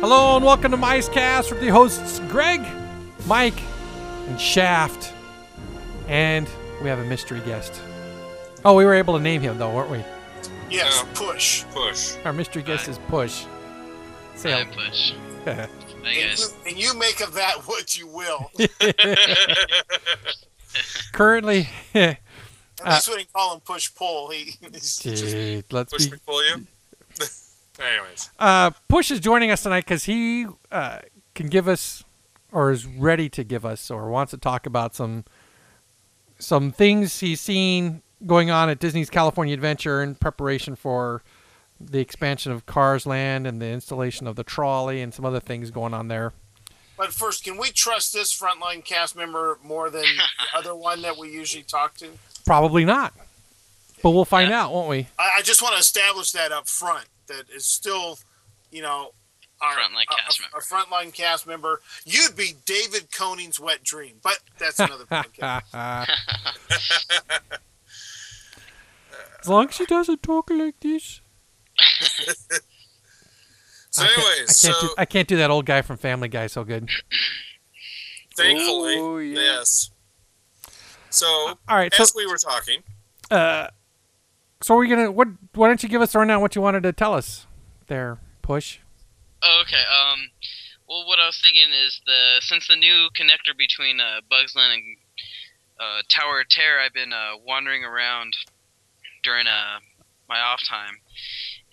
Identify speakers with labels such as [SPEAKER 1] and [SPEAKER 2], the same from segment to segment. [SPEAKER 1] Hello and welcome to Micecast with the hosts Greg, Mike, and Shaft. And we have a mystery guest. Oh, we were able to name him though, weren't we?
[SPEAKER 2] Yes,
[SPEAKER 3] No.
[SPEAKER 2] push.
[SPEAKER 3] Push.
[SPEAKER 1] Our mystery guest is Push. Say
[SPEAKER 3] I
[SPEAKER 1] hello.
[SPEAKER 3] push. I
[SPEAKER 2] And
[SPEAKER 3] guess.
[SPEAKER 2] you- and you make of that what you will.
[SPEAKER 1] Currently,
[SPEAKER 2] At least when you call him push pull, he he's just
[SPEAKER 1] Dude, let's
[SPEAKER 3] Push
[SPEAKER 1] be.
[SPEAKER 3] me, pull you. Anyways.
[SPEAKER 1] Uh, Push is joining us tonight because he uh, can give us, or is ready to give us, or wants to talk about some some things he's seen going on at Disney's California Adventure in preparation for the expansion of Cars Land and the installation of the trolley and some other things going on there.
[SPEAKER 2] But first, can we trust this frontline cast member more than the other one that we usually talk to?
[SPEAKER 1] Probably not, but we'll find out, won't we?
[SPEAKER 2] I, I just want to establish that up front. That is still, you know, our
[SPEAKER 3] Frontline
[SPEAKER 2] a-
[SPEAKER 3] cast
[SPEAKER 2] a-
[SPEAKER 3] member.
[SPEAKER 2] A frontline cast member. You'd be David Coning's wet dream, but that's another podcast.
[SPEAKER 1] as long as she doesn't talk like this.
[SPEAKER 3] So,
[SPEAKER 1] I can't-
[SPEAKER 3] anyways,
[SPEAKER 1] I can't,
[SPEAKER 3] so
[SPEAKER 1] do, I can't do that old guy from Family Guy so good.
[SPEAKER 3] thankfully,
[SPEAKER 1] Oh, yeah.
[SPEAKER 3] yes. So,
[SPEAKER 1] All right, so
[SPEAKER 3] as we were talking,
[SPEAKER 1] uh, so we're gonna what? Why don't you give us a rundown what you wanted to tell us there? Push.
[SPEAKER 4] Oh, okay. Um, well, what I was thinking is the since the new connector between uh, Bugs Land and uh, Tower of Terror, I've been uh, wandering around during uh, my off time,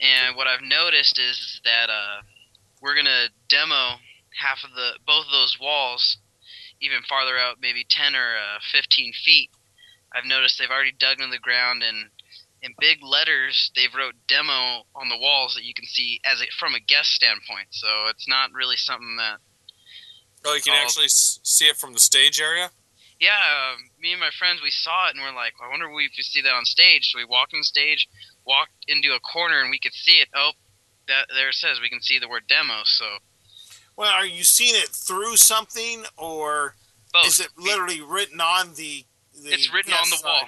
[SPEAKER 4] and what I've noticed is that uh, we're gonna demo half of the both of those walls, even farther out, maybe ten or uh, fifteen feet. I've noticed they've already dug into the ground and. In big letters, they've wrote "demo" on the walls that you can see as a, from a guest standpoint. So it's not really something that
[SPEAKER 3] oh, you can
[SPEAKER 2] Um,
[SPEAKER 4] Oh.
[SPEAKER 3] actually s- see it from the stage area.
[SPEAKER 4] yeah, um, me and my friends, we saw it and we're like, I wonder if we could see that on stage. So we walked on stage, walked into a corner, and we could see it. Oh, that there it says we can see the word demo. So
[SPEAKER 2] Well, are you seeing it through something, or
[SPEAKER 4] both.
[SPEAKER 2] is it literally written on the? the
[SPEAKER 4] it's written on
[SPEAKER 2] guest
[SPEAKER 4] the
[SPEAKER 2] side?
[SPEAKER 4] wall.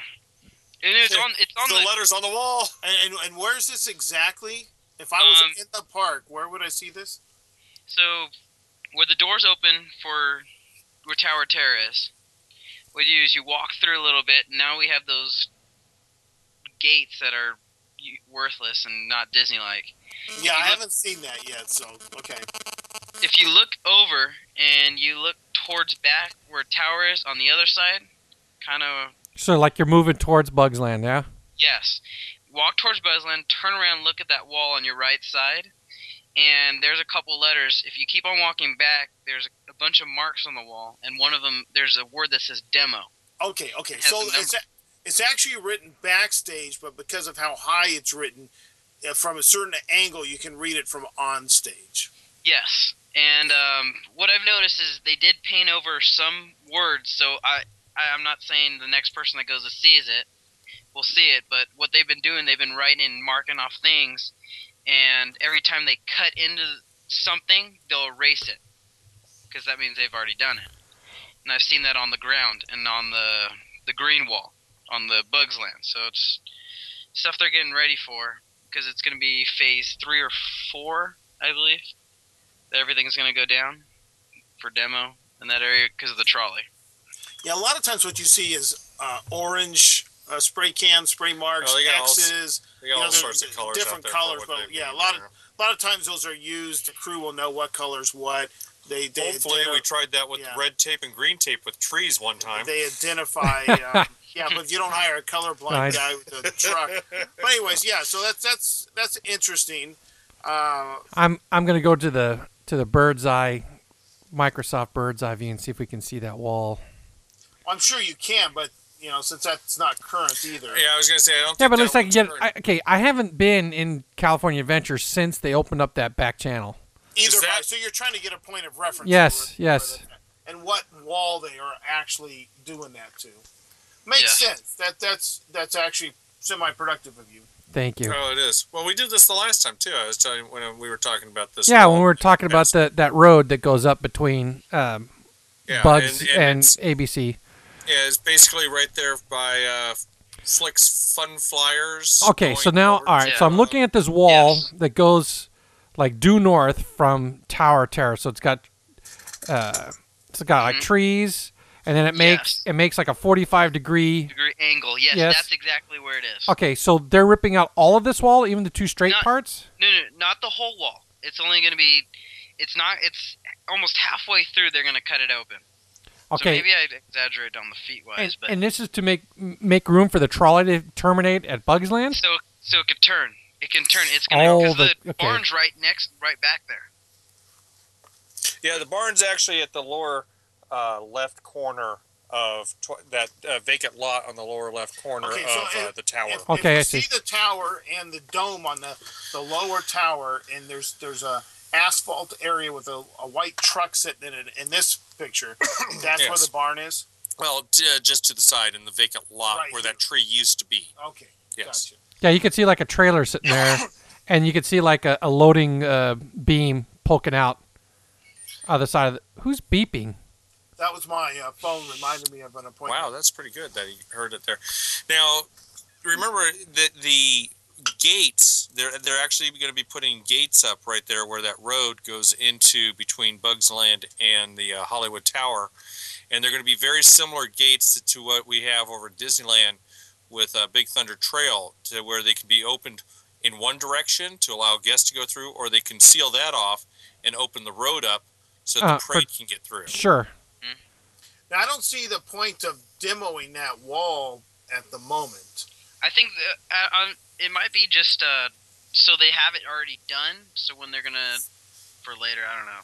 [SPEAKER 4] And it's on. It's on
[SPEAKER 3] The
[SPEAKER 4] the.
[SPEAKER 3] letters on the wall.
[SPEAKER 2] And, and, and where's this exactly? If I was
[SPEAKER 4] Um,
[SPEAKER 2] in the park, where would I see this?
[SPEAKER 4] so where the doors open for where Tower of Terror is, what you do is you walk through a little bit. And now we have those gates that are u- worthless and not Disney-like.
[SPEAKER 2] Yeah, I
[SPEAKER 4] look-
[SPEAKER 2] haven't seen that yet. So okay,
[SPEAKER 4] if you look over and you look towards back where tower is on the other side, kind of
[SPEAKER 1] So like you're moving towards Bugs Land, yeah?
[SPEAKER 4] yes, walk towards Buzzland, turn around, look at that wall on your right side, and there's a couple letters. If you keep on walking back, there's a bunch of marks on the wall, and one of them there's a word that says demo.
[SPEAKER 2] okay, okay.
[SPEAKER 4] It has
[SPEAKER 2] So
[SPEAKER 4] the
[SPEAKER 2] it's a- it's actually written backstage, but because of how high it's written, uh, from a certain angle, you can read it from on stage.
[SPEAKER 4] Yes, and um, what I've noticed is they did paint over some words, so I, I I'm not saying the next person that goes and sees it will see it, but what they've been doing, they've been writing and marking off things, and every time they cut into something, they'll erase it, because that means they've already done it. And I've seen that on the ground and on the the green wall on the Bugs Land, so it's stuff they're getting ready for because it's going to be phase three or four, I believe that everything's going to go down for demo in that area because of the trolley.
[SPEAKER 2] Yeah, a lot of times what you see is uh, orange uh, spray can, spray marks,
[SPEAKER 3] Oh, they got all s-
[SPEAKER 2] X's.
[SPEAKER 3] They got
[SPEAKER 2] You know,
[SPEAKER 3] all
[SPEAKER 2] there-
[SPEAKER 3] sorts of colors.
[SPEAKER 2] different
[SPEAKER 3] out there for
[SPEAKER 2] colors,
[SPEAKER 3] what
[SPEAKER 2] but
[SPEAKER 3] they
[SPEAKER 2] yeah, a
[SPEAKER 3] mean,
[SPEAKER 2] lot of-
[SPEAKER 3] you know.
[SPEAKER 2] A lot of times those are used. The crew will know what colors what. They, they
[SPEAKER 3] Hopefully,
[SPEAKER 2] identi-
[SPEAKER 3] we tried that with
[SPEAKER 2] yeah.
[SPEAKER 3] red tape and green tape with trees one time.
[SPEAKER 2] They identify. Um, yeah, but if you don't hire a
[SPEAKER 1] Right.
[SPEAKER 2] colorblind guy with a truck. But anyways, yeah. So that's that's that's interesting. Uh,
[SPEAKER 1] I'm I'm gonna go to the to the bird's eye Microsoft bird's eye view and see if we can see that wall.
[SPEAKER 2] I'm sure you can, but you know, since that's not current either.
[SPEAKER 3] Yeah, I was gonna say I don't.
[SPEAKER 1] Yeah,
[SPEAKER 3] think
[SPEAKER 1] but it
[SPEAKER 3] that
[SPEAKER 1] looks like you
[SPEAKER 3] one's
[SPEAKER 1] get
[SPEAKER 3] current.
[SPEAKER 1] I, okay, I haven't been in California Adventure since they opened up that back channel.
[SPEAKER 2] Either
[SPEAKER 3] Is that-
[SPEAKER 2] by, so you're trying to get a point of reference.
[SPEAKER 1] Yes,
[SPEAKER 2] for it- for
[SPEAKER 1] yes.
[SPEAKER 2] that. And what wall they are actually doing that to makes
[SPEAKER 4] Yeah.
[SPEAKER 2] sense. That that's that's actually semi-productive of you.
[SPEAKER 1] Thank you.
[SPEAKER 3] Oh, it is. Well, we did this the last time too. I was telling you when we were talking about this.
[SPEAKER 1] Yeah,
[SPEAKER 3] wall.
[SPEAKER 1] when we were talking about
[SPEAKER 3] Yes.
[SPEAKER 1] that that road that goes up between um,
[SPEAKER 3] Yeah,
[SPEAKER 1] Bugs and,
[SPEAKER 3] it's-
[SPEAKER 1] ABC.
[SPEAKER 3] Yeah, it's basically right there by uh, Flick's Fun Flyers.
[SPEAKER 1] Okay, so
[SPEAKER 3] going
[SPEAKER 1] now,
[SPEAKER 3] over
[SPEAKER 1] all right.
[SPEAKER 3] to,
[SPEAKER 1] So I'm
[SPEAKER 3] uh,
[SPEAKER 1] looking at this wall
[SPEAKER 4] Yes.
[SPEAKER 1] that goes like due north from Tower Terror. So it's got uh, it's got like
[SPEAKER 4] Mhm.
[SPEAKER 1] trees, and then it makes
[SPEAKER 4] Yes.
[SPEAKER 1] it makes like a 45 degree.
[SPEAKER 4] degree angle. Yes,
[SPEAKER 1] Yes.
[SPEAKER 4] that's exactly where it is.
[SPEAKER 1] Okay, so they're ripping out all of this wall, even the two straight
[SPEAKER 4] Not-
[SPEAKER 1] parts.
[SPEAKER 4] No, no, not the whole wall. It's only going to be. It's not. It's almost halfway through. They're going to cut it open. So
[SPEAKER 1] Okay,
[SPEAKER 4] maybe I exaggerated on the feet wise,
[SPEAKER 1] and,
[SPEAKER 4] but
[SPEAKER 1] and this is to make m- make room for the trolley to terminate at Bugs Land.
[SPEAKER 4] so so it could turn. It can turn. It's going
[SPEAKER 1] Oh,
[SPEAKER 4] to because
[SPEAKER 1] the-
[SPEAKER 4] the,
[SPEAKER 1] okay.
[SPEAKER 4] barn's right next, right back there.
[SPEAKER 3] Yeah, the barn's actually at the lower uh, left corner of tw- that uh, vacant lot on the lower left corner
[SPEAKER 2] Okay,
[SPEAKER 3] of
[SPEAKER 2] so
[SPEAKER 3] uh,
[SPEAKER 2] if-
[SPEAKER 3] the tower.
[SPEAKER 2] If,
[SPEAKER 1] Okay,
[SPEAKER 2] if
[SPEAKER 1] I
[SPEAKER 2] you
[SPEAKER 1] see.
[SPEAKER 2] see. the tower and the dome on the, the lower tower, and there's there's a asphalt area with a, a white truck sitting in it. In this picture, that's where
[SPEAKER 3] Yes.
[SPEAKER 2] the barn is.
[SPEAKER 3] well, t- uh, just to the side in the vacant lot
[SPEAKER 2] Right
[SPEAKER 3] where
[SPEAKER 2] here.
[SPEAKER 3] that tree used to be.
[SPEAKER 2] Okay,
[SPEAKER 3] Yes.
[SPEAKER 2] gotcha.
[SPEAKER 1] Yeah, you could see like a trailer sitting there, and you could see like a, a loading uh, beam poking out other side of the. Who's beeping?
[SPEAKER 2] That was my uh, phone reminded me of an appointment.
[SPEAKER 3] Wow, that's pretty good that he heard it there. Now, remember that the gates they're they're actually going to be putting gates up right there where that road goes into between Bugs Land and the uh, Hollywood Tower, and they're going to be very similar gates to what we have over at Disneyland with uh, Big Thunder Trail, to where they can be opened in one direction to allow guests to go through, or they can seal that off and open the road up so that
[SPEAKER 1] Uh,
[SPEAKER 3] the
[SPEAKER 1] for-
[SPEAKER 3] parade can get through.
[SPEAKER 1] Sure.
[SPEAKER 2] Now I don't see the point of demoing that wall at the moment.
[SPEAKER 4] I think the, uh, um, it might be just uh, so they have it already done. So when they're going to for later, I don't know.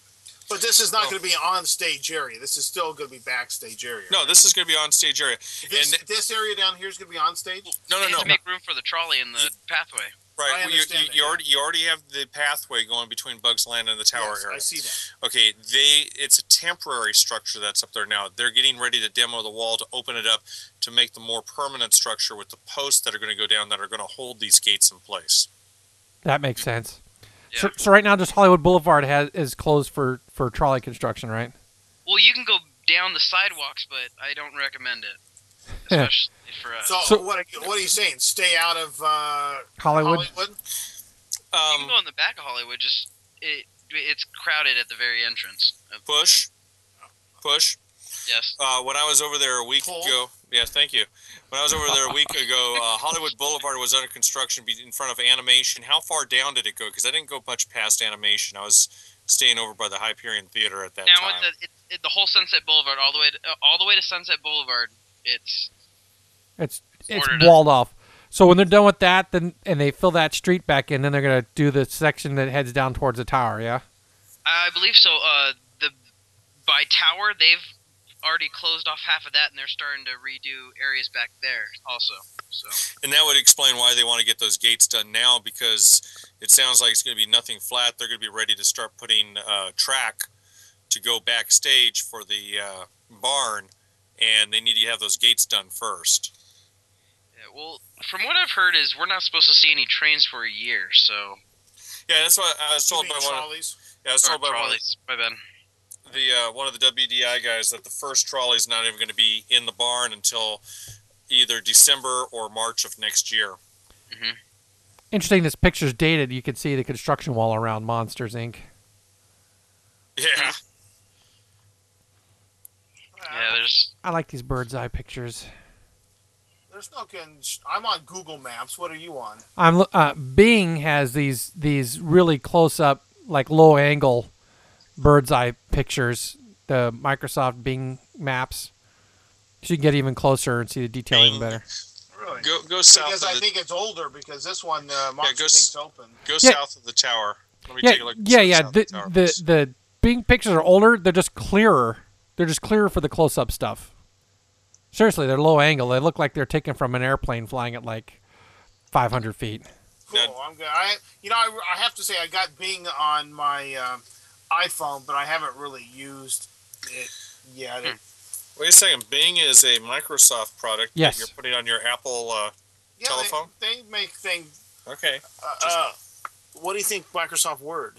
[SPEAKER 2] But this is not
[SPEAKER 3] Oh.
[SPEAKER 2] going to be on stage area. This is still going to be backstage area.
[SPEAKER 3] No, this is going to be on stage area.
[SPEAKER 2] this,
[SPEAKER 3] and-
[SPEAKER 2] this area down here is going to be on stage.
[SPEAKER 3] No, no,
[SPEAKER 4] they
[SPEAKER 3] no.
[SPEAKER 4] have to make room for the trolley in the pathway.
[SPEAKER 2] I
[SPEAKER 3] Right. Well, you,
[SPEAKER 2] understand
[SPEAKER 3] you,
[SPEAKER 2] that,
[SPEAKER 3] you
[SPEAKER 2] yeah.
[SPEAKER 3] already you already have the pathway going between Bugs Land and the tower
[SPEAKER 2] Yes,
[SPEAKER 3] area.
[SPEAKER 2] I see that.
[SPEAKER 3] Okay, they it's a temporary structure that's up there now. They're getting ready to demo the wall to open it up to make the more permanent structure with the posts that are going to go down that are going to hold these gates in place.
[SPEAKER 1] That makes sense.
[SPEAKER 4] Yeah.
[SPEAKER 1] So, so right now, just Hollywood Boulevard has is closed for for trolley construction, right?
[SPEAKER 4] Well, you can go down the sidewalks, but I don't recommend it,
[SPEAKER 1] Yeah.
[SPEAKER 4] especially for us.
[SPEAKER 2] So,
[SPEAKER 1] So-
[SPEAKER 2] what are you, what are you saying? Stay out of uh,
[SPEAKER 1] Hollywood.
[SPEAKER 2] Hollywood.
[SPEAKER 4] you can
[SPEAKER 3] Um,
[SPEAKER 4] go in the back of Hollywood. Just it, it's crowded at the very entrance. of-
[SPEAKER 3] push, push.
[SPEAKER 4] Yes.
[SPEAKER 3] Uh, when I was over there a week
[SPEAKER 2] Pull.
[SPEAKER 3] ago, yeah, thank you. When I was over there a week ago, uh, Hollywood Boulevard was under construction be- in front of Animation. How far down did it go? Because I didn't go much past Animation. I was staying over by the Hyperion Theater at that
[SPEAKER 4] Now
[SPEAKER 3] time.
[SPEAKER 4] it's the, it, it, the whole Sunset Boulevard, all the way to, uh, all the way to Sunset Boulevard. It's
[SPEAKER 1] It's it's
[SPEAKER 4] Ordered up.
[SPEAKER 1] walled off. So when they're done with that, then and they fill that street back in, then they're gonna do the section that heads down towards the tower. Yeah.
[SPEAKER 4] I believe so. Uh, the by tower they've already closed off half of that, and they're starting to redo areas back there also. So
[SPEAKER 3] And that would explain why they want to get those gates done now because it sounds like it's going to be nothing flat. They're going to be ready to start putting uh, track to go backstage for the uh, barn, and they need to have those gates done first.
[SPEAKER 4] yeah, well, from what I've heard is we're not supposed to see any trains for a year. So
[SPEAKER 3] Yeah, that's what I was
[SPEAKER 2] You
[SPEAKER 3] told
[SPEAKER 2] mean
[SPEAKER 3] by one. Of,
[SPEAKER 2] trolleys?
[SPEAKER 3] yeah, I was
[SPEAKER 4] or
[SPEAKER 3] told by one of
[SPEAKER 4] trolleys, my bad.
[SPEAKER 3] the uh, one of the WDI guys that the first trolley is not even going to be in the barn until either December or March of next year.
[SPEAKER 1] Interesting. This picture's dated. You can see the construction wall around Monsters Inc.
[SPEAKER 3] Yeah.
[SPEAKER 2] Uh,
[SPEAKER 4] Yeah, there's
[SPEAKER 1] I like these bird's eye pictures.
[SPEAKER 2] There's no con- I'm on Google Maps. What are you on?
[SPEAKER 1] I'm lo- uh, Bing has these these really close up, like low angle, bird's eye pictures. The Microsoft Bing Maps, so you can get even closer and see the detail even
[SPEAKER 3] Bing.
[SPEAKER 1] better.
[SPEAKER 2] Really?
[SPEAKER 3] Go go south. Of
[SPEAKER 2] because I
[SPEAKER 3] the,
[SPEAKER 2] think it's older because this one uh, Monsters
[SPEAKER 3] go s-
[SPEAKER 2] Inc.'s open.
[SPEAKER 3] go
[SPEAKER 1] Yeah.
[SPEAKER 3] south of the tower. Let me
[SPEAKER 1] Yeah,
[SPEAKER 3] take a look.
[SPEAKER 1] yeah, yeah.
[SPEAKER 3] South of
[SPEAKER 1] The,
[SPEAKER 3] tower, please.
[SPEAKER 1] the the Bing pictures are older. They're just clearer. They're just clearer for the close up stuff. Seriously, they're low angle. They look like they're taken from an airplane flying at like 500 feet.
[SPEAKER 2] Cool.
[SPEAKER 3] Now-
[SPEAKER 2] I'm good. I you know I, I have to say I got Bing on my uh, iPhone, but I haven't really used it yet.
[SPEAKER 3] Hmm. Wait a second. Bing is a Microsoft product
[SPEAKER 1] Yes.
[SPEAKER 3] that you're putting on your Apple. Uh,
[SPEAKER 2] Yeah,
[SPEAKER 3] Telephone?
[SPEAKER 2] They, they make things.
[SPEAKER 3] okay.
[SPEAKER 2] Uh, uh, what do you think Microsoft Word,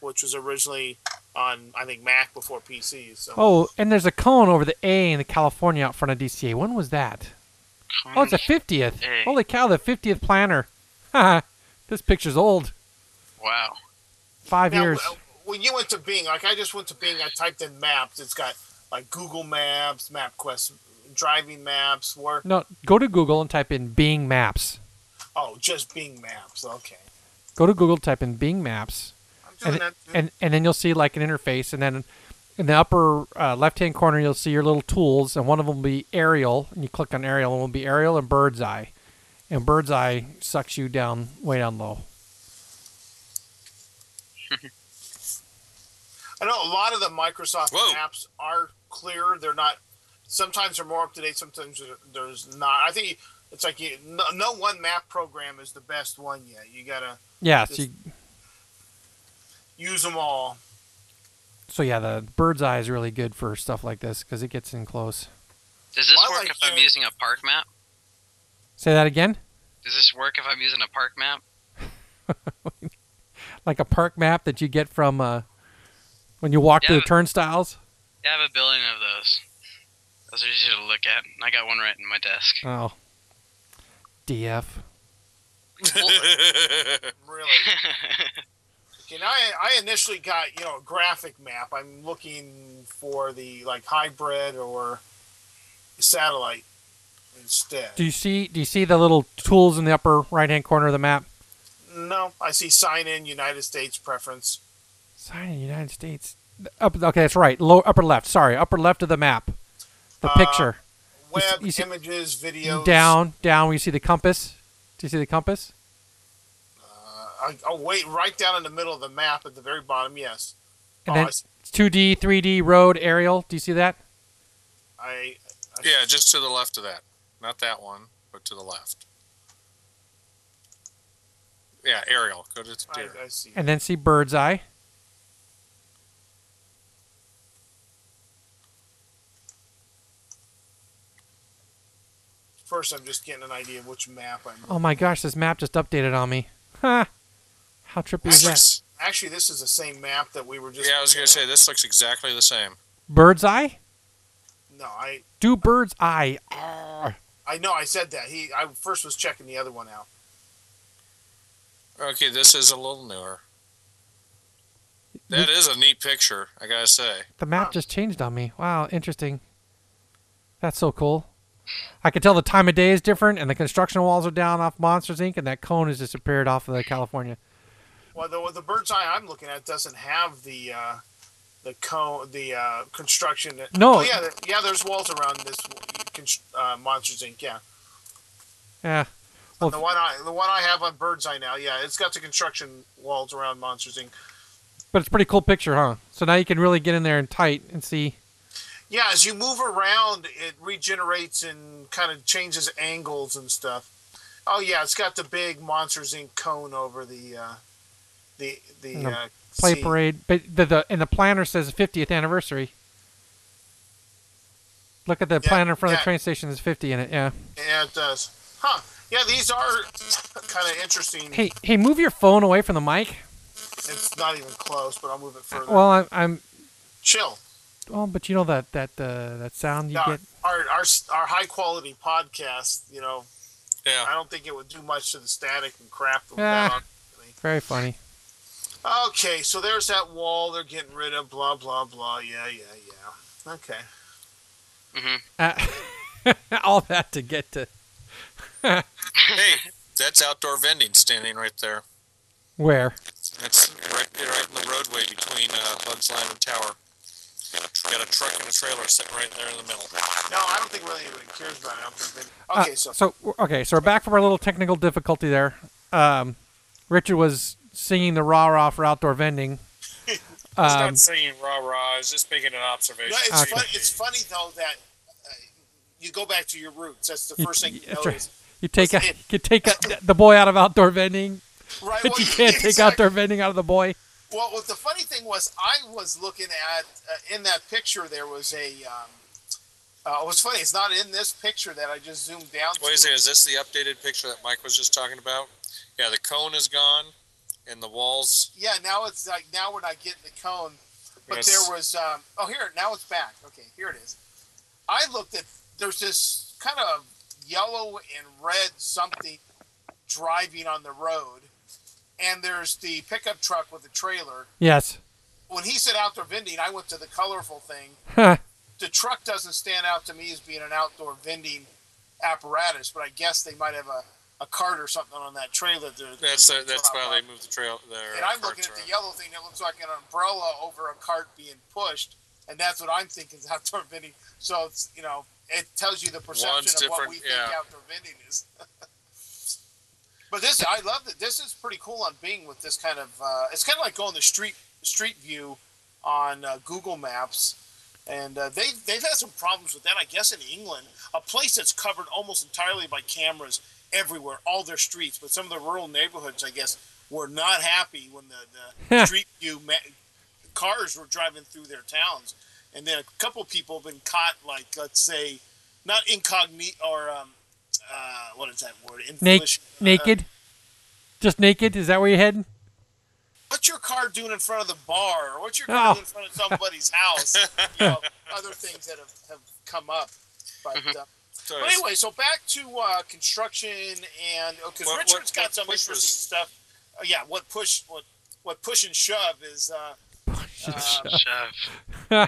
[SPEAKER 2] which was originally on I think Mac before PC? So
[SPEAKER 1] Oh, and there's a cone over the A in the California out front of DCA. When was that? Oh, it's the 50th.
[SPEAKER 4] Hey.
[SPEAKER 1] Holy cow, the 50th planner. Haha, this picture's old.
[SPEAKER 4] wow.
[SPEAKER 1] Five
[SPEAKER 2] Now,
[SPEAKER 1] years.
[SPEAKER 2] uh, when you went to Bing, like I just went to Bing, I typed in maps. It's got like Google Maps, MapQuest, driving maps, where
[SPEAKER 1] No, go to Google and type in Bing Maps.
[SPEAKER 2] oh, just Bing Maps. Okay,
[SPEAKER 1] Go to Google, type in Bing Maps,
[SPEAKER 2] I'm doing
[SPEAKER 1] and,
[SPEAKER 2] that.
[SPEAKER 1] and and then you'll see like an interface, and then in the upper uh, left-hand corner you'll see your little tools, and one of them will be aerial, and you click on aerial, and it will be aerial and bird's eye, and bird's eye sucks you down way down low.
[SPEAKER 2] I know a lot of the Microsoft
[SPEAKER 3] Whoa.
[SPEAKER 2] apps are clear. They're not. Sometimes they're more up to date. Sometimes there- there's not. I think it's like you, no, no one map program is the best one yet. You gotta
[SPEAKER 1] Yeah, so, you,
[SPEAKER 2] use them all.
[SPEAKER 1] so yeah, the bird's eye is really good for stuff like this because it gets in close.
[SPEAKER 4] Does this
[SPEAKER 2] Well, I
[SPEAKER 4] work
[SPEAKER 2] like
[SPEAKER 4] if I'm
[SPEAKER 2] that.
[SPEAKER 4] using a park map?
[SPEAKER 1] Say that again,
[SPEAKER 4] Does this work if I'm using a park map?
[SPEAKER 1] like a park map that you get from uh, when you walk through
[SPEAKER 4] Yeah.
[SPEAKER 1] the turnstiles.
[SPEAKER 4] Yeah, I have a billion of those. Those are easy to look at. and I got one right in my desk.
[SPEAKER 1] Oh, DF.
[SPEAKER 2] Really. And I, I initially got you know a graphic map. I'm looking for the like hybrid or satellite instead.
[SPEAKER 1] Do you see? Do you see the little tools in the upper right-hand corner of the map?
[SPEAKER 2] no, I see sign in United States preference.
[SPEAKER 1] Sign in the United States. Up, okay, that's right. Low upper left. Sorry, upper left of the map. The
[SPEAKER 2] Uh,
[SPEAKER 1] picture
[SPEAKER 2] Web
[SPEAKER 1] see- you see-
[SPEAKER 2] images, videos.
[SPEAKER 1] down, down. Where you see the compass? Do you see the compass?
[SPEAKER 2] Uh, I, oh wait, right down in the middle of the map at the very bottom. Yes.
[SPEAKER 1] And
[SPEAKER 2] oh,
[SPEAKER 1] then
[SPEAKER 2] I s-
[SPEAKER 1] it's 2D, 3D, road, aerial. Do you see that?
[SPEAKER 2] I, I-
[SPEAKER 3] yeah, just to the left of that. Not that one, but to the left. Yeah, aerial. Go to the
[SPEAKER 2] I,
[SPEAKER 3] aerial.
[SPEAKER 2] I see.
[SPEAKER 1] And then see bird's eye.
[SPEAKER 2] First, I'm just getting an idea of which map I'm.
[SPEAKER 1] Oh my gosh, this map just updated on me. Ha! How trippy is
[SPEAKER 3] This
[SPEAKER 1] that?
[SPEAKER 3] looks-
[SPEAKER 2] Actually, this is the same map that we were just.
[SPEAKER 3] yeah, I was gonna say this looks exactly the same.
[SPEAKER 1] Bird's eye.
[SPEAKER 2] No, I
[SPEAKER 1] Do bird's eye. Arr.
[SPEAKER 2] I know I said that. He I first was checking the other one out.
[SPEAKER 3] Okay, this is a little newer. That is a neat picture, I gotta say.
[SPEAKER 1] The map just changed on me. Wow, interesting. That's so cool. I can tell the time of day is different, and the construction walls are down off Monsters Inc., and that cone has disappeared off of the California.
[SPEAKER 2] Well, the, the bird's eye I'm looking at doesn't have the uh, the co- the uh, construction. that-
[SPEAKER 1] No.
[SPEAKER 2] Oh, yeah, there- yeah. There's walls around this const- uh, Monsters Inc. Yeah,
[SPEAKER 1] Yeah, Well,
[SPEAKER 2] the one I the one I have on bird's eye now. Yeah, it's got the construction walls around Monsters Inc.
[SPEAKER 1] but it's a pretty cool picture, huh? So now you can really get in there and tight and see.
[SPEAKER 2] Yeah, as you move around, it regenerates and kind of changes angles and stuff. Oh yeah, it's got the big Monsters Inc. cone over the uh, the the
[SPEAKER 1] The
[SPEAKER 2] uh,
[SPEAKER 1] Play
[SPEAKER 2] sea.
[SPEAKER 1] parade, but the, the and the planner says 50th anniversary. Look at the
[SPEAKER 2] Yeah,
[SPEAKER 1] planner in front of
[SPEAKER 2] yeah.
[SPEAKER 1] the train station. There's 50 in it. Yeah.
[SPEAKER 2] Yeah, it does. Huh. Yeah, these are kind of interesting.
[SPEAKER 1] Hey, hey, move your phone away from the mic.
[SPEAKER 2] It's not even close, but I'll move it further.
[SPEAKER 1] Well, I'm, I'm
[SPEAKER 2] Chill.
[SPEAKER 1] well, but you know that that uh, that sound you
[SPEAKER 2] Now,
[SPEAKER 1] get.
[SPEAKER 2] Our, our our high quality podcast, you know,
[SPEAKER 3] Yeah.
[SPEAKER 2] I don't think it would do much to the static and crap. that we
[SPEAKER 1] Ah.
[SPEAKER 2] got
[SPEAKER 1] Very funny.
[SPEAKER 2] on. Okay, so there's that wall they're getting rid of. Blah blah blah. Yeah yeah yeah. Okay.
[SPEAKER 1] Uh, all that to get to
[SPEAKER 3] Hey, that's outdoor vending standing right there.
[SPEAKER 1] where?
[SPEAKER 3] That's right there right in the roadway between uh, Bugs Line and Tower. Got a truck and a trailer sitting right there in the middle.
[SPEAKER 2] No, I don't think really anybody cares about it. I'm just thinking- Okay,
[SPEAKER 1] Uh,
[SPEAKER 2] so
[SPEAKER 1] okay, so we're back from our little technical difficulty there. Um, Richard was singing the rah rah for outdoor vending.
[SPEAKER 3] It's
[SPEAKER 1] Um,
[SPEAKER 3] not saying rah rah. I was just making an observation.
[SPEAKER 2] No, it's,
[SPEAKER 1] Okay.
[SPEAKER 2] fun, it's funny though that uh, you go back to your roots. That's the
[SPEAKER 1] You-
[SPEAKER 2] first thing you
[SPEAKER 1] that's
[SPEAKER 2] notice.
[SPEAKER 1] right. you take a,
[SPEAKER 2] What's it?
[SPEAKER 1] you take a, the boy out of outdoor vending,
[SPEAKER 2] Right,
[SPEAKER 1] but
[SPEAKER 2] well,
[SPEAKER 1] you can't take
[SPEAKER 2] exactly.
[SPEAKER 1] outdoor vending out of the boy.
[SPEAKER 2] Well, what the funny thing was, I was looking at uh, in that picture there was a. Um, uh, what's funny? It's not in this picture that I just zoomed down.
[SPEAKER 3] Wait a
[SPEAKER 2] to.
[SPEAKER 3] second. Is this the updated picture that Mike was just talking about? Yeah, the cone is gone, and the walls.
[SPEAKER 2] Yeah, now it's like now we're not getting the cone, but
[SPEAKER 3] Yes.
[SPEAKER 2] there was. Um, oh, here now it's back. Okay, here it is. I looked at there's this kind of yellow and red something driving on the road, and there's the pickup truck with the trailer.
[SPEAKER 1] Yes.
[SPEAKER 2] When he said outdoor vending, I went to the colorful thing.
[SPEAKER 1] Huh.
[SPEAKER 2] The truck doesn't stand out to me as being an outdoor vending apparatus, but I guess they might have a, a cart or something on that trailer. To,
[SPEAKER 3] That's uh,
[SPEAKER 2] to
[SPEAKER 3] that's
[SPEAKER 2] drop
[SPEAKER 3] why
[SPEAKER 2] off.
[SPEAKER 3] they moved the trail there.
[SPEAKER 2] And I'm looking at the yellow thing that looks like an umbrella over a cart being pushed, and that's what I'm thinking is outdoor vending. So it's you know it tells you the
[SPEAKER 3] One's
[SPEAKER 2] perception of what
[SPEAKER 3] different,
[SPEAKER 2] we think
[SPEAKER 3] yeah.
[SPEAKER 2] outdoor vending is. but this I love that this is pretty cool on Bing with this kind of uh, it's kind of like going the street street view on uh, Google Maps. And uh, they, they've had some problems with that, I guess, in England. A place that's covered almost entirely by cameras everywhere, all their streets. But some of the rural neighborhoods, I guess, were not happy when the, the street view ma cars were driving through their towns. And then a couple people have been caught, like, let's say, not incognito or, um, uh, what is that word? Infelici- uh,
[SPEAKER 1] Naked. Just naked. Is that where you're heading?
[SPEAKER 2] what's your car doing in front of the bar or what's your
[SPEAKER 1] Oh.
[SPEAKER 2] car doing in front of somebody's house you know, other things that have, have come up but, uh,
[SPEAKER 3] So
[SPEAKER 2] but anyway so back to uh, construction and because
[SPEAKER 3] What- what-
[SPEAKER 2] richard's got
[SPEAKER 3] what
[SPEAKER 2] some
[SPEAKER 3] push
[SPEAKER 2] interesting
[SPEAKER 3] was-
[SPEAKER 2] stuff uh, yeah what push what what push and shove is uh,
[SPEAKER 1] Oh,
[SPEAKER 4] Shove.
[SPEAKER 1] Mm.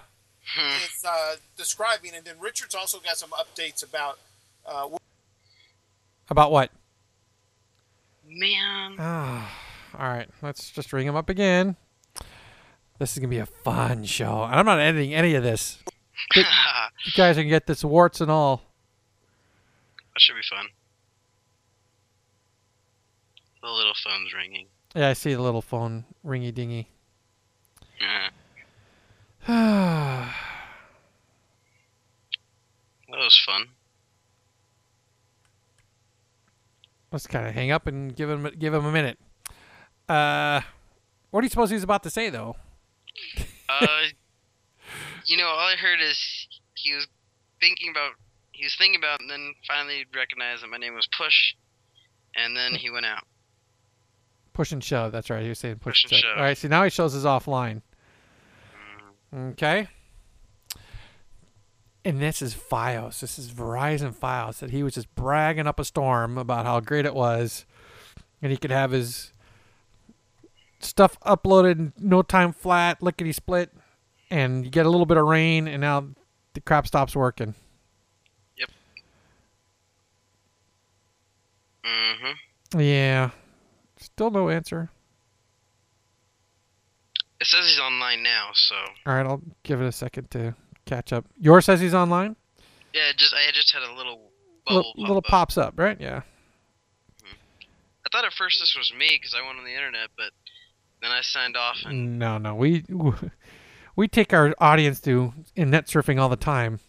[SPEAKER 2] is uh, describing and then richard's also got some updates about uh, wh-
[SPEAKER 1] About what?
[SPEAKER 4] Man.
[SPEAKER 1] Ah, all right. Let's just ring him up again. This is gonna be a fun show, and I'm not editing any of this.
[SPEAKER 4] that
[SPEAKER 1] You guys can get this warts and all.
[SPEAKER 4] should be fun. The little phone's ringing.
[SPEAKER 1] Yeah, I see the little phone ringy dingy.
[SPEAKER 4] Yeah.
[SPEAKER 1] yeah,
[SPEAKER 4] That was fun.
[SPEAKER 1] let's kind of hang up and give him give him a minute. Uh, what do you suppose he's about to say though?
[SPEAKER 4] Uh, you know, all I heard is he was thinking about, he was thinking about, and then finally recognized that my name was Push, and then he went out.
[SPEAKER 1] Push and shove. That's right. He was saying push,
[SPEAKER 4] Push and
[SPEAKER 1] and shove.
[SPEAKER 4] shove. Mm.
[SPEAKER 1] All right. See now he shows us offline. Okay. And this is Fios. This is Verizon Fios that he was just bragging up a storm about how great it was, and he could have his stuff uploaded in no time flat, lickety split, and you get a little bit of rain, and now the crap stops working.
[SPEAKER 4] Mm-hmm.
[SPEAKER 1] Yeah. Still no answer.
[SPEAKER 4] It says he's online now, so
[SPEAKER 1] All right, I'll give it a second to catch up. Yours says he's online.
[SPEAKER 4] yeah. it Just I just had a little bubble
[SPEAKER 1] little, little
[SPEAKER 4] pop. up.
[SPEAKER 1] pops up, right? Yeah.
[SPEAKER 4] I thought at first this was me because I went on the internet, but then I signed off and
[SPEAKER 1] No, no, we we take our audience to in net surfing all the time.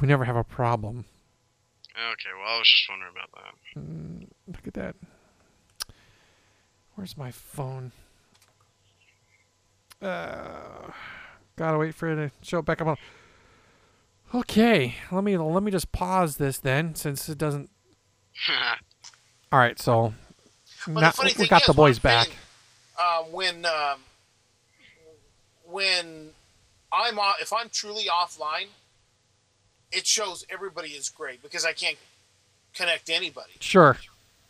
[SPEAKER 1] We never have a problem.
[SPEAKER 4] okay. Well, I was just wondering about that.
[SPEAKER 1] Look at that. Where's my phone? Uh, gotta wait for it to show back up on. Okay, let me let me just pause this then, since it doesn't. All right, so
[SPEAKER 2] the
[SPEAKER 1] now-
[SPEAKER 2] funny
[SPEAKER 1] we
[SPEAKER 2] thing
[SPEAKER 1] got the
[SPEAKER 2] is, one
[SPEAKER 1] boys back.
[SPEAKER 2] thing, uh, when um, when I'm off, if I'm truly offline, it shows everybody is great because I can't connect to anybody,
[SPEAKER 1] Sure,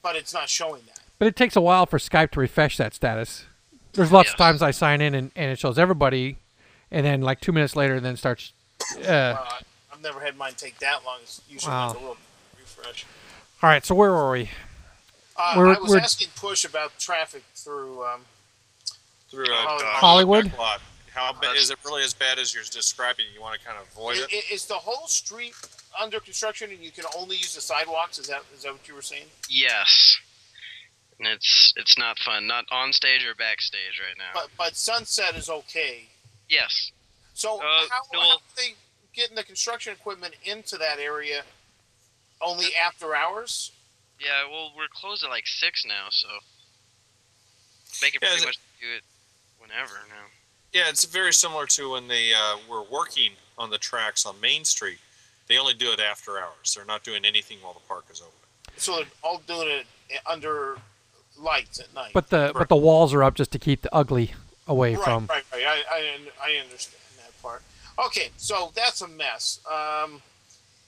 [SPEAKER 2] but it's not showing that.
[SPEAKER 1] But it takes a while for Skype to refresh that status. There's lots of
[SPEAKER 4] Yes.
[SPEAKER 1] times I sign in and, and it shows everybody, and then like two minutes later, then starts. Uh,
[SPEAKER 2] Uh, I've never had mine take that long. It's usually
[SPEAKER 1] Wow.
[SPEAKER 2] like a little refresh.
[SPEAKER 1] all right, so where were we?
[SPEAKER 2] Uh,
[SPEAKER 1] We're-
[SPEAKER 2] I was
[SPEAKER 1] we're-
[SPEAKER 2] asking Push about traffic through. Um,
[SPEAKER 3] through
[SPEAKER 2] Oh,
[SPEAKER 3] a
[SPEAKER 1] Hollywood?
[SPEAKER 3] Lot. How ba- is it really as bad as you're describing? it? You want to kind of
[SPEAKER 4] Oh,
[SPEAKER 3] avoid
[SPEAKER 2] i-
[SPEAKER 3] it.
[SPEAKER 2] i- is the whole street under construction and you can only use the sidewalks? Is that is that what you were saying?
[SPEAKER 4] Yes, and it's it's not fun, not on stage or backstage right now.
[SPEAKER 2] But but Sunset is okay.
[SPEAKER 4] yes,
[SPEAKER 2] So
[SPEAKER 4] Uh,
[SPEAKER 2] how,
[SPEAKER 4] no.
[SPEAKER 2] how are they getting the construction equipment into that area only
[SPEAKER 4] Uh,
[SPEAKER 2] after hours?
[SPEAKER 4] yeah. Well, we're closed at like six now, so they can
[SPEAKER 3] Yeah,
[SPEAKER 4] pretty
[SPEAKER 3] is it-
[SPEAKER 4] much do it whenever now.
[SPEAKER 3] Yeah, it's very similar to when they uh, were working on the tracks on Main Street. They only do it after hours. They're not doing anything while the park is open.
[SPEAKER 2] So they're all doing it under lights at night.
[SPEAKER 1] But the but the walls are up just to keep the ugly away
[SPEAKER 2] right,
[SPEAKER 1] from.
[SPEAKER 2] right, right. I, I, un- I understand that part. Okay, so that's a mess. Um,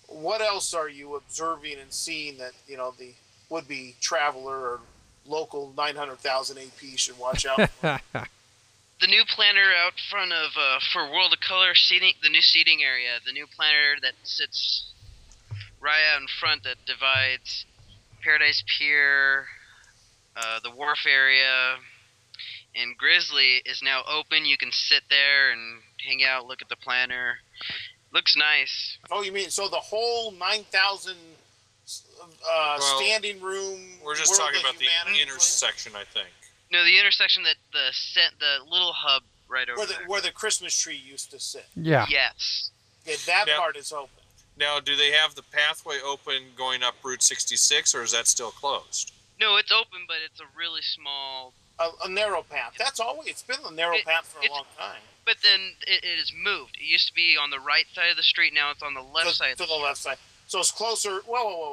[SPEAKER 2] what else are you observing and seeing that you know the would-be traveler or local 900,000 AP should watch out. for.
[SPEAKER 4] the new planter out front of uh, for World of Color seating, the new seating area, the new planter that sits right out in front that divides Paradise Pier, uh, the wharf area, and Grizzly is now open. You can sit there and hang out, look at the planter. Looks nice.
[SPEAKER 2] oh, you mean so the whole 9,000 uh,
[SPEAKER 3] Well,
[SPEAKER 2] standing room?
[SPEAKER 3] We're just
[SPEAKER 2] World
[SPEAKER 3] talking
[SPEAKER 2] of
[SPEAKER 3] about the
[SPEAKER 2] Humanity place?
[SPEAKER 3] intersection, I think.
[SPEAKER 4] No, the intersection that the set, the little hub right over
[SPEAKER 2] where the
[SPEAKER 4] there.
[SPEAKER 2] where the Christmas tree used to sit.
[SPEAKER 1] Yeah.
[SPEAKER 4] Yes.
[SPEAKER 2] Yeah, that
[SPEAKER 3] Yeah.
[SPEAKER 2] part is open.
[SPEAKER 3] Now, do they have the pathway open going up Route 66, or is that still closed?
[SPEAKER 4] No, it's open, but it's a really small.
[SPEAKER 2] A, a narrow path. That's always it's been a narrow
[SPEAKER 4] It-
[SPEAKER 2] path for a
[SPEAKER 4] it's-
[SPEAKER 2] long time.
[SPEAKER 4] But then it, it is moved. It used to be on the right side of the street. Now it's on the left
[SPEAKER 2] to,
[SPEAKER 4] side.
[SPEAKER 2] to the left side. So it's closer. Whoa, whoa, whoa,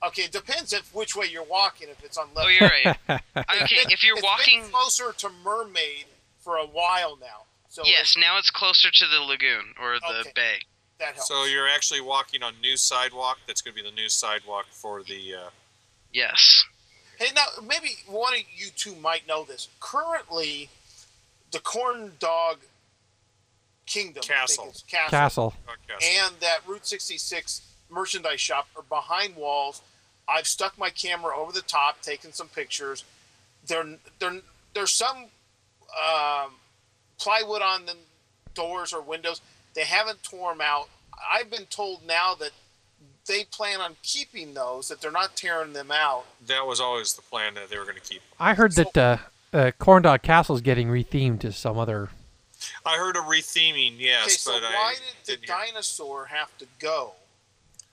[SPEAKER 2] whoa. Okay, it depends if which way you're walking. If it's on left.
[SPEAKER 4] Oh, you're right. okay, if you're
[SPEAKER 2] It's
[SPEAKER 4] walking,
[SPEAKER 2] been closer to Mermaid for a while now. So
[SPEAKER 4] yes, now it's closer to the lagoon or the
[SPEAKER 2] Okay.
[SPEAKER 4] bay.
[SPEAKER 2] if that helps.
[SPEAKER 3] So you're actually walking on new sidewalk. That's going to be the new sidewalk for the. Uh,
[SPEAKER 4] Yes.
[SPEAKER 2] Hey, now maybe one of you two might know this. Currently, the Corn Dog Kingdom I think
[SPEAKER 3] Castle.
[SPEAKER 2] it's Castle.
[SPEAKER 1] Castle.
[SPEAKER 3] podcast.
[SPEAKER 2] and that Route 66 merchandise shop are behind walls. I've stuck my camera over the top, taken some pictures. There, there, there's some um, plywood on the doors or windows. They haven't torn 'em out. I've been told now that they plan on keeping those, that they're not tearing them out.
[SPEAKER 3] that was always the plan that they were going to keep.
[SPEAKER 1] I heard that uh, uh, Corn Dog Castle's getting rethemed to some other.
[SPEAKER 3] I heard a retheming,
[SPEAKER 2] Okay,
[SPEAKER 3] yes,
[SPEAKER 2] so
[SPEAKER 3] but
[SPEAKER 2] why
[SPEAKER 3] I
[SPEAKER 2] did the
[SPEAKER 3] didn't hear.
[SPEAKER 2] dinosaur have to go?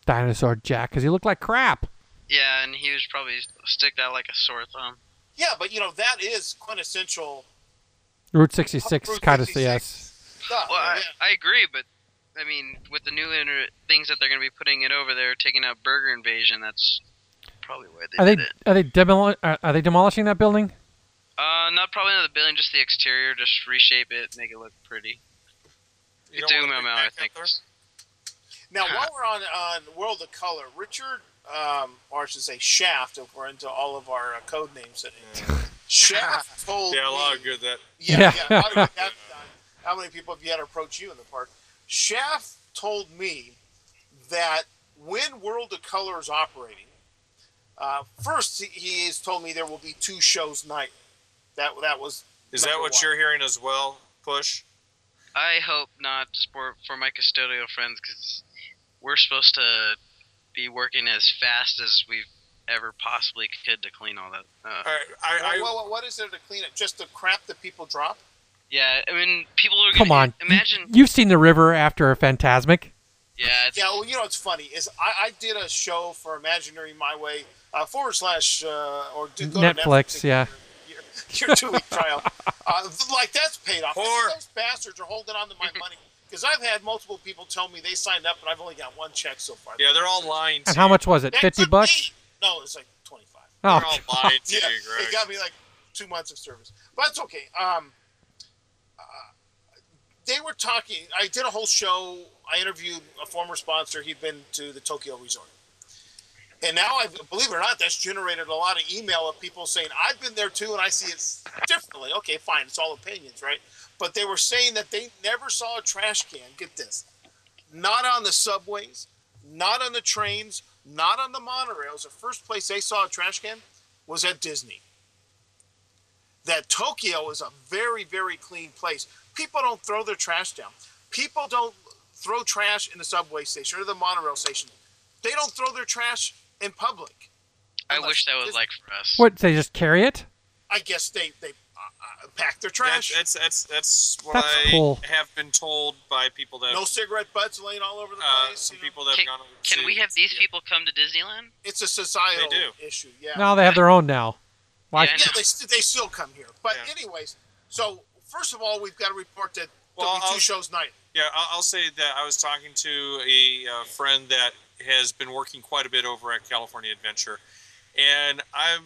[SPEAKER 1] Dinosaur Jack, because he looked like crap.
[SPEAKER 4] Yeah, and he was probably stick that like a sore thumb.
[SPEAKER 2] Yeah, but you know that is quintessential
[SPEAKER 1] Route 66
[SPEAKER 2] Route
[SPEAKER 1] kind of
[SPEAKER 2] 66.
[SPEAKER 1] yes.
[SPEAKER 2] stuff.
[SPEAKER 4] Well, I,
[SPEAKER 2] Yeah.
[SPEAKER 4] I agree, but I mean, with the new inter- things that they're going to be putting it over there, taking out Burger Invasion, that's probably why they
[SPEAKER 1] Are they
[SPEAKER 4] did it.
[SPEAKER 1] are they demol- are are they demolishing that building?
[SPEAKER 4] Uh, not probably not the building, just the exterior, just reshape it, make it look pretty.
[SPEAKER 3] You
[SPEAKER 4] It's
[SPEAKER 3] don't want
[SPEAKER 4] Doom
[SPEAKER 3] to pick
[SPEAKER 4] Amount,
[SPEAKER 3] back
[SPEAKER 4] I
[SPEAKER 3] up
[SPEAKER 4] think.
[SPEAKER 3] there?
[SPEAKER 2] Now, while we're on on World of Color, Richard, um, or I should say Shaft, if we're into all of our uh, code names, that Shaft told
[SPEAKER 3] Yeah, a lot
[SPEAKER 2] me,
[SPEAKER 3] of good that.
[SPEAKER 2] yeah,
[SPEAKER 1] Yeah.
[SPEAKER 2] yeah, how, many, that, how many people have you had approach you in the park? Shaft told me that when World of Color is operating, uh, first he- he has told me there will be two shows night. That that was
[SPEAKER 3] Is
[SPEAKER 2] number
[SPEAKER 3] that what
[SPEAKER 2] one.
[SPEAKER 3] you're hearing as well, Push?
[SPEAKER 4] I hope not, just for for my custodial friends, because we're supposed to be working as fast as we've ever possibly could to clean all that. Uh,
[SPEAKER 3] I, I, I,
[SPEAKER 2] well, well, what is there to clean up? Just the crap that people drop.
[SPEAKER 4] yeah, I mean, people are.
[SPEAKER 1] Come
[SPEAKER 4] gonna,
[SPEAKER 1] on. You-
[SPEAKER 4] Imagine.
[SPEAKER 1] You've seen the river after a Phantasmic.
[SPEAKER 4] Yeah, it's,
[SPEAKER 2] Yeah, well, you know what's funny is I, I did a show for Imaginary My Way uh, forward slash uh, or do go to
[SPEAKER 1] Netflix,
[SPEAKER 2] Netflix
[SPEAKER 1] yeah.
[SPEAKER 2] Your, your, your two week trial, uh, like that's paid off.
[SPEAKER 3] Whore.
[SPEAKER 2] Those bastards are holding on to my money because I've had multiple people tell me they signed up and I've only got one check so far.
[SPEAKER 3] yeah, they're all lying to
[SPEAKER 1] And how
[SPEAKER 3] you.
[SPEAKER 1] much was it?
[SPEAKER 2] That
[SPEAKER 1] 50
[SPEAKER 2] could
[SPEAKER 1] bucks?
[SPEAKER 2] be- No, it's like twenty five.
[SPEAKER 3] They're
[SPEAKER 1] Oh,
[SPEAKER 3] all lying to
[SPEAKER 2] Yeah,
[SPEAKER 3] you, Greg.
[SPEAKER 2] it got me like two months of service, but that's okay. Um, uh, they were talking. I did a whole show. I interviewed a former sponsor. He'd been to the Tokyo Resort, and now I believe it or not, that's generated a lot of email of people saying I've been there too, and I see it differently. Okay, fine, it's all opinions, right? But they were saying that they never saw a trash can. Get this, not on the subways, not on the trains, not on the monorails. The first place they saw a trash can was at Disney. That Tokyo is a very, very clean place. People don't throw their trash down. People don't throw trash in the subway station or the monorail station. They don't throw their trash in public.
[SPEAKER 4] I wish that was
[SPEAKER 2] Just-
[SPEAKER 4] like for us.
[SPEAKER 1] What, they just carry it?
[SPEAKER 2] I guess they they uh, uh, pack their
[SPEAKER 3] That,
[SPEAKER 2] trash.
[SPEAKER 3] that's that's that's what
[SPEAKER 1] That's
[SPEAKER 3] I
[SPEAKER 1] cool.
[SPEAKER 3] have been told by people that
[SPEAKER 2] no cigarette butts laying all over the
[SPEAKER 3] uh,
[SPEAKER 2] place.
[SPEAKER 3] some
[SPEAKER 2] you know.
[SPEAKER 3] people that
[SPEAKER 4] Can-
[SPEAKER 3] have gone. over
[SPEAKER 4] Can
[SPEAKER 3] to-
[SPEAKER 4] we have these
[SPEAKER 3] yeah.
[SPEAKER 4] people come to Disneyland?
[SPEAKER 2] It's a societal
[SPEAKER 3] They do.
[SPEAKER 2] issue. Yeah.
[SPEAKER 1] No, they have their own now. Like,
[SPEAKER 4] Yeah,
[SPEAKER 2] yeah, they, st- they still come here. But
[SPEAKER 3] Yeah.
[SPEAKER 2] anyways, so first of all, we've got to report that
[SPEAKER 3] Well,
[SPEAKER 2] there'll be
[SPEAKER 3] I'll-
[SPEAKER 2] two shows night.
[SPEAKER 3] Yeah, I'll, I'll say that I was talking to a uh, friend that has been working quite a bit over at California Adventure, and I'm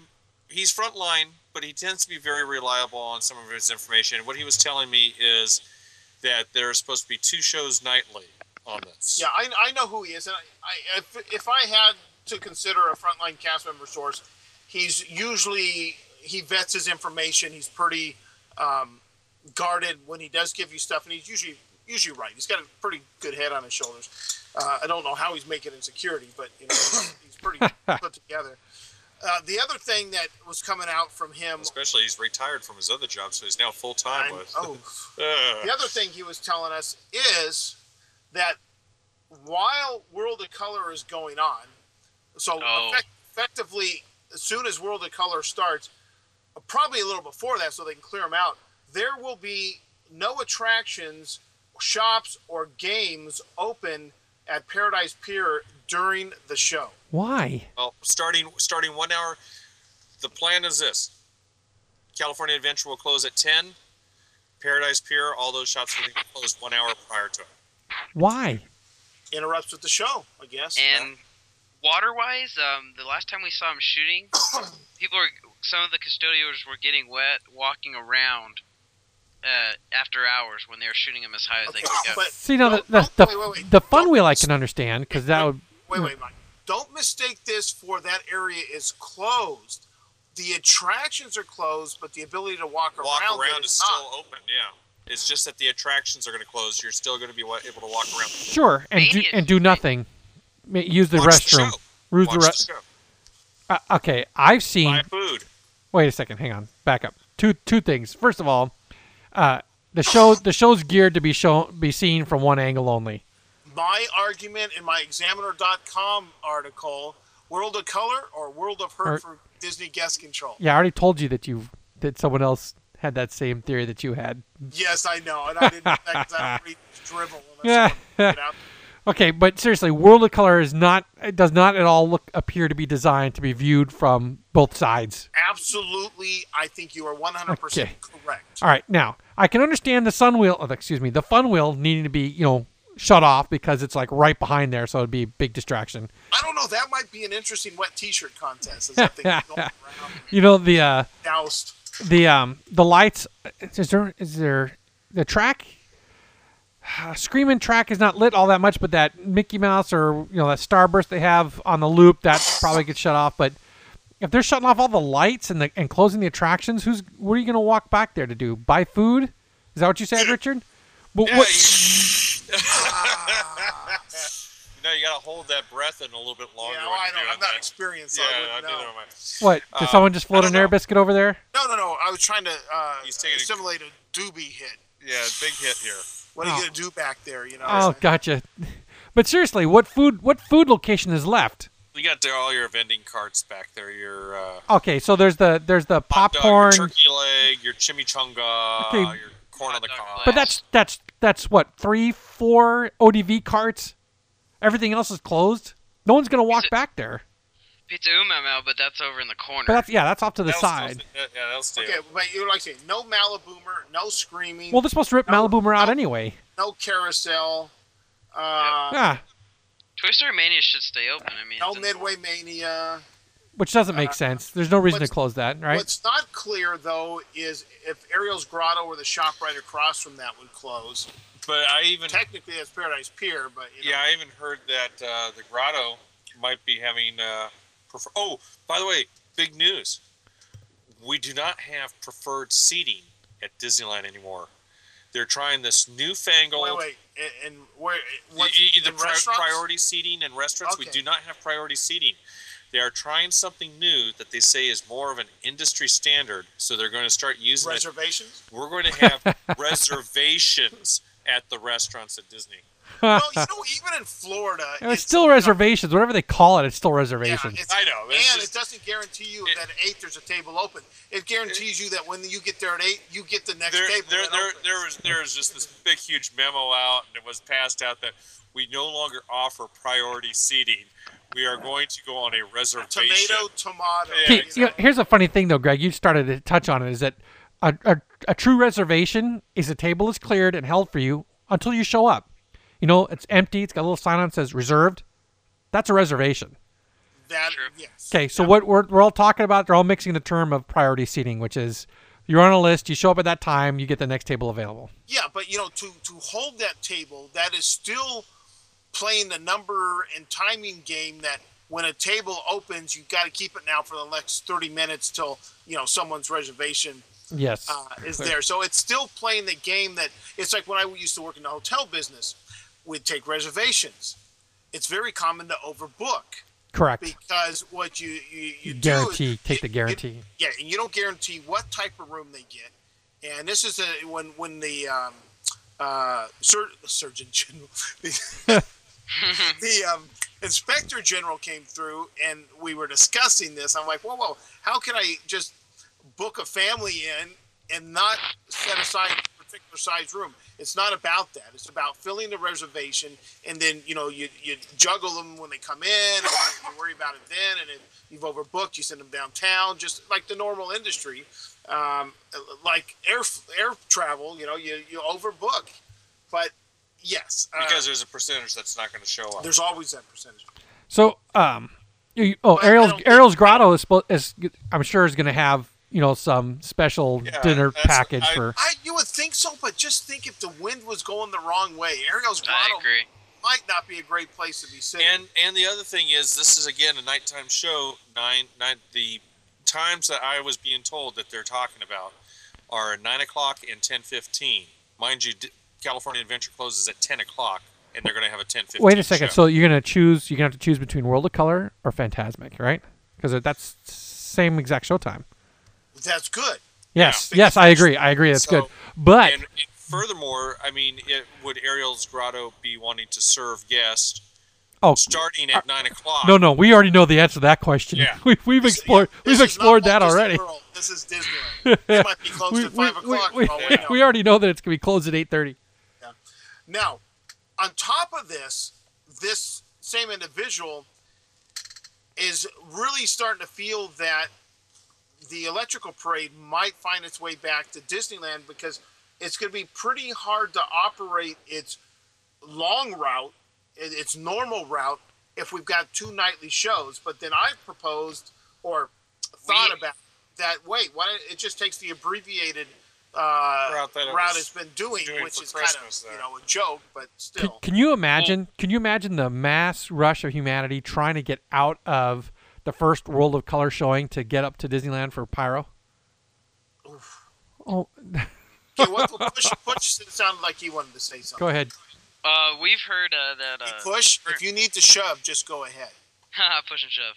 [SPEAKER 3] he's frontline, but he tends to be very reliable on some of his information. What he was telling me is that there are supposed to be two shows nightly on this.
[SPEAKER 2] Yeah, I, I know who he is, and I, I if, if I had to consider a frontline cast member source, he's usually he vets his information. He's pretty um, guarded when he does give you stuff, and he's usually usually right. He's got a pretty good head on his shoulders. Uh, I don't know how he's making in security, but you know he's, he's pretty put together. Uh, the other thing that was coming out from him,
[SPEAKER 3] Especially he's retired from his other job, so he's now full time
[SPEAKER 2] I'm-
[SPEAKER 3] with.
[SPEAKER 2] oh,
[SPEAKER 3] Ugh.
[SPEAKER 2] the other thing he was telling us is that while World of Color is going on, so
[SPEAKER 4] Oh.
[SPEAKER 2] effect- effectively, as soon as World of Color starts, uh, probably a little before that, so they can clear them out, there will be no attractions, shops, or games open at Paradise Pier during the show.
[SPEAKER 1] Why?
[SPEAKER 3] Well, starting starting one hour, the plan is this: California Adventure will close at ten. Paradise Pier, all those shops will be closed one hour prior to it.
[SPEAKER 1] Why?
[SPEAKER 2] Interrupts with the show, I guess.
[SPEAKER 4] And water wise, um, the last time we saw him shooting, people were some of the custodians were getting wet walking around uh, after hours when they were shooting him as high as they
[SPEAKER 2] Okay,
[SPEAKER 4] could go.
[SPEAKER 2] but
[SPEAKER 1] See now the
[SPEAKER 2] Don't-
[SPEAKER 1] the,
[SPEAKER 2] don't-
[SPEAKER 1] the,
[SPEAKER 2] wait, wait, wait.
[SPEAKER 1] the fun
[SPEAKER 2] Don't-
[SPEAKER 1] wheel I can understand because that would
[SPEAKER 2] Wait, wait, Mike. Don't mistake this for that area is closed. The attractions are closed, but the ability to walk,
[SPEAKER 3] Walk
[SPEAKER 2] around,
[SPEAKER 3] around,
[SPEAKER 2] it
[SPEAKER 3] is
[SPEAKER 2] not.
[SPEAKER 3] still open. Yeah, it's just that the attractions are going to close. You're still going to be wa- able to walk around.
[SPEAKER 1] sure and do,
[SPEAKER 4] Convenient.
[SPEAKER 1] and do nothing. Ma- Use the
[SPEAKER 3] Watch the
[SPEAKER 1] restroom.
[SPEAKER 3] show.
[SPEAKER 1] Use
[SPEAKER 3] Watch
[SPEAKER 1] the
[SPEAKER 3] the
[SPEAKER 1] re-
[SPEAKER 3] show.
[SPEAKER 1] uh, okay, I've seen
[SPEAKER 3] Buy food.
[SPEAKER 1] wait a second hang on back up two two things first of all uh, the show the show's geared to be shown be seen from one angle only
[SPEAKER 2] My argument in my examiner.com article World of Color or World of Hurt
[SPEAKER 1] Hurt.
[SPEAKER 2] for Disney Guest Control.
[SPEAKER 1] yeah i already told you that you that someone else had that same theory that you had
[SPEAKER 2] Yes, I know. And I didn't know that 'cause I don't read drivel. when I
[SPEAKER 1] Yeah.
[SPEAKER 2] saw it, you know?
[SPEAKER 1] okay but seriously world of color is not it does not at all look appear to be designed to be viewed from both sides
[SPEAKER 2] Absolutely, I think you are 100%
[SPEAKER 1] Okay.
[SPEAKER 2] correct.
[SPEAKER 1] All right, now I can understand the sun wheel. oh, Excuse me, the fun wheel needing to be you know shut off because it's like right behind there, so it'd be a big distraction.
[SPEAKER 2] I don't know. That might be an interesting wet t shirt contest. Is that thing going around
[SPEAKER 1] You know the uh,
[SPEAKER 2] doused?
[SPEAKER 1] the um the lights. Is there is there the track? Screaming track is not lit all that much, but that Mickey Mouse or you know that starburst they have on the loop that probably gets shut off. But if they're shutting off all the lights and the and closing the attractions, who's what are you going to walk back there to do? Buy food? Is that what you said, Richard? But
[SPEAKER 3] Yeah,
[SPEAKER 1] what?
[SPEAKER 3] you know, you got to hold that breath in a little bit longer.
[SPEAKER 2] Yeah, well,
[SPEAKER 3] when
[SPEAKER 2] I
[SPEAKER 3] you're
[SPEAKER 2] don't,
[SPEAKER 3] doing
[SPEAKER 2] I'm not
[SPEAKER 3] that.
[SPEAKER 2] experienced, so I
[SPEAKER 3] Yeah,
[SPEAKER 2] wouldn't
[SPEAKER 3] neither
[SPEAKER 2] know.
[SPEAKER 3] am I.
[SPEAKER 1] What? Did
[SPEAKER 3] Uh,
[SPEAKER 1] someone just float
[SPEAKER 3] I
[SPEAKER 1] an
[SPEAKER 3] don't
[SPEAKER 1] air
[SPEAKER 3] know.
[SPEAKER 1] biscuit over there?
[SPEAKER 2] No, no, no. I was trying to uh,
[SPEAKER 3] He's taking a-
[SPEAKER 2] assimilate a doobie hit.
[SPEAKER 3] Yeah, big hit here.
[SPEAKER 2] What are
[SPEAKER 1] Oh.
[SPEAKER 2] you gonna do back there? You know.
[SPEAKER 1] Oh, gotcha. But seriously, what food? What food location is left?
[SPEAKER 3] You got there, all your vending carts back there. Your uh,
[SPEAKER 1] Okay, so there's the there's the
[SPEAKER 3] hot dog,
[SPEAKER 1] popcorn,
[SPEAKER 3] your turkey leg, your chimichanga,
[SPEAKER 1] Okay.
[SPEAKER 3] your corn on the
[SPEAKER 4] Hot dog
[SPEAKER 3] cob.
[SPEAKER 1] but that's that's that's what three, four ODV carts. Everything else is closed. No one's gonna walk
[SPEAKER 4] it-
[SPEAKER 1] back there.
[SPEAKER 4] Pizza Umamel, but that's over in the corner.
[SPEAKER 1] But that's yeah, that's off to the
[SPEAKER 3] That'll
[SPEAKER 1] side.
[SPEAKER 3] Still, yeah, that'll stay.
[SPEAKER 2] okay, but you're like saying no Malaboomer, no screaming,
[SPEAKER 1] Well, they're supposed to rip
[SPEAKER 2] No,
[SPEAKER 1] Maliboomer out
[SPEAKER 2] no.
[SPEAKER 1] anyway.
[SPEAKER 2] no carousel, uh,
[SPEAKER 1] Yeah,
[SPEAKER 4] Twister Mania should stay open. I mean,
[SPEAKER 2] no
[SPEAKER 4] it's in-
[SPEAKER 2] Midway Mania.
[SPEAKER 1] which doesn't make sense. There's no reason to
[SPEAKER 2] what's-
[SPEAKER 1] close that, right?
[SPEAKER 2] What's not clear though is if Ariel's Grotto or the shop right across from that would close.
[SPEAKER 3] But I even
[SPEAKER 2] Technically, that's Paradise Pier, but you know,
[SPEAKER 3] yeah, I even heard that uh, the Grotto might be having. Uh, prefer- oh, by the way, big news. We do not have preferred seating at Disneyland anymore. They're trying this
[SPEAKER 2] wait,
[SPEAKER 3] newfangled.
[SPEAKER 2] wait, and, and where? What,
[SPEAKER 3] Y- y- the
[SPEAKER 2] in
[SPEAKER 3] pri-
[SPEAKER 2] restaurants?
[SPEAKER 3] priority seating and restaurants we
[SPEAKER 2] Okay.
[SPEAKER 3] do not have priority seating they are trying something new that they say is more of an industry standard so they're going to start using it
[SPEAKER 2] reservations.
[SPEAKER 3] we're going to have reservations at the restaurants at disney
[SPEAKER 2] well, you know, even in Florida,
[SPEAKER 1] And it's still reservations. Whatever they call it, it's still reservations.
[SPEAKER 2] Yeah, it's-
[SPEAKER 3] i know it's
[SPEAKER 2] And
[SPEAKER 3] just-
[SPEAKER 2] it doesn't guarantee you
[SPEAKER 3] it-
[SPEAKER 2] that at eight there's a table open. It guarantees you that when you get there at eight, you get the next
[SPEAKER 3] there,
[SPEAKER 2] table.
[SPEAKER 3] there,
[SPEAKER 2] that
[SPEAKER 3] there,
[SPEAKER 2] opens.
[SPEAKER 3] there was there was just this big huge memo out and it was passed out that we no longer offer priority seating we are going to go on a reservation
[SPEAKER 2] tomato, uh, tomato.
[SPEAKER 3] Yeah,
[SPEAKER 1] Okay,
[SPEAKER 2] you
[SPEAKER 1] you know,
[SPEAKER 2] know?
[SPEAKER 1] here's a funny thing though, Greg. You started to touch on it. Is that a, a, a true reservation is a table is cleared and held for you until you show up. You know, it's empty. It's got a little sign on that says reserved. That's a reservation.
[SPEAKER 2] That,
[SPEAKER 4] Sure.
[SPEAKER 2] yes.
[SPEAKER 1] Okay, so what we're, we're all talking about, they're all mixing the term of priority seating, which is you're on a list, you show up at that time, you get the next table available.
[SPEAKER 2] Yeah, but you know, to to hold that table, that is still playing the number and timing game that when a table opens, you've got to keep it now for the next 30 minutes till you know someone's reservation
[SPEAKER 1] Yes.
[SPEAKER 2] uh, is there. So it's still playing the game that it's like when I used to work in the hotel business, we'd take reservations. It's very common to overbook
[SPEAKER 1] Correct.
[SPEAKER 2] because what you you, you do
[SPEAKER 1] guarantee.
[SPEAKER 2] is-
[SPEAKER 1] take the
[SPEAKER 2] you-
[SPEAKER 1] guarantee.
[SPEAKER 2] yeah, and you don't guarantee what type of room they get. And this is a, when when the um, uh, sur- Surgeon General, the, the um, Inspector General came through, and we were discussing this. I'm like, whoa, whoa, how can I just book a family in and not set aside a particular size room? It's not about that. It's about filling the reservation, and then you know you you juggle them when they come in, and you worry about it then, and if you've overbooked, you send them downtown, just like the normal industry, um, like air air travel. You know, you you overbook, but yes, uh,
[SPEAKER 3] because there's a percentage that's not going to show up.
[SPEAKER 2] there's always that percentage.
[SPEAKER 1] So, um, you, oh,
[SPEAKER 2] Well, I
[SPEAKER 1] Ariel's
[SPEAKER 2] don't-
[SPEAKER 1] Ariel's Grotto is, spo- is I'm sure is going to have you know some special
[SPEAKER 3] Yeah,
[SPEAKER 1] dinner
[SPEAKER 3] that's-
[SPEAKER 1] package
[SPEAKER 3] I-
[SPEAKER 1] for.
[SPEAKER 2] I you would think so, but just think if the wind was going the wrong way, Ariel's
[SPEAKER 4] I
[SPEAKER 2] Grotto
[SPEAKER 4] agree.
[SPEAKER 2] might not be a great place to be sitting.
[SPEAKER 3] And and the other thing is, this is again a nighttime show. Nine nine the times that I was being told that they're talking about are nine o'clock and ten fifteen. Mind you, D- California Adventure closes at ten o'clock, and they're going to have a ten fifteen.
[SPEAKER 1] Wait a second.
[SPEAKER 3] show.
[SPEAKER 1] So you're going to choose you're going to have to choose between World of Color or Fantasmic, right? Because that's same exact showtime.
[SPEAKER 2] That's good.
[SPEAKER 1] Yes,
[SPEAKER 3] Yeah.
[SPEAKER 1] yes, I agree. I agree. That's
[SPEAKER 3] So-
[SPEAKER 1] good. But
[SPEAKER 3] and furthermore, I mean, it, would Ariel's Grotto be wanting to serve guests
[SPEAKER 1] oh
[SPEAKER 3] starting at nine o'clock?
[SPEAKER 1] no, no, we already know the answer to that question.
[SPEAKER 3] Yeah.
[SPEAKER 1] We, we've
[SPEAKER 2] This-
[SPEAKER 1] explored
[SPEAKER 2] yeah, this
[SPEAKER 1] we've
[SPEAKER 2] is not
[SPEAKER 1] explored
[SPEAKER 2] Walt
[SPEAKER 1] that
[SPEAKER 2] Disney
[SPEAKER 1] already.
[SPEAKER 2] World. This is Disneyland. It might be closed
[SPEAKER 1] We,
[SPEAKER 2] at
[SPEAKER 1] we-
[SPEAKER 2] five
[SPEAKER 1] we-
[SPEAKER 2] o'clock.
[SPEAKER 1] we-
[SPEAKER 2] for all we know.
[SPEAKER 1] we already know that it's going to be closed at eight thirty.
[SPEAKER 2] Now, on top of this, this same individual is really starting to feel that the electrical parade might find its way back to Disneyland because it's going to be pretty hard to operate its long route, i- its normal route, if we've got two nightly shows. But then I proposed or thought
[SPEAKER 4] We-
[SPEAKER 2] about that. Wait, why don't- it just takes the abbreviated uh,
[SPEAKER 3] Route that it
[SPEAKER 2] route
[SPEAKER 3] was-
[SPEAKER 2] it's been doing,
[SPEAKER 3] doing
[SPEAKER 2] which
[SPEAKER 3] for
[SPEAKER 2] is kind
[SPEAKER 3] Christmas
[SPEAKER 2] of
[SPEAKER 3] there.
[SPEAKER 2] you know a joke, but
[SPEAKER 1] Can,
[SPEAKER 2] still.
[SPEAKER 1] can you imagine? Can you imagine the mass rush of humanity trying to get out of the first World of Color showing to get up to Disneyland for Pyro? Oh,
[SPEAKER 2] Okay, what push? Push sounded like he wanted to say something.
[SPEAKER 1] go ahead.
[SPEAKER 4] Uh, we've heard uh, that
[SPEAKER 2] Hey,
[SPEAKER 4] uh,
[SPEAKER 2] push. If you need to shove, just go ahead.
[SPEAKER 4] Haha, push and shove.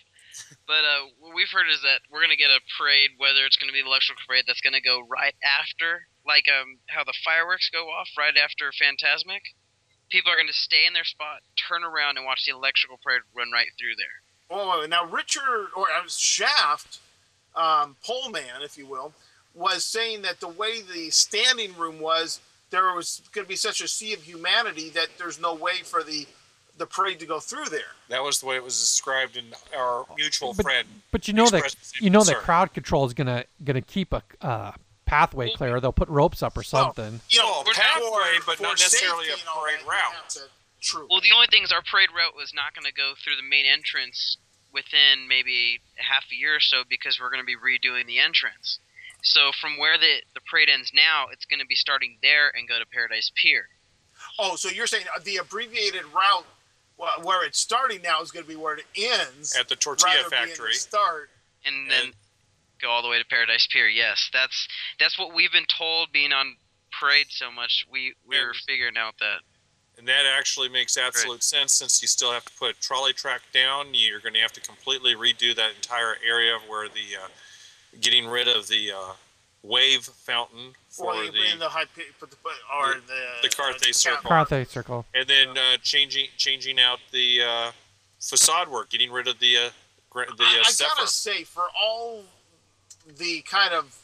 [SPEAKER 4] But uh, what we've heard is that we're gonna get a parade, whether it's gonna be the electrical parade that's gonna go right after, like um, how the fireworks go off right after Phantasmic. People are gonna stay in their spot, turn around, and watch the electrical parade run right through there.
[SPEAKER 2] Oh, now Richard or uh, Shaft, um, Poleman, if you will, was saying that the way the standing room was, there was going to be such a sea of humanity that there's no way for the the parade to go through there.
[SPEAKER 3] That was the way it was described in our mutual
[SPEAKER 1] But-
[SPEAKER 3] friend.
[SPEAKER 1] But you know that
[SPEAKER 3] Express the same
[SPEAKER 1] you know that
[SPEAKER 3] concern.
[SPEAKER 1] crowd control is gonna gonna keep a uh, pathway clear. or They'll put ropes up or something.
[SPEAKER 2] You know,
[SPEAKER 3] Oh, a pathway,
[SPEAKER 2] for-
[SPEAKER 3] but
[SPEAKER 2] for
[SPEAKER 3] not necessarily
[SPEAKER 2] safety
[SPEAKER 3] a
[SPEAKER 2] and all
[SPEAKER 3] parade
[SPEAKER 2] that,
[SPEAKER 3] route.
[SPEAKER 2] that's a- True.
[SPEAKER 4] Well, the only thing is our parade route was not gonna go through the main entrance within maybe a half a year or so because we're gonna be redoing the entrance. So from where the the parade ends now, it's gonna be starting there and go to Paradise Pier.
[SPEAKER 2] Oh, so you're saying uh, the abbreviated route wh- where it's starting now is going to be where it ends
[SPEAKER 3] At the tortilla
[SPEAKER 2] rather than the
[SPEAKER 3] factory.
[SPEAKER 2] start.
[SPEAKER 4] and then
[SPEAKER 3] And-
[SPEAKER 4] go all the way to Paradise Pier. Yes, that's that's what we've been told. Being on parade so much, we we're
[SPEAKER 3] And-
[SPEAKER 4] figuring out that
[SPEAKER 3] And that actually makes absolute sense since you still have to put trolley track down. You're going to have to completely redo that entire area where the uh, getting rid of the uh, wave fountain for
[SPEAKER 2] Or
[SPEAKER 3] the,
[SPEAKER 2] the, in the high pi- but the, but- or the
[SPEAKER 3] the Carthay
[SPEAKER 2] uh,
[SPEAKER 3] Circle.
[SPEAKER 2] Car-
[SPEAKER 1] Karate circle.
[SPEAKER 3] and then uh, changing changing out the uh, facade work, getting rid of the uh, gra- the
[SPEAKER 2] I,
[SPEAKER 3] uh,
[SPEAKER 2] I
[SPEAKER 3] zephyr.
[SPEAKER 2] gotta say, for all the kind of,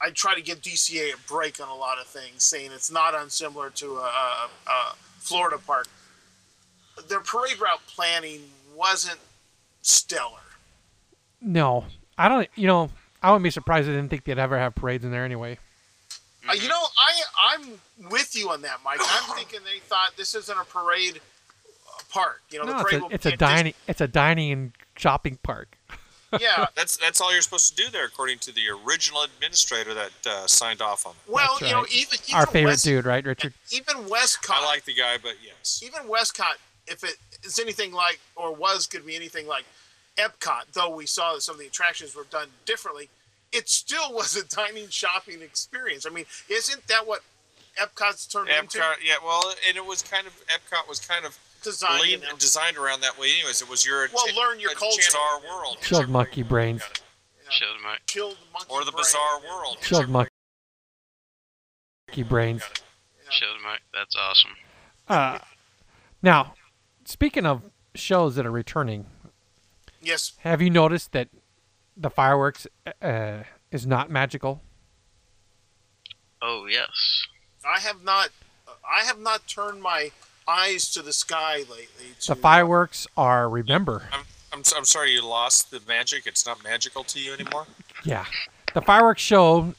[SPEAKER 2] I try to give DCA a break on a lot of things, saying it's not unsimilar to a, a, a Florida park. Their parade route planning wasn't stellar.
[SPEAKER 1] No, I don't. You know, I wouldn't be surprised. I didn't think they'd ever have parades in there anyway.
[SPEAKER 2] Uh, you know, I I'm with you on that, Mike. I'm thinking they thought this isn't a parade uh, park. You know,
[SPEAKER 1] No,
[SPEAKER 2] the
[SPEAKER 1] it's
[SPEAKER 2] parade
[SPEAKER 1] a,
[SPEAKER 2] will
[SPEAKER 1] it's
[SPEAKER 2] be
[SPEAKER 1] a
[SPEAKER 2] at Disney-
[SPEAKER 1] dining it's a dining and shopping park.
[SPEAKER 2] Yeah.
[SPEAKER 3] That's that's all you're supposed to do there, according to the original administrator that uh, signed off on it.
[SPEAKER 2] Well,
[SPEAKER 1] That's
[SPEAKER 2] you know,
[SPEAKER 1] right.
[SPEAKER 2] even, even
[SPEAKER 1] Our favorite
[SPEAKER 2] West,
[SPEAKER 1] dude, right, Richard?
[SPEAKER 2] even Westcott,
[SPEAKER 3] I like the guy, but yes,
[SPEAKER 2] even Westcott. If it is anything like, or was going to be anything like Epcot, though we saw that some of the attractions were done differently, it still was a dining shopping experience. I mean, isn't that what Epcot's turned into?
[SPEAKER 3] Epcot, yeah. Well, and it was kind of Epcot was kind of
[SPEAKER 2] Design, you
[SPEAKER 3] lean-
[SPEAKER 2] know?
[SPEAKER 3] designed around that way. Anyways, it was your
[SPEAKER 2] Well, learn your
[SPEAKER 3] a
[SPEAKER 2] culture.
[SPEAKER 3] Bizarre world
[SPEAKER 1] Shove monkey brains.
[SPEAKER 4] Showed my
[SPEAKER 2] Killed monkey
[SPEAKER 3] or the
[SPEAKER 2] brain.
[SPEAKER 3] bizarre world.
[SPEAKER 1] Shove monkey brains.
[SPEAKER 4] showed my. That's awesome.
[SPEAKER 1] Uh, now, speaking of shows that are returning,
[SPEAKER 2] Yes,
[SPEAKER 1] have you noticed that the fireworks uh, is not magical?
[SPEAKER 4] Oh yes.
[SPEAKER 2] I have not. I have not turned my eyes to the sky lately. To,
[SPEAKER 1] The fireworks are remember.
[SPEAKER 3] I'm, I'm, so- I'm sorry you lost the magic. It's not magical to you anymore.
[SPEAKER 1] Yeah, the fireworks show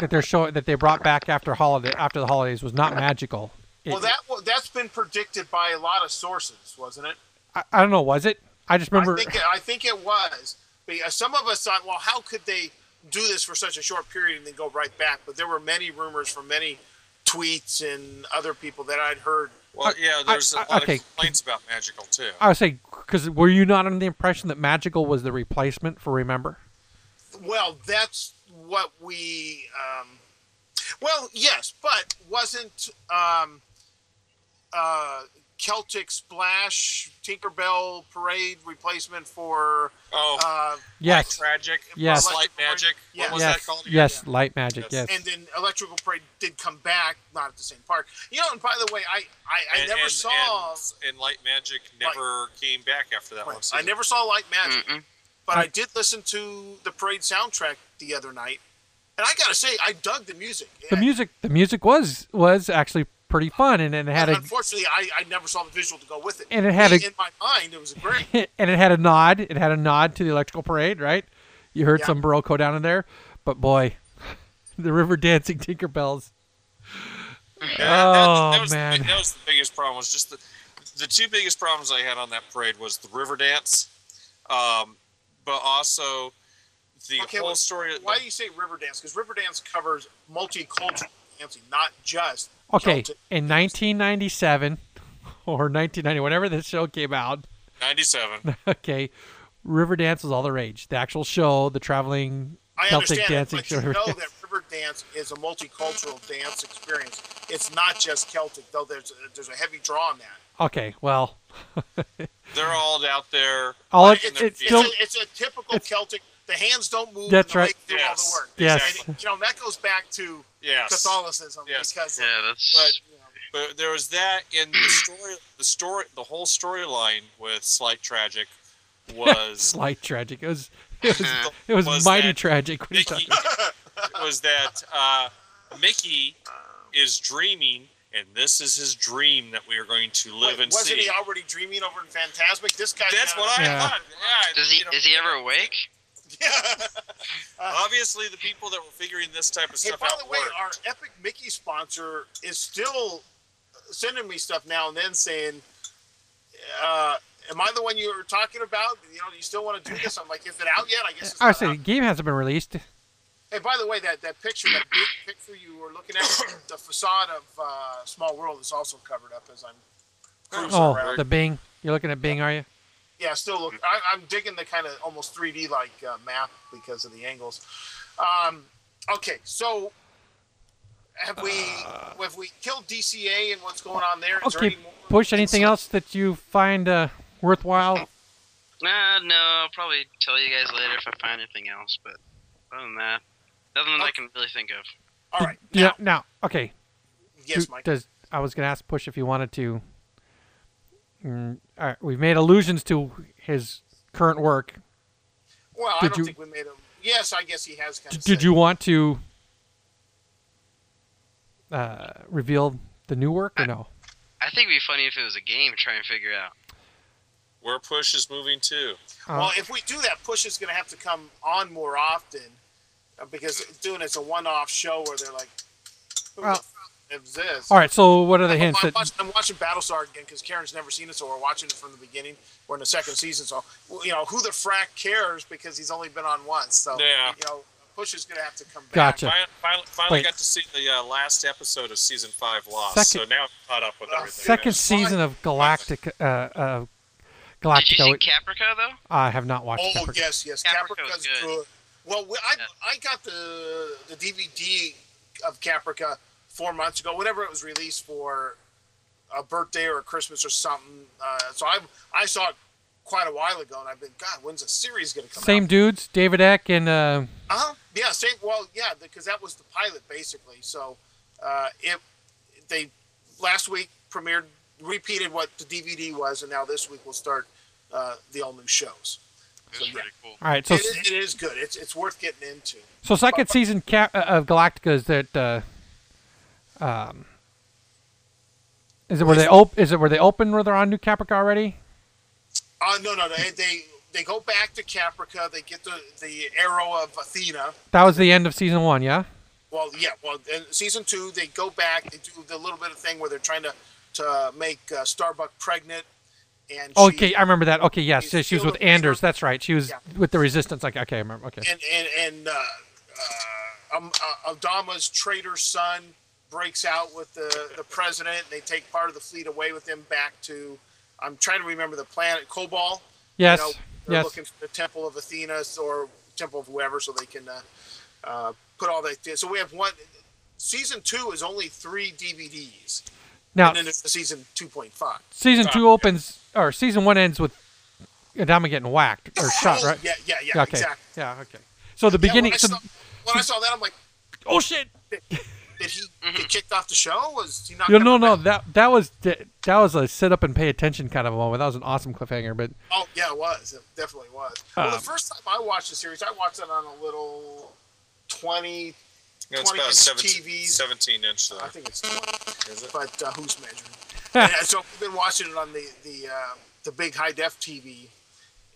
[SPEAKER 1] that they're showing that they brought back after holiday after the holidays was not magical. It-
[SPEAKER 2] Well, that wa- that's been predicted by a lot of sources, wasn't it?
[SPEAKER 1] I, I don't know. Was it? I just remember.
[SPEAKER 2] I think I think it was. Because some of us thought, well, how could they do this for such a short period and then go right back? But there were many rumors from many tweets and other people that I'd heard.
[SPEAKER 3] Well, yeah, there's a
[SPEAKER 1] I-
[SPEAKER 3] lot
[SPEAKER 1] okay.
[SPEAKER 3] of complaints about magical too.
[SPEAKER 1] I would say because were you not under the impression that magical was the replacement for remember?
[SPEAKER 2] Well, that's what we. Um, well, yes, but wasn't um, uh, Celtic Splash Tinkerbell Parade replacement for?
[SPEAKER 3] Oh,
[SPEAKER 2] Uh,
[SPEAKER 1] Yes.
[SPEAKER 3] tragic.
[SPEAKER 1] Yes.
[SPEAKER 3] Light magic.
[SPEAKER 2] Yeah.
[SPEAKER 3] What was
[SPEAKER 1] yes.
[SPEAKER 3] that called? again?
[SPEAKER 1] Yes. Light magic. Yes.
[SPEAKER 3] Yes.
[SPEAKER 2] and then Electrical Parade did come back, not at the same park. You know, and by the way, I I, I
[SPEAKER 3] And-
[SPEAKER 2] never
[SPEAKER 3] and-
[SPEAKER 2] saw
[SPEAKER 3] And, and light magic never came back after that one.
[SPEAKER 2] I
[SPEAKER 3] season.
[SPEAKER 2] never saw Light Magic,
[SPEAKER 4] Mm-mm.
[SPEAKER 2] but I did listen to the parade soundtrack the other night, and I gotta say, I dug the music.
[SPEAKER 1] The music. The music was was actually pretty fun, and, and it had
[SPEAKER 2] And
[SPEAKER 1] a
[SPEAKER 2] unfortunately, I, I never saw the visual to go with it.
[SPEAKER 1] And it had a-
[SPEAKER 2] in my mind, it was great.
[SPEAKER 1] and it had a nod. It had a nod to the electrical parade, right? You heard
[SPEAKER 2] Yeah.
[SPEAKER 1] some Barocco down in there, but boy, the river dancing Tinkerbells.
[SPEAKER 3] Yeah,
[SPEAKER 1] Oh,
[SPEAKER 3] was
[SPEAKER 1] man.
[SPEAKER 3] The, big- that was the biggest problem. Was just the the two biggest problems I had on that parade was the river dance, um, but also the
[SPEAKER 2] Okay,
[SPEAKER 3] whole
[SPEAKER 2] well,
[SPEAKER 3] story.
[SPEAKER 2] Why do you say Riverdance? Because Riverdance covers multicultural dancing, not just
[SPEAKER 1] Okay,
[SPEAKER 2] Celtic.
[SPEAKER 1] in 1997 or 1990, whenever this show came out,
[SPEAKER 3] Ninety-seven.
[SPEAKER 1] okay, Riverdance was all the rage. The actual show, the traveling
[SPEAKER 2] I
[SPEAKER 1] Celtic
[SPEAKER 2] understand,
[SPEAKER 1] dancing
[SPEAKER 2] it, but you
[SPEAKER 1] show.
[SPEAKER 2] know that Riverdance is a multicultural dance experience. It's not just Celtic, though. There's there's a heavy draw on that.
[SPEAKER 1] Okay, well,
[SPEAKER 3] They're all out there.
[SPEAKER 1] all it,
[SPEAKER 3] Like in
[SPEAKER 1] it's
[SPEAKER 3] the
[SPEAKER 1] it's
[SPEAKER 2] It's,
[SPEAKER 1] still
[SPEAKER 2] a, it's a typical Celtic. The hands don't move.
[SPEAKER 1] That's
[SPEAKER 2] the
[SPEAKER 1] right.
[SPEAKER 2] legs do
[SPEAKER 3] Yes.
[SPEAKER 2] all the work.
[SPEAKER 1] Yes.
[SPEAKER 3] Exactly.
[SPEAKER 2] And, you know that goes back to
[SPEAKER 3] Yes.
[SPEAKER 2] Catholicism
[SPEAKER 3] Yes.
[SPEAKER 2] because
[SPEAKER 4] Yeah, that's.
[SPEAKER 2] but, you know,
[SPEAKER 3] But there was that in the story. The story. The whole storyline with Slight Tragic was
[SPEAKER 1] slight tragic. It was it was,
[SPEAKER 4] Uh,
[SPEAKER 1] it was,
[SPEAKER 3] was
[SPEAKER 1] mighty
[SPEAKER 3] that
[SPEAKER 1] tragic. What are you
[SPEAKER 3] Mickey
[SPEAKER 1] talking
[SPEAKER 3] was that uh, Mickey is dreaming, and this is his dream that we are going to live
[SPEAKER 2] wait,
[SPEAKER 3] and
[SPEAKER 2] wasn't
[SPEAKER 3] see.
[SPEAKER 2] he already dreaming over in Fantasmic? This guy.
[SPEAKER 3] That's what I
[SPEAKER 1] Yeah.
[SPEAKER 3] thought. Yeah,
[SPEAKER 4] Does he
[SPEAKER 3] you know,
[SPEAKER 4] is he ever awake?
[SPEAKER 2] Yeah.
[SPEAKER 3] Obviously, the people that were figuring this type of
[SPEAKER 2] Hey,
[SPEAKER 3] stuff
[SPEAKER 2] by
[SPEAKER 3] out
[SPEAKER 2] the way,
[SPEAKER 3] were.
[SPEAKER 2] our Epic Mickey sponsor is still sending me stuff now and then saying, uh, Am I the one you were talking about? You know, do you still want to do this? I'm like, Is it out yet? I guess it's
[SPEAKER 1] I
[SPEAKER 2] not
[SPEAKER 1] say the
[SPEAKER 2] out.
[SPEAKER 1] game hasn't been released.
[SPEAKER 2] Hey, by the way, that, that picture, that big picture you were looking at, the facade of uh, Small World is also covered up as I'm cruising
[SPEAKER 1] Oh,
[SPEAKER 2] around.
[SPEAKER 1] the Bing. You're looking at Bing, are you?
[SPEAKER 2] Yeah, still look. I, I'm digging the kind of almost 3D like uh, map because of the angles. Um, okay, so have we have we killed DCA and what's going on there? Is
[SPEAKER 1] Okay,
[SPEAKER 2] there any more
[SPEAKER 1] push anything
[SPEAKER 2] insight?
[SPEAKER 1] else that you find uh, worthwhile.
[SPEAKER 4] Nah, Uh, no. I'll probably tell you guys later if I find anything else. But other than that, nothing that I can really think of.
[SPEAKER 2] All right.
[SPEAKER 1] Yeah.
[SPEAKER 2] Now,
[SPEAKER 1] Now, okay.
[SPEAKER 2] yes,
[SPEAKER 1] do-
[SPEAKER 2] Mike.
[SPEAKER 1] Does I was gonna ask Push if he wanted to. Mm, all right, we've made allusions to his current work.
[SPEAKER 2] Well, I
[SPEAKER 1] did
[SPEAKER 2] don't
[SPEAKER 1] you-
[SPEAKER 2] think we made him. Yes, I guess he has kind
[SPEAKER 1] D-
[SPEAKER 2] of.
[SPEAKER 1] did you want to uh, reveal the new work or no?
[SPEAKER 2] Ah.
[SPEAKER 4] I think it'd be funny if it was a game. Try and figure out.
[SPEAKER 3] Where push is moving to.
[SPEAKER 2] Well,
[SPEAKER 1] Uh,
[SPEAKER 2] if we do that, Push is going to have to come on more often uh, because doing it's a one-off show where they're like, "Who
[SPEAKER 1] Well-
[SPEAKER 2] the f- is this?"
[SPEAKER 1] all right. So what are the
[SPEAKER 2] I'm-
[SPEAKER 1] hints?
[SPEAKER 2] I'm,
[SPEAKER 1] That,
[SPEAKER 2] watching, I'm watching Battlestar again because Karen's never seen it, so we're watching it from the beginning. We're in the second season, so well, you know who the frack cares because he's only been on once. So
[SPEAKER 3] Yeah.
[SPEAKER 2] you know, Push is gonna have to come back.
[SPEAKER 1] Gotcha.
[SPEAKER 3] Finally, finally, finally
[SPEAKER 1] Wait.
[SPEAKER 3] got to see the uh, last episode of season five Lost,
[SPEAKER 1] Second-
[SPEAKER 3] so now I'm caught up with
[SPEAKER 2] Uh,
[SPEAKER 3] everything.
[SPEAKER 1] second
[SPEAKER 2] Fine.
[SPEAKER 1] season of Galactic uh, uh, Galactica.
[SPEAKER 4] Did you see Caprica though?
[SPEAKER 1] I have not watched.
[SPEAKER 2] Oh
[SPEAKER 1] Caprica.
[SPEAKER 2] yes, yes,
[SPEAKER 4] Caprica was
[SPEAKER 2] Caprica's
[SPEAKER 4] good.
[SPEAKER 2] good. Well, we, I
[SPEAKER 4] Yeah.
[SPEAKER 2] I got the the DVD of Caprica four months ago, whenever it was released for a birthday or Christmas or something. Uh, so I I saw it quite a while ago, and I've been God, when's the series gonna come
[SPEAKER 1] Same
[SPEAKER 2] out?
[SPEAKER 1] dudes, David Eck and uh,
[SPEAKER 2] Uh huh. Yeah. Same. Well, yeah, because that was the pilot basically. So uh, it they last week premiered repeated what the DVD was, and now this week we'll start uh, the all new shows.
[SPEAKER 3] It was
[SPEAKER 2] Yeah.
[SPEAKER 3] pretty cool.
[SPEAKER 1] all right. So
[SPEAKER 2] It, is- it is good. It's it's worth getting into.
[SPEAKER 1] so second season Cap- uh, of Galactica is that. Uh, um, is it where they op- Is it where they open where they're on New Caprica already?
[SPEAKER 2] Uh, no, no, they, they they go back to Caprica. They get the the arrow of Athena.
[SPEAKER 1] That was the end of season one, yeah.
[SPEAKER 2] Well, yeah, well, in season two they go back. They do the little bit of thing where they're trying to to make uh, Starbuck pregnant, and she-
[SPEAKER 1] Oh, Okay, I remember that. Okay, yes,
[SPEAKER 2] she's
[SPEAKER 1] she was
[SPEAKER 2] still
[SPEAKER 1] with
[SPEAKER 2] in the
[SPEAKER 1] Anders.
[SPEAKER 2] church.
[SPEAKER 1] That's right. She was
[SPEAKER 2] Yeah.
[SPEAKER 1] with the Resistance. Like, okay, I remember. Okay,
[SPEAKER 2] and and and uh, uh, um, uh, Adama's traitor son breaks out with the the president, and they take part of the fleet away with them back to. I'm trying to remember the planet Cobol.
[SPEAKER 1] yes,
[SPEAKER 2] you know, they're
[SPEAKER 1] yes.
[SPEAKER 2] looking for the temple of Athena or temple of whoever, so they can uh, uh, put all that. So we have one. Season two is only three DVDs,
[SPEAKER 1] now,
[SPEAKER 2] and then there's the season two point five.
[SPEAKER 1] season
[SPEAKER 3] uh,
[SPEAKER 1] two opens or season one ends with Adama getting whacked or shot, right?
[SPEAKER 2] Oh, Yeah, yeah, yeah,
[SPEAKER 1] okay.
[SPEAKER 2] exactly.
[SPEAKER 1] Yeah, okay. So the
[SPEAKER 2] Yeah,
[SPEAKER 1] beginning.
[SPEAKER 2] when, I
[SPEAKER 1] so,
[SPEAKER 2] saw, when I saw that, I'm like,
[SPEAKER 1] oh shit!
[SPEAKER 2] did he
[SPEAKER 3] Mm-hmm.
[SPEAKER 2] get kicked off the show? Was he not?
[SPEAKER 1] No, no,
[SPEAKER 2] coming
[SPEAKER 1] no.
[SPEAKER 2] back?
[SPEAKER 1] That that was that was a sit up and pay attention kind of a moment. That was an awesome cliffhanger. But
[SPEAKER 2] Oh yeah, it was. It definitely was. well, the
[SPEAKER 1] Um,
[SPEAKER 2] first time I watched the series, I watched it on a little twenty.
[SPEAKER 3] No, it's
[SPEAKER 2] 20
[SPEAKER 3] about
[SPEAKER 2] inch
[SPEAKER 3] 17,
[SPEAKER 2] TVs.
[SPEAKER 3] 17 inch though.
[SPEAKER 2] I think it's twenty.
[SPEAKER 3] Is it?
[SPEAKER 2] but uh, who's measuring? and, uh, so we've been watching it on the the uh, the big high def TV.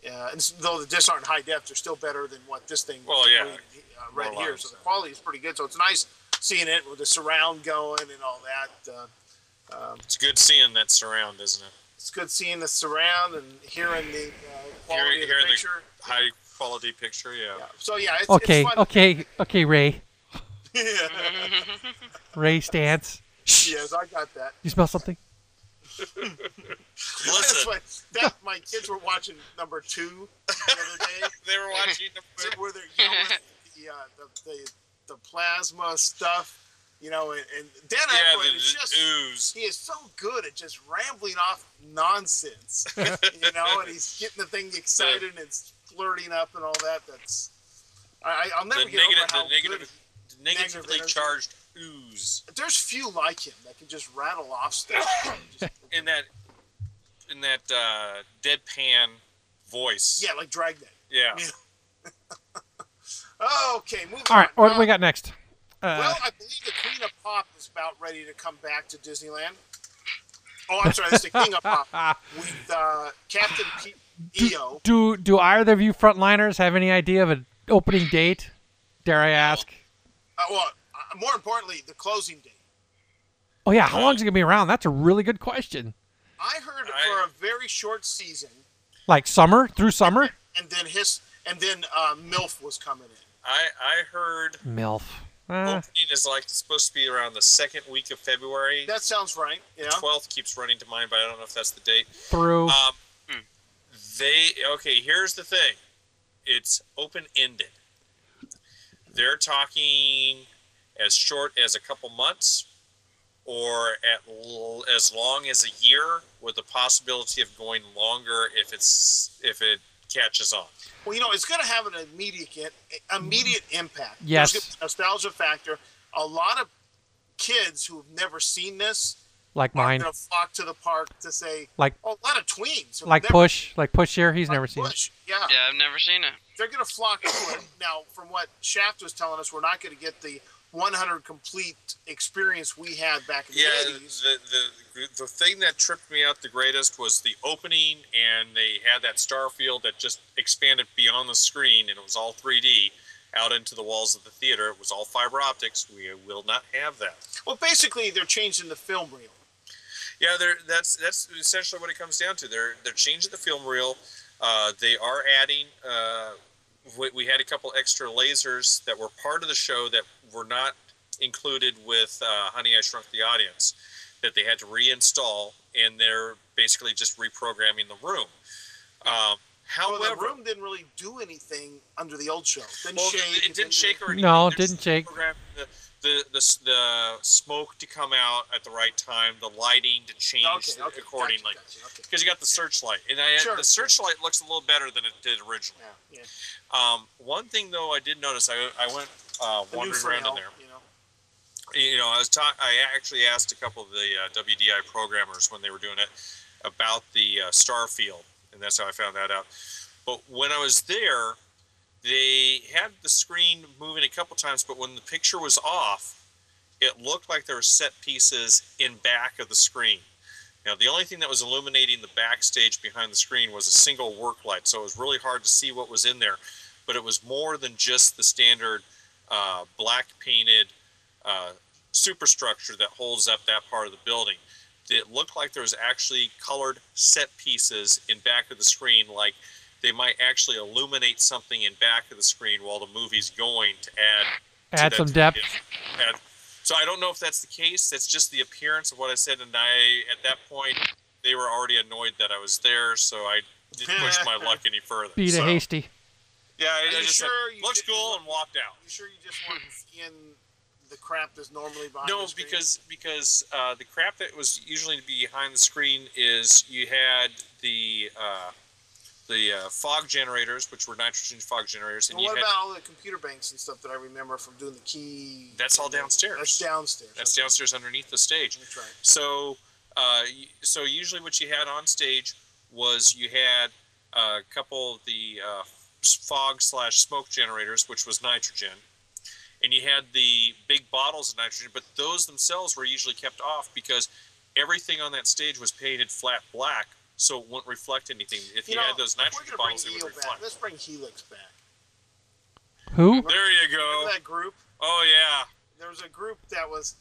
[SPEAKER 2] Uh, and s- though the discs aren't high def, they're still better than what this thing
[SPEAKER 3] Well, yeah.
[SPEAKER 2] uh, read
[SPEAKER 3] More
[SPEAKER 2] here.
[SPEAKER 3] lines.
[SPEAKER 2] So the quality is pretty good. So it's nice seeing it with the surround going and all that. Uh,
[SPEAKER 3] It's good seeing that surround, isn't it?
[SPEAKER 2] it's good seeing the surround and hearing the uh, quality of
[SPEAKER 3] hearing
[SPEAKER 2] the
[SPEAKER 3] the-
[SPEAKER 2] picture.
[SPEAKER 3] High quality picture, yeah.
[SPEAKER 2] Yeah. So yeah, it's,
[SPEAKER 1] okay,
[SPEAKER 2] it's fun.
[SPEAKER 1] okay, okay, Ray.
[SPEAKER 2] yes,
[SPEAKER 1] Ray stance.
[SPEAKER 2] I got that.
[SPEAKER 1] You smell something?
[SPEAKER 2] That's
[SPEAKER 3] Listen,
[SPEAKER 2] why that my kids were watching number two the other day.
[SPEAKER 3] they were watching the
[SPEAKER 2] Is it where they're yelling at the, uh, the, the the plasma stuff, you know, and, and Dan
[SPEAKER 3] yeah,
[SPEAKER 2] Aykroyd
[SPEAKER 3] the,
[SPEAKER 2] is just
[SPEAKER 3] the ooze.
[SPEAKER 2] he is so good at just rambling off nonsense, you know, and he's getting the thing excited and it's flirting up and all that. That's I, I- I'll
[SPEAKER 3] The
[SPEAKER 2] never get
[SPEAKER 3] negative,
[SPEAKER 2] over how
[SPEAKER 3] the negative,
[SPEAKER 2] good.
[SPEAKER 3] the negatively
[SPEAKER 2] energy.
[SPEAKER 3] charged ooze.
[SPEAKER 2] There's few like him that can just rattle off stuff. Just-
[SPEAKER 3] in that in that uh, deadpan voice.
[SPEAKER 2] yeah, like Dragnet.
[SPEAKER 3] Yeah.
[SPEAKER 2] Yeah.
[SPEAKER 3] yeah.
[SPEAKER 2] Okay, moving
[SPEAKER 1] All right,
[SPEAKER 2] on.
[SPEAKER 1] what do we got next? Uh,
[SPEAKER 2] Well, I believe the Queen of Pop is about ready to come back to Disneyland. Oh, I'm sorry, that's the King of Pop with uh, Captain E P- EO.
[SPEAKER 1] ah, Do do either of you frontliners have any idea of an opening date? Dare I ask?
[SPEAKER 2] Uh, well, uh, more importantly, the closing date.
[SPEAKER 1] Oh yeah, how long's it gonna be around? That's a really good question.
[SPEAKER 2] I heard
[SPEAKER 3] I-
[SPEAKER 2] for a very short season,
[SPEAKER 1] Like summer through summer?
[SPEAKER 2] and then his, and then uh, MILF was coming in.
[SPEAKER 3] I I heard
[SPEAKER 1] Milf.
[SPEAKER 2] Oh,
[SPEAKER 1] Uh,
[SPEAKER 3] opening is like supposed to be around the second week of February.
[SPEAKER 2] That sounds right. Yeah.
[SPEAKER 3] Twelfth keeps running to mind, but I don't know if that's the date.
[SPEAKER 1] through.
[SPEAKER 2] uh,
[SPEAKER 3] Um,
[SPEAKER 4] Hmm.
[SPEAKER 3] they okay. Here's the thing. It's open ended. They're talking as short as a couple months, or at l- as long as a year, with the possibility of going longer if it's if it catches on.
[SPEAKER 2] Well, you know, it's going to have an immediate immediate impact.
[SPEAKER 1] Yes.
[SPEAKER 2] There's gonna be a nostalgia factor. A lot of kids who've never seen this
[SPEAKER 1] like
[SPEAKER 2] are
[SPEAKER 1] mine.
[SPEAKER 2] going to flock to the park to say,
[SPEAKER 1] Like
[SPEAKER 2] oh, a lot of tweens. who've
[SPEAKER 1] like
[SPEAKER 2] never
[SPEAKER 1] push. Like push here. He's
[SPEAKER 2] Like
[SPEAKER 1] never seen it.
[SPEAKER 2] Bush, Yeah.
[SPEAKER 4] yeah, I've never seen it.
[SPEAKER 2] they're going to flock to it. Now, from what Shaft was telling us, we're not going to get the 100 complete experience we had back in
[SPEAKER 3] Yeah,
[SPEAKER 2] the 80s.
[SPEAKER 3] the, the the thing that tripped me out the greatest was the opening, and they had that star field that just expanded beyond the screen, and it was all 3D out into the walls of the theater. It was all fiber optics. We will not have that.
[SPEAKER 2] Well, basically, they're changing the film reel.
[SPEAKER 3] Yeah, they're, that's that's essentially what it comes down to. They're they're changing the film reel. Uh, they are adding. Uh, we, we had a couple extra lasers that were part of the show that were not included with uh, Honey I Shrunk the Audience that they had to reinstall, and they're basically just reprogramming the room. Um,
[SPEAKER 2] Well, the
[SPEAKER 3] however,
[SPEAKER 2] room didn't really do anything under the old show. Didn't
[SPEAKER 3] well,
[SPEAKER 2] shake.
[SPEAKER 3] it didn't shake or
[SPEAKER 1] No,
[SPEAKER 3] anything.
[SPEAKER 1] it didn't shake.
[SPEAKER 3] Program the, the, the, s- the smoke to come out at the right time, the lighting to change
[SPEAKER 2] Okay, okay,
[SPEAKER 3] accordingly.
[SPEAKER 2] gotcha, gotcha, okay.
[SPEAKER 3] Because you got the searchlight, and I had,
[SPEAKER 2] Sure.
[SPEAKER 3] the searchlight looks a little better than it did originally.
[SPEAKER 2] Yeah, yeah.
[SPEAKER 3] Um, one thing though, I did notice, I, I went uh,
[SPEAKER 2] The new
[SPEAKER 3] wandering around in
[SPEAKER 2] Fresnel,
[SPEAKER 3] there.
[SPEAKER 2] You know,
[SPEAKER 3] You know, I was ta- I actually asked a couple of the uh, WDI programmers when they were doing it about the uh, Starfield, and that's how I found that out. But when I was there, they had the screen moving a couple times, but when the picture was off, it looked like there were set pieces in back of the screen. Now, the only thing that was illuminating the backstage behind the screen was a single work light, so it was really hard to see what was in there. But it was more than just the standard uh, black painted uh, superstructure that holds up that part of the building. It looked like there was actually colored set pieces in back of the screen, like they might actually illuminate something in back of the screen while the movie's going to add
[SPEAKER 1] Add
[SPEAKER 3] that
[SPEAKER 1] some
[SPEAKER 3] to the
[SPEAKER 1] depth.
[SPEAKER 3] appearance. Add- so I don't know if that's the case. That's just the appearance of what I said, and I at that point they were already annoyed that I was there, so I didn't push my luck any further.
[SPEAKER 1] Beat a
[SPEAKER 3] so,
[SPEAKER 1] hasty.
[SPEAKER 3] Yeah, I, I
[SPEAKER 2] Are you
[SPEAKER 3] just said,
[SPEAKER 2] sure you
[SPEAKER 3] looks
[SPEAKER 2] didn't-
[SPEAKER 3] cool and walked out.
[SPEAKER 2] you sure you just weren't seeing the crap that's normally behind?
[SPEAKER 3] No,
[SPEAKER 2] the screen?
[SPEAKER 3] because because uh, the crap that was usually behind the screen is you had the uh, the uh, fog generators, which were nitrogen fog generators, and
[SPEAKER 2] And
[SPEAKER 3] you
[SPEAKER 2] what
[SPEAKER 3] had
[SPEAKER 2] about all the computer banks and stuff that I remember from doing the key?
[SPEAKER 3] That's all downstairs.
[SPEAKER 2] That's downstairs.
[SPEAKER 3] that's downstairs underneath the stage.
[SPEAKER 2] That's right.
[SPEAKER 3] So, uh, y- so usually what you had on stage was you had uh, a couple of the uh, s- fog slash smoke generators, which was nitrogen, and you had the big bottles of nitrogen. But those themselves were usually kept off because everything on that stage was painted flat black, so it wouldn't reflect anything. If you,
[SPEAKER 2] know,
[SPEAKER 3] had those
[SPEAKER 2] if we're
[SPEAKER 3] nitrogen
[SPEAKER 2] gonna
[SPEAKER 3] bottles,
[SPEAKER 2] bring
[SPEAKER 3] they would
[SPEAKER 2] Helix back,
[SPEAKER 3] reflect.
[SPEAKER 2] Let's bring Helix back.
[SPEAKER 1] Who?
[SPEAKER 3] There you
[SPEAKER 2] Remember
[SPEAKER 3] go.
[SPEAKER 2] that group?
[SPEAKER 3] Oh yeah.
[SPEAKER 2] There was a group that was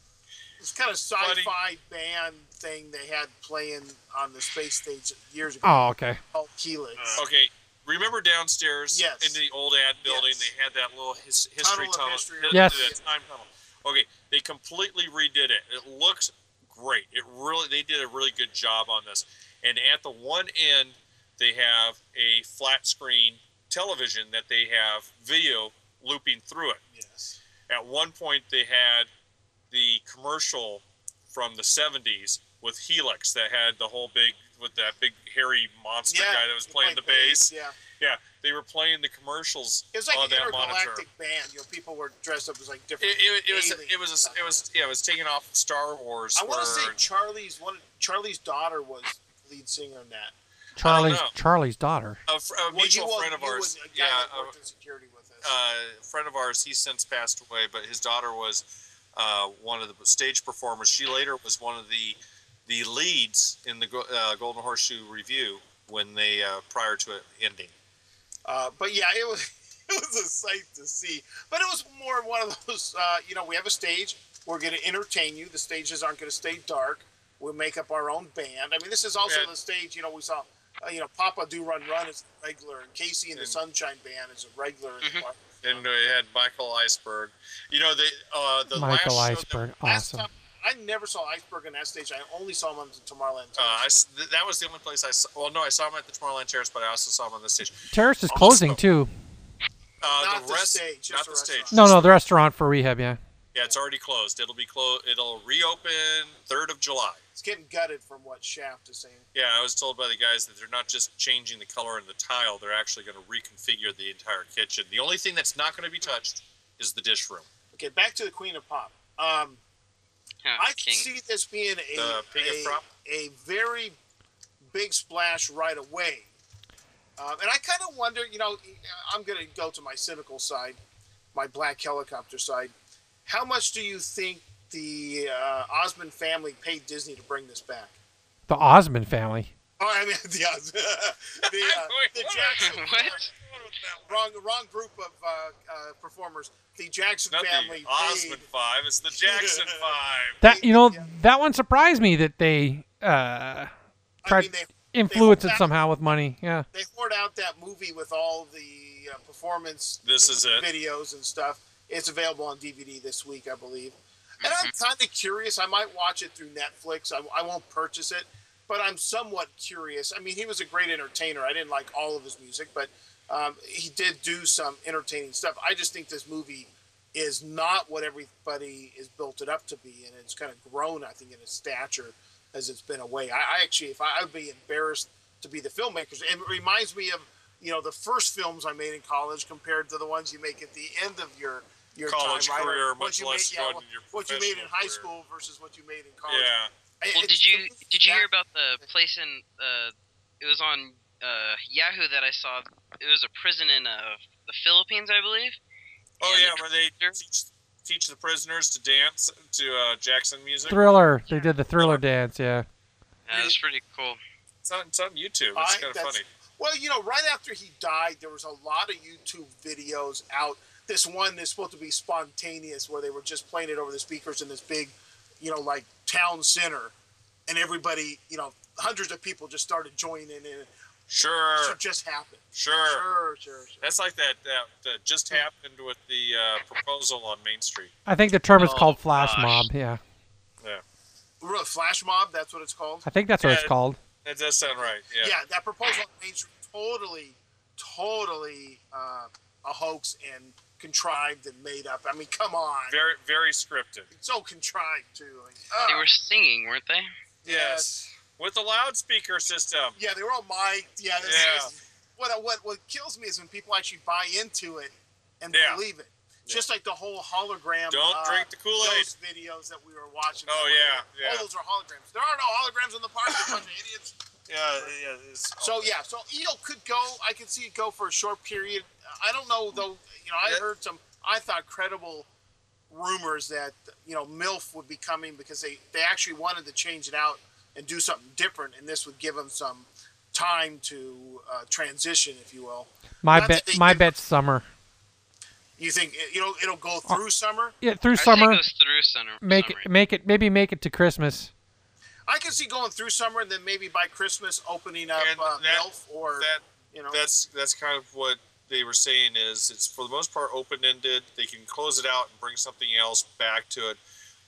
[SPEAKER 2] this kind of sci-fi band thing they had playing on the space stage years ago
[SPEAKER 1] Oh, okay.
[SPEAKER 2] called Helix.
[SPEAKER 3] Okay. Remember downstairs
[SPEAKER 2] Yes.
[SPEAKER 3] in the old ad building,
[SPEAKER 2] Yes.
[SPEAKER 3] they had that little his, history
[SPEAKER 2] Tunnel of
[SPEAKER 3] tunnel.
[SPEAKER 2] history.
[SPEAKER 3] Th-
[SPEAKER 1] Yes.
[SPEAKER 3] that time tunnel. Okay, they completely redid it. It looks great. It really they did a really good job on this. And at the one end, they have a flat screen television that they have video looping through it
[SPEAKER 2] Yes.
[SPEAKER 3] at one point they had the commercial from the 70s with Helix that had the whole big with that big hairy monster
[SPEAKER 2] Yeah,
[SPEAKER 3] guy that was
[SPEAKER 2] they
[SPEAKER 3] playing the
[SPEAKER 2] played
[SPEAKER 3] bass.
[SPEAKER 2] Yeah.
[SPEAKER 3] Yeah, they were playing the commercials
[SPEAKER 2] It was like
[SPEAKER 3] on
[SPEAKER 2] an
[SPEAKER 3] that monitor.
[SPEAKER 2] intergalactic band. You know, people were dressed up as like
[SPEAKER 3] It,
[SPEAKER 2] different.
[SPEAKER 3] it, it was
[SPEAKER 2] aliens
[SPEAKER 3] it was
[SPEAKER 2] and
[SPEAKER 3] it was yeah it was taken off Star Wars.
[SPEAKER 2] stuff. I want to
[SPEAKER 3] where-
[SPEAKER 2] say Charlie's one. Charlie's daughter was lead singer in that.
[SPEAKER 1] Charlie's
[SPEAKER 3] know.
[SPEAKER 1] Charlie's daughter.
[SPEAKER 3] a, fr- a
[SPEAKER 2] Well,
[SPEAKER 3] mutual
[SPEAKER 2] you all-
[SPEAKER 3] friend of
[SPEAKER 2] you
[SPEAKER 3] ours.
[SPEAKER 2] would- a
[SPEAKER 3] Yeah,
[SPEAKER 2] guy that
[SPEAKER 3] a-
[SPEAKER 2] worked in security with us.
[SPEAKER 3] uh, a friend of ours, he's since passed away, but his daughter was uh, one of the stage performers. She later was one of the the leads in the Go- uh, Golden Horseshoe Review when they uh, prior to it ending.
[SPEAKER 2] Uh, but yeah, it was it was a sight to see. But it was more one of those, uh, you know, we have a stage. We're going to entertain you. The stages aren't going to stay dark. We'll make up our own band. I mean, this is also
[SPEAKER 3] Yeah.
[SPEAKER 2] the stage. You know, we saw, uh, you know, Papa Do Run Run is a regular, and Casey and the
[SPEAKER 3] And-
[SPEAKER 2] Sunshine Band is a regular. in
[SPEAKER 3] Mm-hmm.
[SPEAKER 2] the bar.
[SPEAKER 3] And they had Michael Iceberg. You know the uh, the
[SPEAKER 1] Michael
[SPEAKER 3] last show that-
[SPEAKER 1] Iceberg.
[SPEAKER 2] Last
[SPEAKER 1] Awesome.
[SPEAKER 2] time- I never saw Iceberg on that stage. I only saw him on the Tomorrowland.
[SPEAKER 3] uh, I s- th- that was the only place I saw. Well, no, I saw him at the Tomorrowland Terrace, but I also saw him on the stage.
[SPEAKER 1] Terrace is
[SPEAKER 3] Also-
[SPEAKER 1] closing too.
[SPEAKER 3] Uh,
[SPEAKER 2] Not the
[SPEAKER 3] rest,
[SPEAKER 2] stage, just
[SPEAKER 3] not
[SPEAKER 2] the
[SPEAKER 3] the stage.
[SPEAKER 2] restaurant.
[SPEAKER 1] No, no, the restaurant for rehab. Yeah.
[SPEAKER 3] Yeah, it's already closed. It'll be closed. It'll reopen third of July.
[SPEAKER 2] It's getting gutted from what Shaft is saying.
[SPEAKER 3] Yeah, I was told by the guys that they're not just changing the color and the tile; they're actually going to reconfigure the entire kitchen. The only thing that's not going to be touched is the dish room.
[SPEAKER 2] Okay, back to the Queen of Pop. Um,
[SPEAKER 4] Huh,
[SPEAKER 2] I can
[SPEAKER 4] King.
[SPEAKER 2] see this being a,
[SPEAKER 3] The pig of
[SPEAKER 2] a-
[SPEAKER 3] prop?
[SPEAKER 2] a very big splash right away. Um, and I kind of wonder, you know, I'm going to go to my cynical side, my black helicopter side. How much do you think the uh, Osmond family paid Disney to bring this back?
[SPEAKER 1] The Osmond family.
[SPEAKER 2] Oh, I mean, the Osmond. the, uh, the Jackson.
[SPEAKER 4] What?
[SPEAKER 2] Wrong, wrong group of uh, uh, performers. The Jackson
[SPEAKER 3] Not
[SPEAKER 2] family.
[SPEAKER 3] the Osmond
[SPEAKER 2] paid-
[SPEAKER 3] Five; it's the Jackson Five.
[SPEAKER 1] That you know
[SPEAKER 2] Yeah.
[SPEAKER 1] that one surprised me that they uh,
[SPEAKER 2] I
[SPEAKER 1] tried
[SPEAKER 2] mean, they
[SPEAKER 1] influence it
[SPEAKER 2] back-
[SPEAKER 1] somehow with money. Yeah.
[SPEAKER 2] they hoard out that movie with all the uh, performance
[SPEAKER 3] This is it.
[SPEAKER 2] videos and stuff. It's available on DVD this week,
[SPEAKER 3] Mm-hmm.
[SPEAKER 2] I believe. And I'm kind of curious. I might watch it through Netflix. I, I won't purchase it, but I'm somewhat curious. I mean, he was a great entertainer. I didn't like all of his music, but um, he did do some entertaining stuff. I just think this movie is not what everybody is built it up to be, and it's kind of grown, I think, in its stature as it's been away. I, I actually, if I, I would be embarrassed to be the filmmakers, it reminds me of you know the first films I made in college compared to the ones you make at the end of your your
[SPEAKER 3] College
[SPEAKER 2] time, right? Or
[SPEAKER 3] career,
[SPEAKER 2] what
[SPEAKER 3] much
[SPEAKER 2] you
[SPEAKER 3] less
[SPEAKER 2] made, yeah,
[SPEAKER 3] than your
[SPEAKER 2] what you made in
[SPEAKER 3] professional
[SPEAKER 2] high
[SPEAKER 3] career.
[SPEAKER 2] school versus what you made in college.
[SPEAKER 3] Yeah.
[SPEAKER 2] I-
[SPEAKER 4] Well,
[SPEAKER 2] it's
[SPEAKER 4] did you
[SPEAKER 2] completely
[SPEAKER 4] did you hear
[SPEAKER 2] back-
[SPEAKER 4] about the place in? Uh, it was on uh, Yahoo that I saw. It was a prison in uh, the Philippines, I believe.
[SPEAKER 3] Oh
[SPEAKER 4] And
[SPEAKER 3] yeah,
[SPEAKER 4] the
[SPEAKER 3] where they
[SPEAKER 4] director-
[SPEAKER 3] teach, teach the prisoners to dance to uh, Jackson music.
[SPEAKER 1] Thriller. They did the thriller dance. Yeah.
[SPEAKER 4] Yeah, it was pretty cool.
[SPEAKER 3] It's on, it's on YouTube. It's
[SPEAKER 2] I-
[SPEAKER 3] kind of
[SPEAKER 2] that's-
[SPEAKER 3] funny.
[SPEAKER 2] Well, you know, right after he died, there was a lot of YouTube videos out. This one is supposed to be spontaneous, where they were just playing it over the speakers in this big, you know, like town center, and everybody, you know, hundreds of people just started joining in. It
[SPEAKER 3] Sure,
[SPEAKER 2] should just happen.
[SPEAKER 3] sure.
[SPEAKER 2] Sure, sure, sure.
[SPEAKER 3] That's like that that, that just happened with the uh, proposal on Main Street.
[SPEAKER 1] I think the term is
[SPEAKER 4] Oh,
[SPEAKER 1] called flash
[SPEAKER 4] gosh.
[SPEAKER 1] mob. Yeah.
[SPEAKER 2] Real Flash mob, that's what it's called.
[SPEAKER 1] I think that's what it's
[SPEAKER 3] Yeah.
[SPEAKER 1] called.
[SPEAKER 3] That does sound right.
[SPEAKER 2] Yeah,
[SPEAKER 3] Yeah.
[SPEAKER 2] that proposal on Main Street totally, totally uh, a hoax and contrived and made up. I mean, come on,
[SPEAKER 3] Very very scripted.
[SPEAKER 2] so contrived too. Like, ugh.
[SPEAKER 4] They were singing, weren't they?
[SPEAKER 3] Yes. With the loudspeaker system.
[SPEAKER 2] Yeah, they were all mic'd. Yeah. This,
[SPEAKER 3] Yeah.
[SPEAKER 2] this- what what what kills me is when people actually buy into it and
[SPEAKER 3] Yeah.
[SPEAKER 2] believe it.
[SPEAKER 3] Yeah.
[SPEAKER 2] Just like the whole hologram.
[SPEAKER 3] Don't
[SPEAKER 2] uh,
[SPEAKER 3] drink the Kool Aid.
[SPEAKER 2] Those videos that we were watching.
[SPEAKER 3] Oh, yeah, yeah.
[SPEAKER 2] All those are holograms. There are no holograms in the park. You're a bunch of idiots.
[SPEAKER 3] Yeah, yeah. it's-
[SPEAKER 2] So yeah, so Ito could go. I could see it go for a short period. I don't know though. You know, I
[SPEAKER 3] Yeah.
[SPEAKER 2] heard some. I thought credible rumors that you know MILF would be coming because they they actually wanted to change it out and do something different, and this would give them some time to uh, transition, if you will.
[SPEAKER 1] My
[SPEAKER 2] Not
[SPEAKER 1] bet.
[SPEAKER 2] that they
[SPEAKER 1] My
[SPEAKER 2] did-
[SPEAKER 1] bet's summer.
[SPEAKER 2] You think you know it'll go through summer?
[SPEAKER 1] Yeah, through
[SPEAKER 4] I think
[SPEAKER 1] summer.
[SPEAKER 4] it was through summer.
[SPEAKER 1] Make
[SPEAKER 4] summer.
[SPEAKER 1] it, make it maybe make it to Christmas.
[SPEAKER 2] I can see going through summer, and then maybe by Christmas opening up
[SPEAKER 3] And
[SPEAKER 2] uh,
[SPEAKER 3] that-
[SPEAKER 2] MILF or
[SPEAKER 3] That
[SPEAKER 2] you know.
[SPEAKER 3] that's that's kind of what they were saying is it's for the most part open ended. They can close it out and bring something else back to it,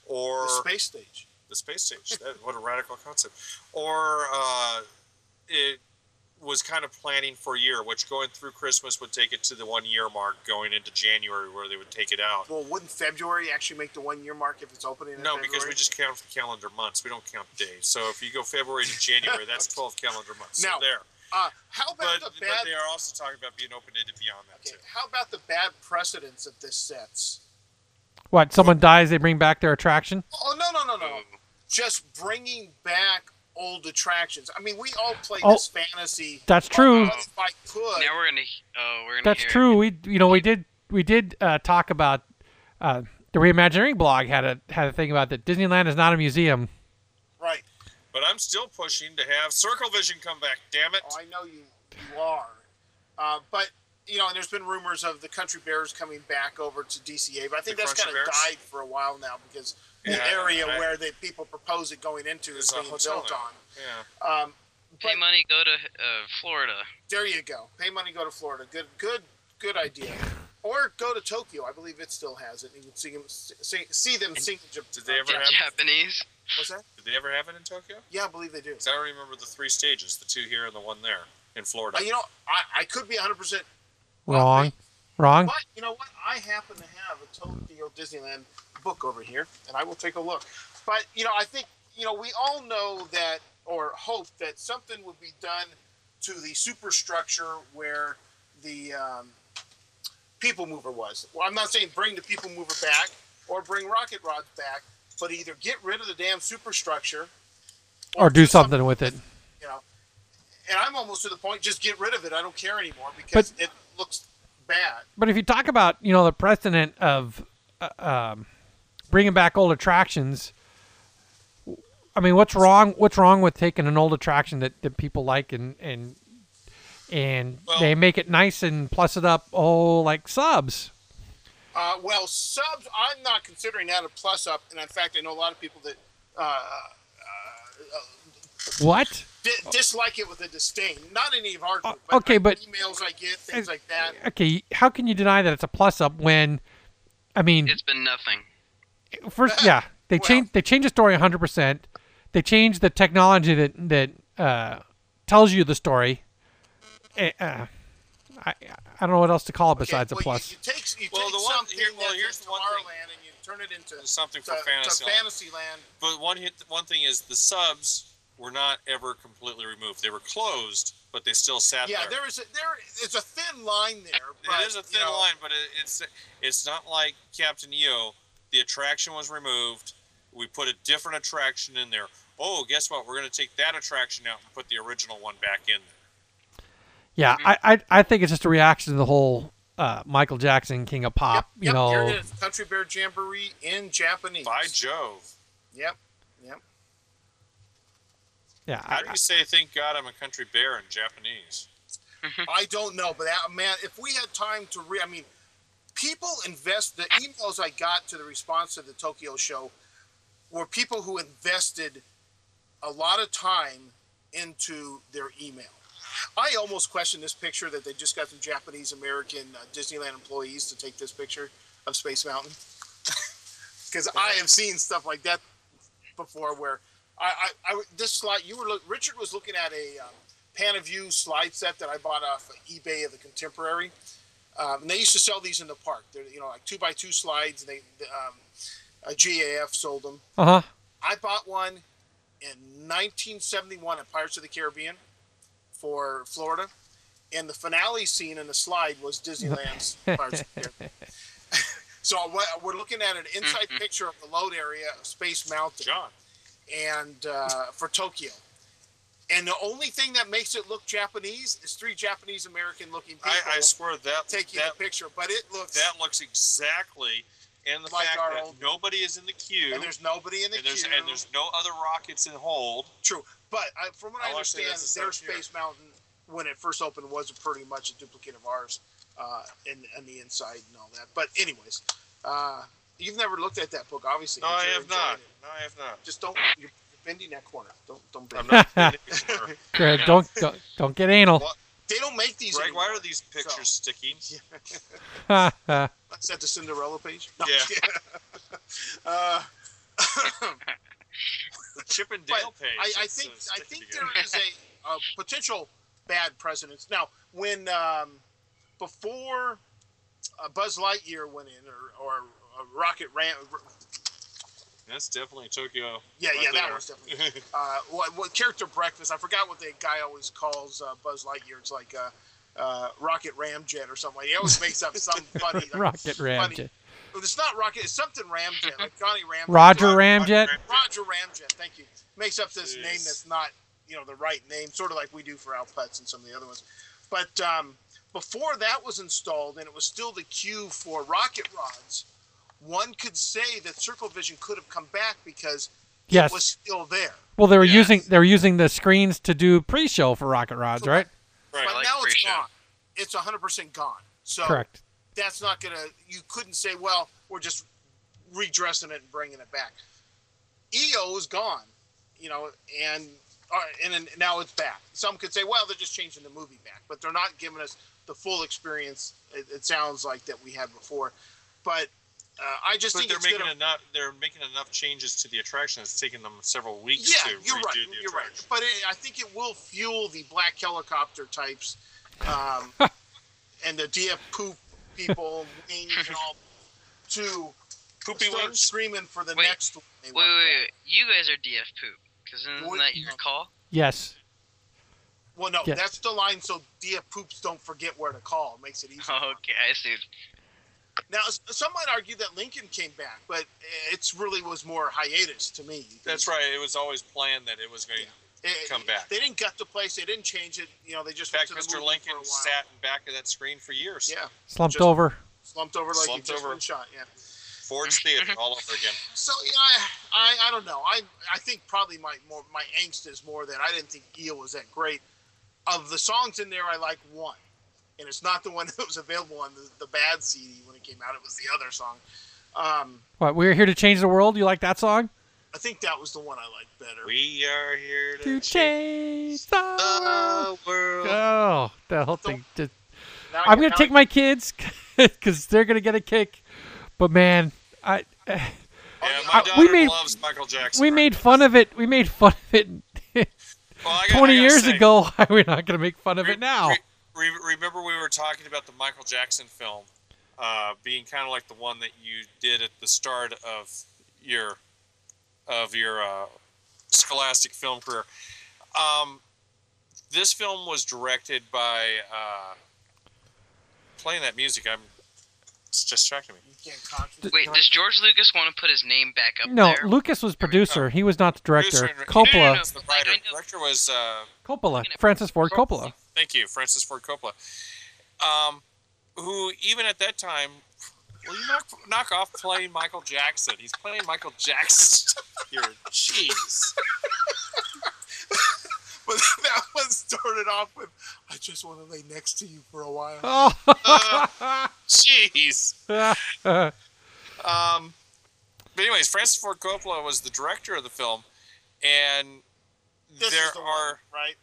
[SPEAKER 3] or
[SPEAKER 2] the space stage.
[SPEAKER 3] the space stage. That, what a radical concept. Or uh, it was kind of planning for a year, which going through Christmas would take it to the one year mark going into January where they would take it out.
[SPEAKER 2] Well, wouldn't February actually make the one year mark if it's opening? in
[SPEAKER 3] No, because
[SPEAKER 2] February?
[SPEAKER 3] we just count the calendar months. We don't count days. So if you go February to January, that's 12 calendar months. So
[SPEAKER 2] Now,
[SPEAKER 3] there.
[SPEAKER 2] Uh, how about
[SPEAKER 3] But,
[SPEAKER 2] the
[SPEAKER 3] but
[SPEAKER 2] bad?
[SPEAKER 3] they are also talking about being open ended beyond that,
[SPEAKER 2] okay,
[SPEAKER 3] too.
[SPEAKER 2] how about the bad precedents that this sets?
[SPEAKER 1] What? Someone dies. They bring back their attraction.
[SPEAKER 2] Oh no no no no! Just bringing back old attractions. I mean, we all play
[SPEAKER 1] Oh.
[SPEAKER 2] this fantasy.
[SPEAKER 1] That's true.
[SPEAKER 2] If I could,
[SPEAKER 4] Now we're gonna. Oh, we're gonna.
[SPEAKER 1] That's
[SPEAKER 4] hear it.
[SPEAKER 1] true. We you know we did we did uh, talk about uh, the reimagineering blog had a had a thing about that Disneyland is not a museum.
[SPEAKER 2] right?
[SPEAKER 3] But I'm still pushing to have Circle Vision come back, damn it.
[SPEAKER 2] Oh, I know you you are, uh, but you know, and there's been rumors of the Country Bears coming back over to DCA, but I think
[SPEAKER 3] The
[SPEAKER 2] that's kind
[SPEAKER 3] Country
[SPEAKER 2] of
[SPEAKER 3] Bears?
[SPEAKER 2] died for a while now because the
[SPEAKER 3] Yeah,
[SPEAKER 2] area
[SPEAKER 3] I-
[SPEAKER 2] where the people propose it going into
[SPEAKER 3] There's
[SPEAKER 2] is
[SPEAKER 3] a
[SPEAKER 2] being
[SPEAKER 3] hotel
[SPEAKER 2] built
[SPEAKER 3] now.
[SPEAKER 2] on.
[SPEAKER 3] Yeah.
[SPEAKER 2] Um,
[SPEAKER 4] Pay
[SPEAKER 2] but-
[SPEAKER 4] money, go to uh, Florida.
[SPEAKER 2] There you go. Pay money, go to Florida. Good, good, good idea. Or go to Tokyo. I believe it still has it. You can see them, see, see them sing.
[SPEAKER 3] Did they ever
[SPEAKER 4] Get
[SPEAKER 3] have
[SPEAKER 4] Japanese.
[SPEAKER 2] What's that?
[SPEAKER 3] Did they ever have it in Tokyo?
[SPEAKER 2] Yeah, I believe they do.
[SPEAKER 3] 'Cause I remember the three stages, the two here and the one there in Florida.
[SPEAKER 2] Uh, you know, I, I could be 100%,
[SPEAKER 1] Wrong, wrong.
[SPEAKER 2] but you know what? I happen to have a Tokyo Disneyland book over here, and I will take a look. But, you know, I think, you know, we all know that or hope that something would be done to the superstructure where the um, people mover was. Well, I'm not saying bring the people mover back or bring rocket rods back, but either get rid of the damn superstructure
[SPEAKER 1] Or do something with it.
[SPEAKER 2] You know, and I'm almost to the point just get rid of it. I don't care anymore because it looks bad.
[SPEAKER 1] But if you talk about you know the precedent of uh, um, bringing back old attractions, I mean, what's wrong? What's wrong with taking an old attraction that, that people like and and and
[SPEAKER 3] Well-
[SPEAKER 1] they make it nice and plus it up? Oh, like subs.
[SPEAKER 2] Uh, well, subs, I'm not considering that a plus up, and in fact, I know a lot of people that uh,
[SPEAKER 1] What?
[SPEAKER 2] di- dislike it with a disdain. Not any of our group,
[SPEAKER 1] Oh. okay,
[SPEAKER 2] like
[SPEAKER 1] but- uh,
[SPEAKER 2] emails I get, things like that.
[SPEAKER 1] okay, how can you deny that it's a plus up when, I mean,
[SPEAKER 4] It's been nothing.
[SPEAKER 1] first, yeah, they
[SPEAKER 2] Well-
[SPEAKER 1] change they change the story 100. percent they changed the technology that that uh, tells you the story. Eh, Uh, I I don't know what else to call it besides
[SPEAKER 2] well,
[SPEAKER 1] a
[SPEAKER 2] you-
[SPEAKER 1] plus.
[SPEAKER 2] You, take, you
[SPEAKER 3] Well,
[SPEAKER 2] take
[SPEAKER 3] the one-
[SPEAKER 2] something
[SPEAKER 3] here- well,
[SPEAKER 2] that's in
[SPEAKER 3] here's one thing.
[SPEAKER 2] Tomorrowland and you turn it into
[SPEAKER 3] something
[SPEAKER 2] to,
[SPEAKER 3] for fantasy.
[SPEAKER 2] to Fantasyland.
[SPEAKER 3] But one hit, one thing is the subs were not ever completely removed. They were closed, but they still sat
[SPEAKER 2] Yeah,
[SPEAKER 3] there.
[SPEAKER 2] there is a, there is a thin line there. But,
[SPEAKER 3] it is a thin
[SPEAKER 2] you know,
[SPEAKER 3] line, but it, it's it's not like Captain EO. The attraction was removed. We put a different attraction in there. Oh, guess what? We're going to take that attraction out and put the original one back in.
[SPEAKER 1] Yeah, I, I I think it's just a reaction to the whole uh, Michael Jackson King of
[SPEAKER 2] Yep,
[SPEAKER 1] Pop. you
[SPEAKER 2] yep,
[SPEAKER 1] know,
[SPEAKER 2] here it is, Country Bear Jamboree in Japanese.
[SPEAKER 3] By Jove!
[SPEAKER 2] Yep, yep.
[SPEAKER 1] yeah,
[SPEAKER 3] How do
[SPEAKER 1] I-
[SPEAKER 3] you say "Thank God I'm a country bear" in Japanese?
[SPEAKER 2] I don't know, but that, man, if we had time to re, I mean, people invest. The emails I got to the response to the Tokyo show were people who invested a lot of time into their email. I almost question this picture that they just got some Japanese American uh, Disneyland employees to take this picture of Space Mountain, because I have seen stuff like that before. Where I, I, I this slide you were look- Richard was looking at a. Um, Panaview slide set that I bought off of eBay of the Contemporary. Um, and they used to sell these in the park. They're you know like two by two slides. And they the, um, a GAF sold them.
[SPEAKER 1] uh huh.
[SPEAKER 2] I bought one in 1971 at Pirates of the Caribbean for Florida, and the finale scene in the slide was Disneyland's Pirates of the Caribbean. so what- we're looking at an inside picture of the load area of Space Mountain
[SPEAKER 3] John,
[SPEAKER 2] and uh, for Tokyo. And the only thing that makes it look Japanese is three Japanese American looking people
[SPEAKER 3] I, I swear that
[SPEAKER 2] taking
[SPEAKER 3] that
[SPEAKER 2] a picture, but it looks
[SPEAKER 3] that looks exactly, and the
[SPEAKER 2] Like
[SPEAKER 3] fact
[SPEAKER 2] our
[SPEAKER 3] that
[SPEAKER 2] old-
[SPEAKER 3] nobody is in the queue,
[SPEAKER 2] and there's nobody in the
[SPEAKER 3] and there's,
[SPEAKER 2] queue.
[SPEAKER 3] and there's no other rockets in hold.
[SPEAKER 2] True, but I, from what I,
[SPEAKER 3] I wanna say
[SPEAKER 2] understand,
[SPEAKER 3] that's the
[SPEAKER 2] their
[SPEAKER 3] same here.
[SPEAKER 2] Space Mountain when it first opened was pretty much a duplicate of ours, uh, in on the inside and all that. But anyways, uh, you've never looked at that book, obviously.
[SPEAKER 3] No,
[SPEAKER 2] but
[SPEAKER 3] I
[SPEAKER 2] you're
[SPEAKER 3] have
[SPEAKER 2] enjoying
[SPEAKER 3] not.
[SPEAKER 2] it.
[SPEAKER 3] No, I have not.
[SPEAKER 2] Just don't. You're bending that corner. Don't don't bend.
[SPEAKER 3] I'm
[SPEAKER 2] it.
[SPEAKER 3] not. Greg,
[SPEAKER 1] Greg, don't don't, don't get anal.
[SPEAKER 2] They don't make these. anymore.
[SPEAKER 3] why are these pictures sticking?
[SPEAKER 1] yeah,
[SPEAKER 2] Is that the Cinderella page? No,
[SPEAKER 3] Yeah.
[SPEAKER 2] uh,
[SPEAKER 3] The Chip and
[SPEAKER 2] But
[SPEAKER 3] Dale page.
[SPEAKER 2] I, I
[SPEAKER 3] that's,
[SPEAKER 2] think
[SPEAKER 3] uh,
[SPEAKER 2] I
[SPEAKER 3] sticking
[SPEAKER 2] think
[SPEAKER 3] together.
[SPEAKER 2] there is a, a potential bad precedence. Now, when um, before uh, Buzz Lightyear went in, or or uh, Rocket Ram,
[SPEAKER 3] That's definitely Tokyo.
[SPEAKER 2] yeah,
[SPEAKER 3] right
[SPEAKER 2] yeah, that
[SPEAKER 3] there.
[SPEAKER 2] was definitely uh, what, what character breakfast? I forgot what the guy always calls uh, Buzz Lightyear. It's like uh, uh, Rocket Ramjet or something. He always makes up some funny like,
[SPEAKER 1] Rocket
[SPEAKER 2] funny-
[SPEAKER 1] Ramjet,
[SPEAKER 2] Well, It's not Rocket. It's something Ramjet, like Johnny Ramjet.
[SPEAKER 1] Roger
[SPEAKER 2] Roger-
[SPEAKER 1] Ramjet.
[SPEAKER 2] Roger Ramjet, thank you, makes up this
[SPEAKER 3] Jeez.
[SPEAKER 2] name that's not, you know, the right name, sort of like we do for Al Putz and some of the other ones. But um, before that was installed, and it was still the queue for rocket rods, one could say that Circle Vision could have come back because it
[SPEAKER 1] Yes.
[SPEAKER 2] was still there.
[SPEAKER 1] Well, they were
[SPEAKER 3] Yes.
[SPEAKER 1] using they were using the screens to do pre-show for Rocket Rods, right?
[SPEAKER 3] Right.
[SPEAKER 2] But
[SPEAKER 4] like
[SPEAKER 2] now it's
[SPEAKER 4] pre-show.
[SPEAKER 2] gone. It's 100% gone. So
[SPEAKER 1] Correct.
[SPEAKER 2] that's not gonna you couldn't say well we're just redressing it and bringing it back eo is gone you know and uh, and then now it's back some could say well they're just changing the movie back but they're not giving us the full experience it, it sounds like that we had before but uh, i just
[SPEAKER 3] But
[SPEAKER 2] think
[SPEAKER 3] they're
[SPEAKER 2] it's
[SPEAKER 3] making
[SPEAKER 2] gonna,
[SPEAKER 3] enough. They're making enough changes to the attraction. It's taken them several weeks
[SPEAKER 2] yeah
[SPEAKER 3] to
[SPEAKER 2] you're
[SPEAKER 3] redo
[SPEAKER 2] right
[SPEAKER 3] the
[SPEAKER 2] you're right
[SPEAKER 3] attraction.
[SPEAKER 2] but it, i think it will fuel the black helicopter types um, and the df poop people wings and all to
[SPEAKER 3] Poopy
[SPEAKER 2] start
[SPEAKER 3] wings.
[SPEAKER 2] screaming for the
[SPEAKER 4] Wait.
[SPEAKER 2] next one. they
[SPEAKER 4] Wait, wait,
[SPEAKER 2] want
[SPEAKER 4] wait. You guys are DF poop. Because isn't
[SPEAKER 2] What-
[SPEAKER 4] that your call?
[SPEAKER 1] Yes.
[SPEAKER 2] that. Well, no,
[SPEAKER 1] Yeah.
[SPEAKER 2] that's the line. So Dia poops don't forget where to call. It makes it easy.
[SPEAKER 4] Okay, I see.
[SPEAKER 2] Now, s- some might argue that Lincoln came back, but it's really was more hiatus to me.
[SPEAKER 3] That's right. It was always planned that it was going.
[SPEAKER 2] Yeah. It-
[SPEAKER 3] Come back.
[SPEAKER 2] They didn't gut the place. They didn't change it. You know, they just
[SPEAKER 3] In fact,
[SPEAKER 2] went to the
[SPEAKER 3] Mr.
[SPEAKER 2] movie
[SPEAKER 3] Lincoln
[SPEAKER 2] for a while.
[SPEAKER 3] sat in back of that screen for years.
[SPEAKER 2] Yeah,
[SPEAKER 1] Slumped
[SPEAKER 3] Just-
[SPEAKER 1] over.
[SPEAKER 2] slumped over like
[SPEAKER 3] Slumped
[SPEAKER 2] he just
[SPEAKER 3] over.
[SPEAKER 2] been shot. Yeah.
[SPEAKER 3] Ford's Theater all over again.
[SPEAKER 2] So yeah, I, I I don't know. I I think probably my more my angst is more that I didn't think Eel was that great. Of the songs in there, I like one, and it's not the one that was available on the, the bad CD when it came out. It was the other song. Um,
[SPEAKER 1] What? We're here to change the world. You like that song?
[SPEAKER 2] I think that was the one I liked better.
[SPEAKER 3] We are here
[SPEAKER 1] To
[SPEAKER 3] to,
[SPEAKER 1] change the world.
[SPEAKER 3] the world.
[SPEAKER 1] Oh, the whole thing. Just,
[SPEAKER 2] Now I
[SPEAKER 1] I'm
[SPEAKER 2] get-
[SPEAKER 1] gonna
[SPEAKER 2] now
[SPEAKER 1] take my kids because they're gonna get a kick. But man, I
[SPEAKER 2] I-
[SPEAKER 3] Yeah,
[SPEAKER 1] I-
[SPEAKER 3] my daughter
[SPEAKER 1] we made-
[SPEAKER 3] loves Michael Jackson.
[SPEAKER 1] We made fun of it. We made fun of it
[SPEAKER 3] Well, I gotta- I
[SPEAKER 1] 20
[SPEAKER 3] gotta
[SPEAKER 1] years
[SPEAKER 3] say,
[SPEAKER 1] ago. Why are we not going to make fun of
[SPEAKER 3] re-
[SPEAKER 1] it now?
[SPEAKER 3] re- re- remember, we were talking about the Michael Jackson film uh, being kind of like the one that you did at the start of your of your uh, scholastic film career. Um, this film was directed by uh, playing that music. I'm it's distracting me.
[SPEAKER 2] You can't contradict.
[SPEAKER 4] Wait, does George Lucas want to put his name back up
[SPEAKER 1] No,
[SPEAKER 4] there?
[SPEAKER 1] Lucas was producer. He was not the director.
[SPEAKER 3] Producer and-
[SPEAKER 4] No, no, no.
[SPEAKER 1] Coppola,
[SPEAKER 3] The
[SPEAKER 4] Like,
[SPEAKER 3] writer,
[SPEAKER 4] I know-
[SPEAKER 3] director was uh,
[SPEAKER 1] Coppola, Francis Ford Coppola.
[SPEAKER 3] Thank you, Francis Ford Coppola, um, who even at that time, will you knock, knock off playing Michael Jackson? He's playing Michael Jackson here. Jeez.
[SPEAKER 2] But that one started off with, "I just want to lay next to you for a while."
[SPEAKER 3] Uh, Jeez. Um, but anyways, Francis Ford Coppola was the director of the film, and
[SPEAKER 2] This
[SPEAKER 3] there
[SPEAKER 2] is the
[SPEAKER 3] are
[SPEAKER 2] one, right.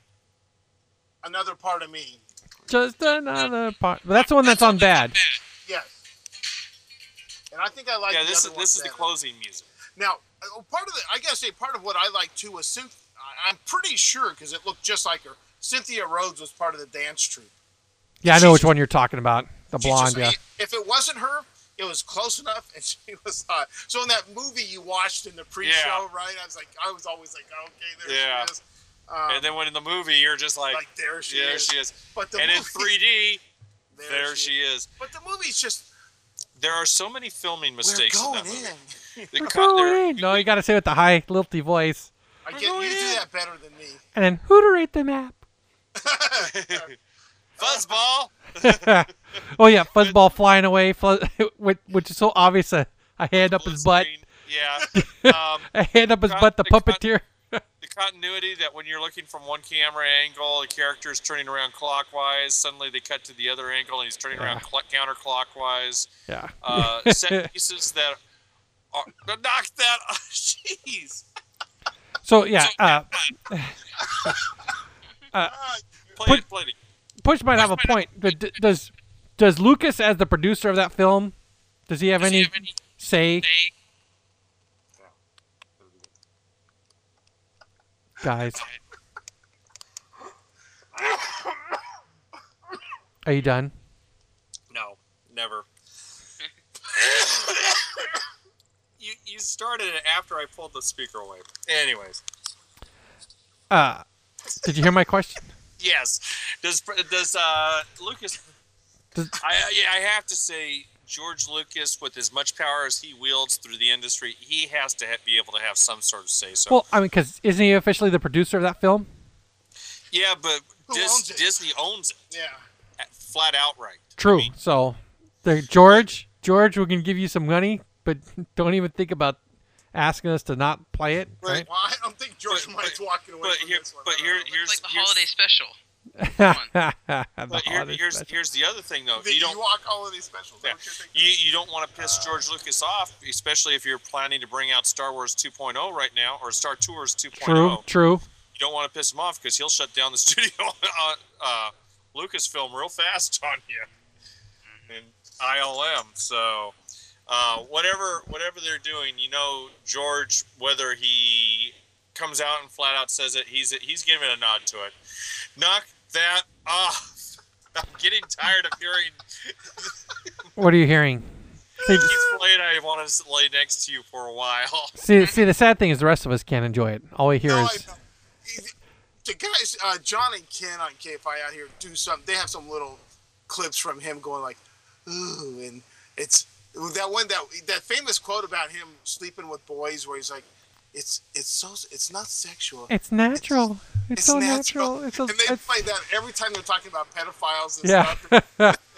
[SPEAKER 2] Another part of me.
[SPEAKER 1] Just another part. But that's the one that's on bad.
[SPEAKER 2] Yes. And I think I like.
[SPEAKER 3] yeah.
[SPEAKER 2] the
[SPEAKER 3] This
[SPEAKER 2] other
[SPEAKER 3] is
[SPEAKER 2] one
[SPEAKER 3] this is the
[SPEAKER 2] better.
[SPEAKER 3] closing music.
[SPEAKER 2] Now, uh, part of the, I gotta say, part of what I like too was Cynthia. I'm pretty sure because it looked just like her. Cynthia Rhodes was part of the dance troupe.
[SPEAKER 1] Yeah, I know which one you're talking about. The
[SPEAKER 2] She
[SPEAKER 1] blonde,
[SPEAKER 2] just-
[SPEAKER 1] yeah.
[SPEAKER 2] If it wasn't her, it was close enough, and she was hot. So in that movie you watched in the pre-show,
[SPEAKER 3] Yeah.
[SPEAKER 2] right? I was like, I was always like, okay, there
[SPEAKER 3] Yeah.
[SPEAKER 2] she is. Um,
[SPEAKER 3] and then when in the movie, you're just like,
[SPEAKER 2] like there she
[SPEAKER 3] yeah, there
[SPEAKER 2] is.
[SPEAKER 3] she is.
[SPEAKER 2] But the
[SPEAKER 3] and
[SPEAKER 2] movie,
[SPEAKER 3] in 3D, there, she is.
[SPEAKER 2] But the movie's just
[SPEAKER 3] There are so many filming mistakes
[SPEAKER 2] we're going
[SPEAKER 3] in that movie.
[SPEAKER 2] in.
[SPEAKER 3] The
[SPEAKER 1] We're
[SPEAKER 3] co- there-
[SPEAKER 1] going in. No, you got to say it with the high, lilty voice.
[SPEAKER 2] I
[SPEAKER 3] We're
[SPEAKER 2] get
[SPEAKER 3] going
[SPEAKER 2] you do
[SPEAKER 3] in.
[SPEAKER 2] that better than me.
[SPEAKER 1] And then hooterate the map.
[SPEAKER 3] Fuzzball.
[SPEAKER 1] Oh, yeah, fuzzball flying away, fuzz, which which is so obvious. A, a hand up his butt.
[SPEAKER 3] Blitzkrieg, Yeah. Um,
[SPEAKER 1] A hand up his
[SPEAKER 3] Con-
[SPEAKER 1] butt, the
[SPEAKER 3] the con-
[SPEAKER 1] puppeteer.
[SPEAKER 3] the continuity that when you're looking from one camera angle, the character is turning around clockwise. Suddenly they cut to the other angle and he's turning around
[SPEAKER 1] Ah.
[SPEAKER 3] cl- counterclockwise.
[SPEAKER 1] Yeah.
[SPEAKER 3] Uh, set pieces that are. Knock that. Jeez.
[SPEAKER 1] So, yeah, uh,
[SPEAKER 3] Play
[SPEAKER 1] Put-
[SPEAKER 3] it, play it.
[SPEAKER 1] Push might have a point, but d- does does Lucas, as the producer of that film, does he have any say? Guys, are you done?
[SPEAKER 3] No, never. you, you started it after I pulled the speaker away. Anyways.
[SPEAKER 1] Uh, did you hear my question?
[SPEAKER 3] Yes. Does does uh, Lucas?
[SPEAKER 1] Does-
[SPEAKER 3] I yeah, I have to say George Lucas, with as much power as he wields through the industry, he has to ha- be able to have some sort of say. So
[SPEAKER 1] Well, I mean, because isn't he officially the producer of that film?
[SPEAKER 3] yeah, but
[SPEAKER 2] Who
[SPEAKER 3] Dis-
[SPEAKER 2] owns it?
[SPEAKER 3] Disney owns it
[SPEAKER 2] Yeah.
[SPEAKER 3] at- flat outright.
[SPEAKER 1] True. So, there, George, George, we're gonna give you some money, but don't even think about asking us to not play it.
[SPEAKER 3] Right.
[SPEAKER 1] Right?
[SPEAKER 2] Well, I don't think George
[SPEAKER 3] But-
[SPEAKER 2] Mike's
[SPEAKER 3] but-
[SPEAKER 2] walking away
[SPEAKER 3] But
[SPEAKER 2] from
[SPEAKER 3] here,
[SPEAKER 2] this one. I
[SPEAKER 3] but
[SPEAKER 2] don't
[SPEAKER 3] here,
[SPEAKER 2] know.
[SPEAKER 3] here's
[SPEAKER 4] It's like the
[SPEAKER 3] here's,
[SPEAKER 4] holiday special.
[SPEAKER 1] The
[SPEAKER 3] but here,
[SPEAKER 1] holiday
[SPEAKER 3] here's
[SPEAKER 1] special.
[SPEAKER 3] here's the other thing though.
[SPEAKER 2] The-
[SPEAKER 3] Oh, You
[SPEAKER 2] you, Uh,
[SPEAKER 3] don't
[SPEAKER 2] walk all of these specials.
[SPEAKER 3] Yeah.
[SPEAKER 2] Yeah.
[SPEAKER 3] you, you don't want to piss George Lucas off, especially if you're planning to bring out Star Wars 2.0 right now or Star Tours oh. 2.0.
[SPEAKER 1] True. True.
[SPEAKER 3] you don't want to piss him off because he'll shut down the studio on uh, Lucasfilm real fast on you
[SPEAKER 2] Mm-hmm.
[SPEAKER 3] and ILM. So uh, whatever whatever they're doing, you know, George, whether he comes out and flat out says it, he's he's giving a nod to it. Knock that off. I'm getting tired of hearing
[SPEAKER 1] What are you hearing? See,
[SPEAKER 3] he's playing. I want to lay next to you for a while.
[SPEAKER 1] see, see, the sad thing is the rest of us can't enjoy it. All we hear
[SPEAKER 2] No,
[SPEAKER 1] is.
[SPEAKER 2] I know. The guys, uh, John and Ken on KFI out here do some. They have some little clips from him going like, "Ooh," and it's that one that that famous quote about him sleeping with boys, where he's like, "It's it's so it's not sexual."
[SPEAKER 1] It's natural. It's,
[SPEAKER 2] It's
[SPEAKER 1] so
[SPEAKER 2] natural.
[SPEAKER 1] natural. It's so.
[SPEAKER 2] and they
[SPEAKER 1] it's-
[SPEAKER 2] play that every time they're talking about pedophiles and
[SPEAKER 1] yeah.
[SPEAKER 2] stuff.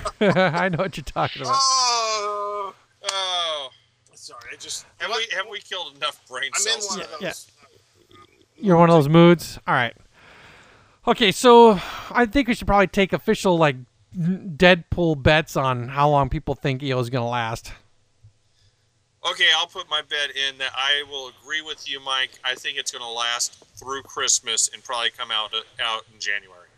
[SPEAKER 1] I know what you're talking about.
[SPEAKER 2] Oh,
[SPEAKER 3] Oh,
[SPEAKER 2] sorry, I just
[SPEAKER 3] have we have we killed enough brain
[SPEAKER 2] I'm in
[SPEAKER 3] cells?
[SPEAKER 2] one
[SPEAKER 1] Yeah,
[SPEAKER 2] of those.
[SPEAKER 1] yeah. You're one of those moods. All right. Okay, so I think we should probably take official like n- Deadpool bets on how long people think EO is gonna last.
[SPEAKER 3] Okay, I'll put my bet in that I will agree with you, Mike. I think it's going to last through Christmas and probably come out out in January.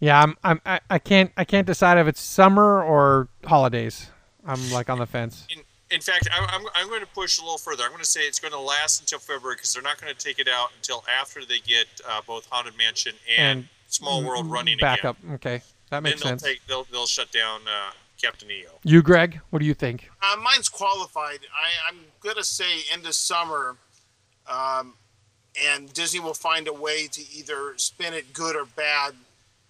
[SPEAKER 1] Yeah, I'm, I'm I, I can't I can't decide if it's summer or holidays. I'm like on the fence.
[SPEAKER 3] And, in fact, I, I'm, I'm going to push a little further. I'm going to say it's going to last until February because they're not going to take it out until after they get uh, both Haunted Mansion and,
[SPEAKER 1] And
[SPEAKER 3] Small World running
[SPEAKER 1] back
[SPEAKER 3] again.
[SPEAKER 1] up. Okay, that
[SPEAKER 3] Then
[SPEAKER 1] makes
[SPEAKER 3] they'll
[SPEAKER 1] sense.
[SPEAKER 3] take they'll they'll shut down uh, Captain EO.
[SPEAKER 1] you, Greg, what do you think?
[SPEAKER 2] Uh, mine's qualified. I, I'm gonna say end of summer, um, and Disney will find a way to either spin it good or bad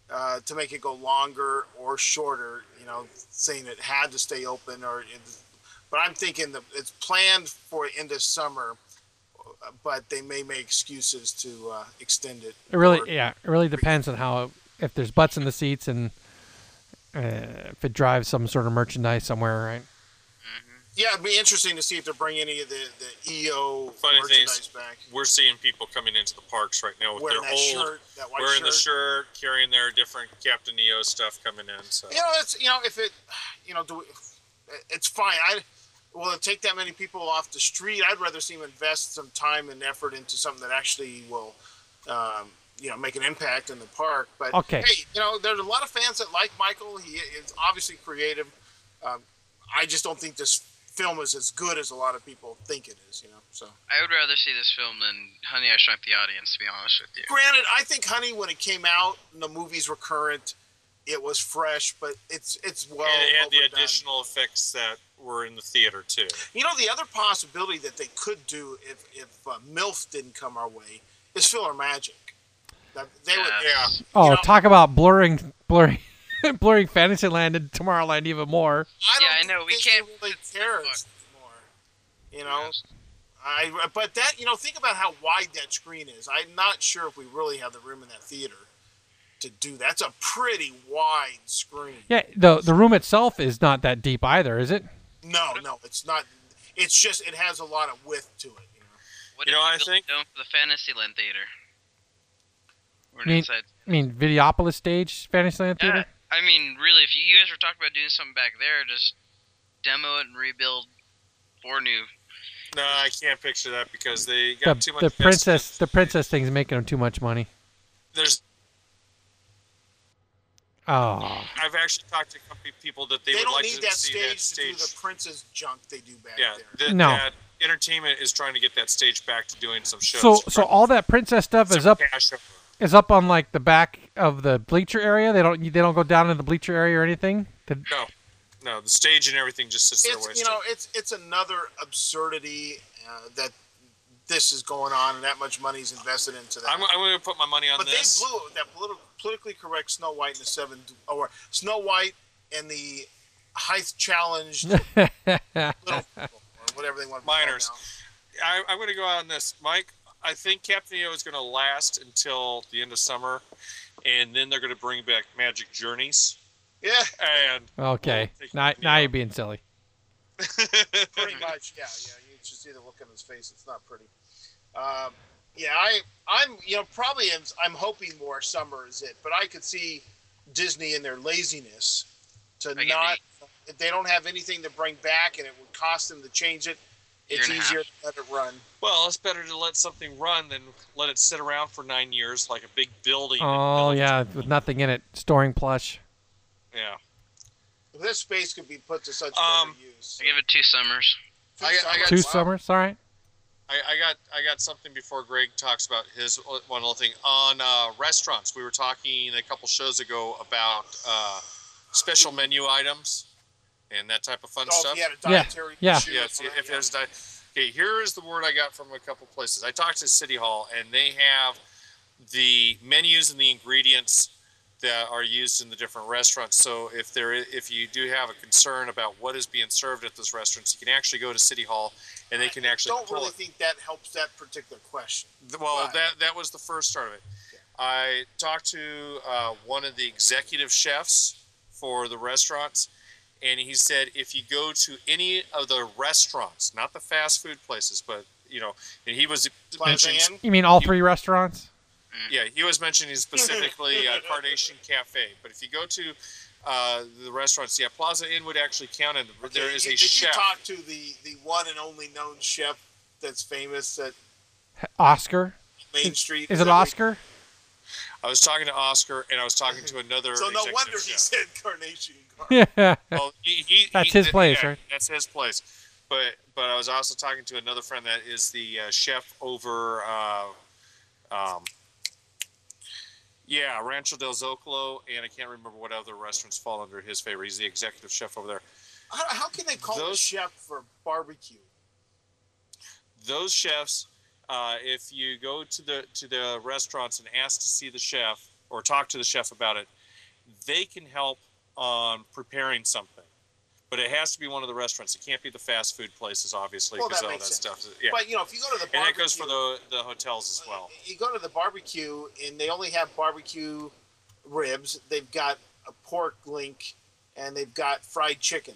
[SPEAKER 2] uh, to make it go longer or shorter. You know, saying it had to stay open or, it, but I'm thinking that it's planned for end of summer, uh, but they may make excuses to uh, extend it.
[SPEAKER 1] It really,
[SPEAKER 2] or-
[SPEAKER 1] yeah, it really depends on how if there's butts in the seats and uh, if it drives some sort of merchandise somewhere, right?
[SPEAKER 2] Yeah, it'd be interesting to see if they bring any of the the EO
[SPEAKER 3] Funny thing is,
[SPEAKER 2] merchandise back.
[SPEAKER 3] We're seeing people coming into the parks right now with
[SPEAKER 2] Wearing
[SPEAKER 3] their
[SPEAKER 2] that
[SPEAKER 3] old
[SPEAKER 2] shirt, that white
[SPEAKER 3] wearing
[SPEAKER 2] shirt.
[SPEAKER 3] the shirt, carrying their different Captain EO stuff coming in. So
[SPEAKER 2] You know, it's you know if it, you know, do we, it's fine. I will it take that many people off the street. I'd rather see them invest some time and effort into something that actually will, um, you know, make an impact in the park. But
[SPEAKER 1] Okay.
[SPEAKER 2] hey, you know, there's a lot of fans that like Michael. He is obviously creative. Um, I just don't think this film is as good as a lot of people think it is. You know, so.
[SPEAKER 4] I would rather see this film than Honey, I Shrunk the Audience. To be honest with you,
[SPEAKER 2] granted, I think Honey, when it came out, and the movies were current. It was fresh, but it's it's well.
[SPEAKER 3] and it had the
[SPEAKER 2] overdone.
[SPEAKER 3] additional effects that were in the theater too.
[SPEAKER 2] You know, the other possibility that they could do if if uh, MILF didn't come our way is filler magic. That they would,
[SPEAKER 3] Yeah.
[SPEAKER 1] Oh,
[SPEAKER 2] know-
[SPEAKER 1] talk about blurring, blurring, blurring Fantasyland and Tomorrowland even more.
[SPEAKER 2] I don't
[SPEAKER 4] Yeah, I
[SPEAKER 2] think
[SPEAKER 4] know, we
[SPEAKER 2] Disney
[SPEAKER 4] can't-
[SPEAKER 2] really care anymore. You know,
[SPEAKER 4] Yes.
[SPEAKER 2] I but that you know, think about how wide that screen is. I'm not sure if we really have the room in that theater to do that. That's a pretty wide screen.
[SPEAKER 1] Yeah, the the room itself is not that deep either, is it?
[SPEAKER 2] No, no, it's not. It's just it has a lot of width to it. You know?
[SPEAKER 4] what
[SPEAKER 3] You
[SPEAKER 4] if
[SPEAKER 3] know, I
[SPEAKER 4] built
[SPEAKER 3] think-
[SPEAKER 4] dome for the Fantasyland Theater? Or an
[SPEAKER 1] Me-
[SPEAKER 4] inside
[SPEAKER 1] I mean, Videopolis stage, Fantasyland theater.
[SPEAKER 4] Yeah, I mean, really, if you, you guys were talking about doing something back there, just demo it and rebuild four new.
[SPEAKER 3] No, I can't picture that because they
[SPEAKER 1] The,
[SPEAKER 3] got too much.
[SPEAKER 1] the
[SPEAKER 3] investment.
[SPEAKER 1] princess, the princess thing's making them too much money.
[SPEAKER 3] There's
[SPEAKER 1] Oh,
[SPEAKER 3] I've actually talked to company people that they,
[SPEAKER 2] They,
[SPEAKER 3] would
[SPEAKER 2] don't
[SPEAKER 3] like
[SPEAKER 2] need
[SPEAKER 3] to
[SPEAKER 2] that
[SPEAKER 3] see
[SPEAKER 2] stage,
[SPEAKER 3] that
[SPEAKER 2] to do
[SPEAKER 3] stage.
[SPEAKER 2] the prince's junk they do back
[SPEAKER 3] yeah,
[SPEAKER 2] there.
[SPEAKER 3] that,
[SPEAKER 1] No.
[SPEAKER 3] that entertainment is trying to get that stage back to doing some shows.
[SPEAKER 1] so
[SPEAKER 3] Trying
[SPEAKER 1] so
[SPEAKER 3] to
[SPEAKER 1] all that princess stuff
[SPEAKER 3] get
[SPEAKER 1] is
[SPEAKER 3] some
[SPEAKER 1] up
[SPEAKER 3] cash over.
[SPEAKER 1] is up on like the back of the bleacher area. They don't they don't go down in the bleacher area or anything. The-
[SPEAKER 3] No, no, the stage and everything just sits there
[SPEAKER 2] it's
[SPEAKER 3] wasted.
[SPEAKER 2] you know it's it's another absurdity uh, that this is going on and that much money is invested into that.
[SPEAKER 3] I'm, I'm going to put my money on
[SPEAKER 2] but
[SPEAKER 3] this.
[SPEAKER 2] they blew it with that politi- politically correct Snow White and the Seven or Snow White and the height challenged little people, or whatever they want to call them
[SPEAKER 3] Minors.
[SPEAKER 2] now.
[SPEAKER 3] I, I'm going to go on this, Mike. I think Captain EO is going to last until the end of summer, and then they're going to bring back Magic Journeys.
[SPEAKER 2] Yeah,
[SPEAKER 3] And
[SPEAKER 1] okay,
[SPEAKER 3] Take-
[SPEAKER 1] now, now
[SPEAKER 3] yeah.
[SPEAKER 1] you're being silly.
[SPEAKER 2] pretty much. Yeah, yeah. You should see the look on his face. It's not pretty. Um, yeah, I, I'm, you know, probably I'm, I'm hoping more summer is it, but I could see Disney in their laziness to
[SPEAKER 4] can
[SPEAKER 2] not. If they don't have anything to bring back, and it would cost them to change it,
[SPEAKER 4] Year
[SPEAKER 2] it's
[SPEAKER 4] and a
[SPEAKER 2] easier to let it run.
[SPEAKER 3] well, it's better to let something run than let it sit around for nine years like a big building. and
[SPEAKER 1] Oh
[SPEAKER 3] build-
[SPEAKER 1] yeah, with nothing in it, storing plush.
[SPEAKER 3] yeah.
[SPEAKER 2] This space could be put to such
[SPEAKER 3] Um,
[SPEAKER 2] better use.
[SPEAKER 4] I give it two summers.
[SPEAKER 2] Two
[SPEAKER 3] I- I
[SPEAKER 2] summers.
[SPEAKER 3] got-
[SPEAKER 1] Two
[SPEAKER 3] wow.
[SPEAKER 1] summers, all right.
[SPEAKER 3] I, I got I got something before Greg talks about his uh, one little thing on uh, restaurants. We were talking a couple shows ago about uh, special menu items and that type of fun
[SPEAKER 2] Oh,
[SPEAKER 3] stuff.
[SPEAKER 2] if you had a
[SPEAKER 1] Yeah,
[SPEAKER 2] dietary
[SPEAKER 1] yeah.
[SPEAKER 2] issue,
[SPEAKER 3] Yes,
[SPEAKER 2] yeah,
[SPEAKER 3] if there's di- okay, here is the word I got from a couple places. I talked to City Hall, and they have the menus and the ingredients that are used in the different restaurants. So if there, i- if you do have a concern about what is being served at those restaurants, you can actually go to City Hall, and they can actually
[SPEAKER 2] don't
[SPEAKER 3] pull
[SPEAKER 2] really
[SPEAKER 3] it.
[SPEAKER 2] think that helps that particular question.
[SPEAKER 3] Th- Well,
[SPEAKER 2] Right.
[SPEAKER 3] that that was the first start of it.
[SPEAKER 2] Yeah.
[SPEAKER 3] I talked to uh, one of the executive chefs for the restaurants, and he said if you go to any of the restaurants, not the fast food places, but you know, and he was mentioning,
[SPEAKER 2] Plazan,
[SPEAKER 1] You mean all three restaurants?
[SPEAKER 3] yeah, he was mentioning specifically uh, Carnation Cafe. But if you go to uh, the restaurants, yeah, Plaza Inn would actually count, and there
[SPEAKER 2] Did
[SPEAKER 3] is
[SPEAKER 2] you-
[SPEAKER 3] a
[SPEAKER 2] did
[SPEAKER 3] chef.
[SPEAKER 2] you talk to the the one and only known chef that's famous at
[SPEAKER 1] Oscar?
[SPEAKER 2] Main Street?
[SPEAKER 1] Is
[SPEAKER 2] that
[SPEAKER 1] it
[SPEAKER 2] what-
[SPEAKER 1] Oscar?
[SPEAKER 3] I was talking to Oscar, and I was talking to another.
[SPEAKER 2] So no
[SPEAKER 3] executive
[SPEAKER 2] wonder
[SPEAKER 3] chef.
[SPEAKER 2] he said Carnation. Gar-
[SPEAKER 1] Yeah.
[SPEAKER 3] well, he, he,
[SPEAKER 1] That's
[SPEAKER 3] he-
[SPEAKER 1] his place,
[SPEAKER 3] yeah,
[SPEAKER 1] right?
[SPEAKER 3] That's his place. but but I was also talking to another friend that is the uh, chef over, uh, um, yeah, Rancho del Zocalo, and I can't remember what other restaurants fall under his favor. He's the executive chef over there.
[SPEAKER 2] How, how can they call
[SPEAKER 3] Those-
[SPEAKER 2] a chef for barbecue?
[SPEAKER 3] Those chefs, uh, if you go to the to the restaurants and ask to see the chef or talk to the chef about it, they can help on preparing something. But it has to be one of the restaurants. It can't be the fast food places, obviously,
[SPEAKER 2] Well,
[SPEAKER 3] because
[SPEAKER 2] that
[SPEAKER 3] all that
[SPEAKER 2] makes sense.
[SPEAKER 3] stuff. Yeah.
[SPEAKER 2] But you know, if you go to the barbecue, uh,
[SPEAKER 3] and that goes for the the hotels as well.
[SPEAKER 2] You go to the barbecue and they only have barbecue ribs. They've got a pork link and they've got fried chicken.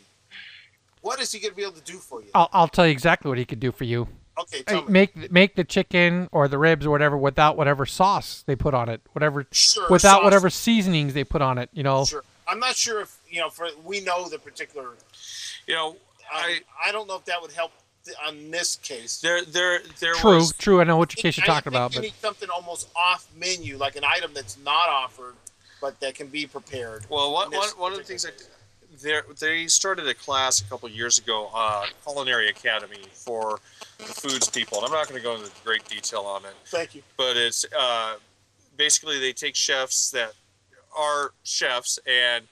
[SPEAKER 2] What is he going to be able to do for you?
[SPEAKER 1] I'll, I'll tell you exactly what he could do for you.
[SPEAKER 2] okay, tell me.
[SPEAKER 1] Make make the chicken or the ribs or whatever without whatever sauce they put on it, whatever
[SPEAKER 2] Sure,
[SPEAKER 1] without
[SPEAKER 2] sauce.
[SPEAKER 1] whatever seasonings they put on it. You know,
[SPEAKER 2] Sure. I'm not sure if you know. For we know the particular.
[SPEAKER 3] You know,
[SPEAKER 2] I
[SPEAKER 3] I
[SPEAKER 2] Um, I don't know if that would help th- on this case.
[SPEAKER 3] there there there
[SPEAKER 1] true,
[SPEAKER 3] was
[SPEAKER 1] true. I know what case you're
[SPEAKER 2] I
[SPEAKER 1] talking
[SPEAKER 2] think
[SPEAKER 1] about,
[SPEAKER 2] you
[SPEAKER 1] but
[SPEAKER 2] need something almost off menu, like an item that's not offered, but that can be prepared.
[SPEAKER 3] well one,
[SPEAKER 2] in
[SPEAKER 3] one,
[SPEAKER 2] this
[SPEAKER 3] one of the things
[SPEAKER 2] particular
[SPEAKER 3] that
[SPEAKER 2] case.
[SPEAKER 3] there they started a class a couple years ago, uh, culinary academy for the foods people, and I'm not going to go into great detail on it,
[SPEAKER 2] Thank you.
[SPEAKER 3] but it's uh, basically they take chefs that are chefs and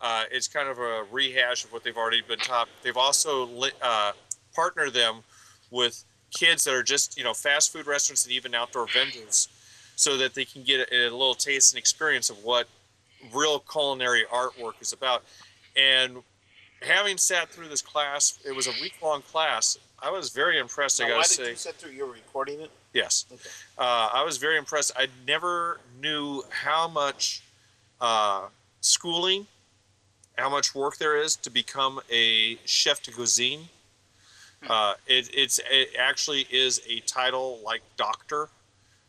[SPEAKER 3] uh, it's kind of a rehash of what they've already been taught. They've also li- uh, partner them with kids that are just you know fast food restaurants and even outdoor vendors, so that they can get a, a little taste and experience of what real culinary artwork is about. And having sat through this class, it was a week long class. I was very impressed.
[SPEAKER 2] Now,
[SPEAKER 3] I
[SPEAKER 2] why
[SPEAKER 3] gotta
[SPEAKER 2] did
[SPEAKER 3] say,
[SPEAKER 2] you set through? You're recording it.
[SPEAKER 3] yes.
[SPEAKER 2] Okay.
[SPEAKER 3] Uh, I was very impressed. I never knew how much uh, schooling, how much work there is to become a chef de cuisine.
[SPEAKER 2] Hmm.
[SPEAKER 3] Uh, it, it's it actually is a title like doctor.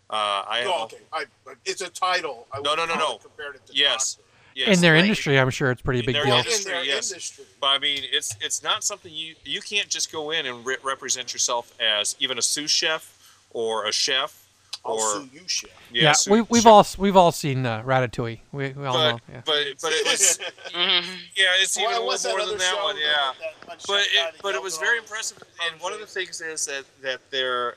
[SPEAKER 3] Uh, I have
[SPEAKER 2] Oh,
[SPEAKER 3] a-
[SPEAKER 2] okay. I, I- it's a title. I
[SPEAKER 3] No,
[SPEAKER 2] wouldn't
[SPEAKER 3] no, no,
[SPEAKER 2] call
[SPEAKER 3] no.
[SPEAKER 2] it Compared it to
[SPEAKER 3] yes,
[SPEAKER 2] doctor.
[SPEAKER 3] yes,
[SPEAKER 1] in their
[SPEAKER 3] right.
[SPEAKER 1] industry, I'm sure it's pretty
[SPEAKER 3] In
[SPEAKER 1] big
[SPEAKER 3] their
[SPEAKER 1] deal.
[SPEAKER 3] industry.
[SPEAKER 2] in their
[SPEAKER 3] yes.
[SPEAKER 2] industry.
[SPEAKER 3] But I mean, it's it's not something you you can't just go in and re- represent yourself as even a sous chef or a chef
[SPEAKER 2] I'll
[SPEAKER 3] or
[SPEAKER 2] sue you, chef.
[SPEAKER 3] yeah, sous
[SPEAKER 1] we, we've
[SPEAKER 3] chef.
[SPEAKER 1] all we've all seen uh, Ratatouille. We, we all
[SPEAKER 3] but,
[SPEAKER 1] know. Yeah.
[SPEAKER 3] but but it was
[SPEAKER 4] Mhm.
[SPEAKER 1] Mm-hmm.
[SPEAKER 3] yeah it's even
[SPEAKER 2] Why,
[SPEAKER 3] a
[SPEAKER 2] what's
[SPEAKER 3] little more
[SPEAKER 2] other
[SPEAKER 3] than that
[SPEAKER 2] show
[SPEAKER 3] one yeah.
[SPEAKER 2] that one
[SPEAKER 3] but
[SPEAKER 2] chef guy
[SPEAKER 3] it,
[SPEAKER 2] that
[SPEAKER 3] but it
[SPEAKER 2] yells
[SPEAKER 3] was
[SPEAKER 2] at
[SPEAKER 3] very
[SPEAKER 2] all the
[SPEAKER 3] impressive. And
[SPEAKER 2] controversy?
[SPEAKER 3] one of the things is that that they're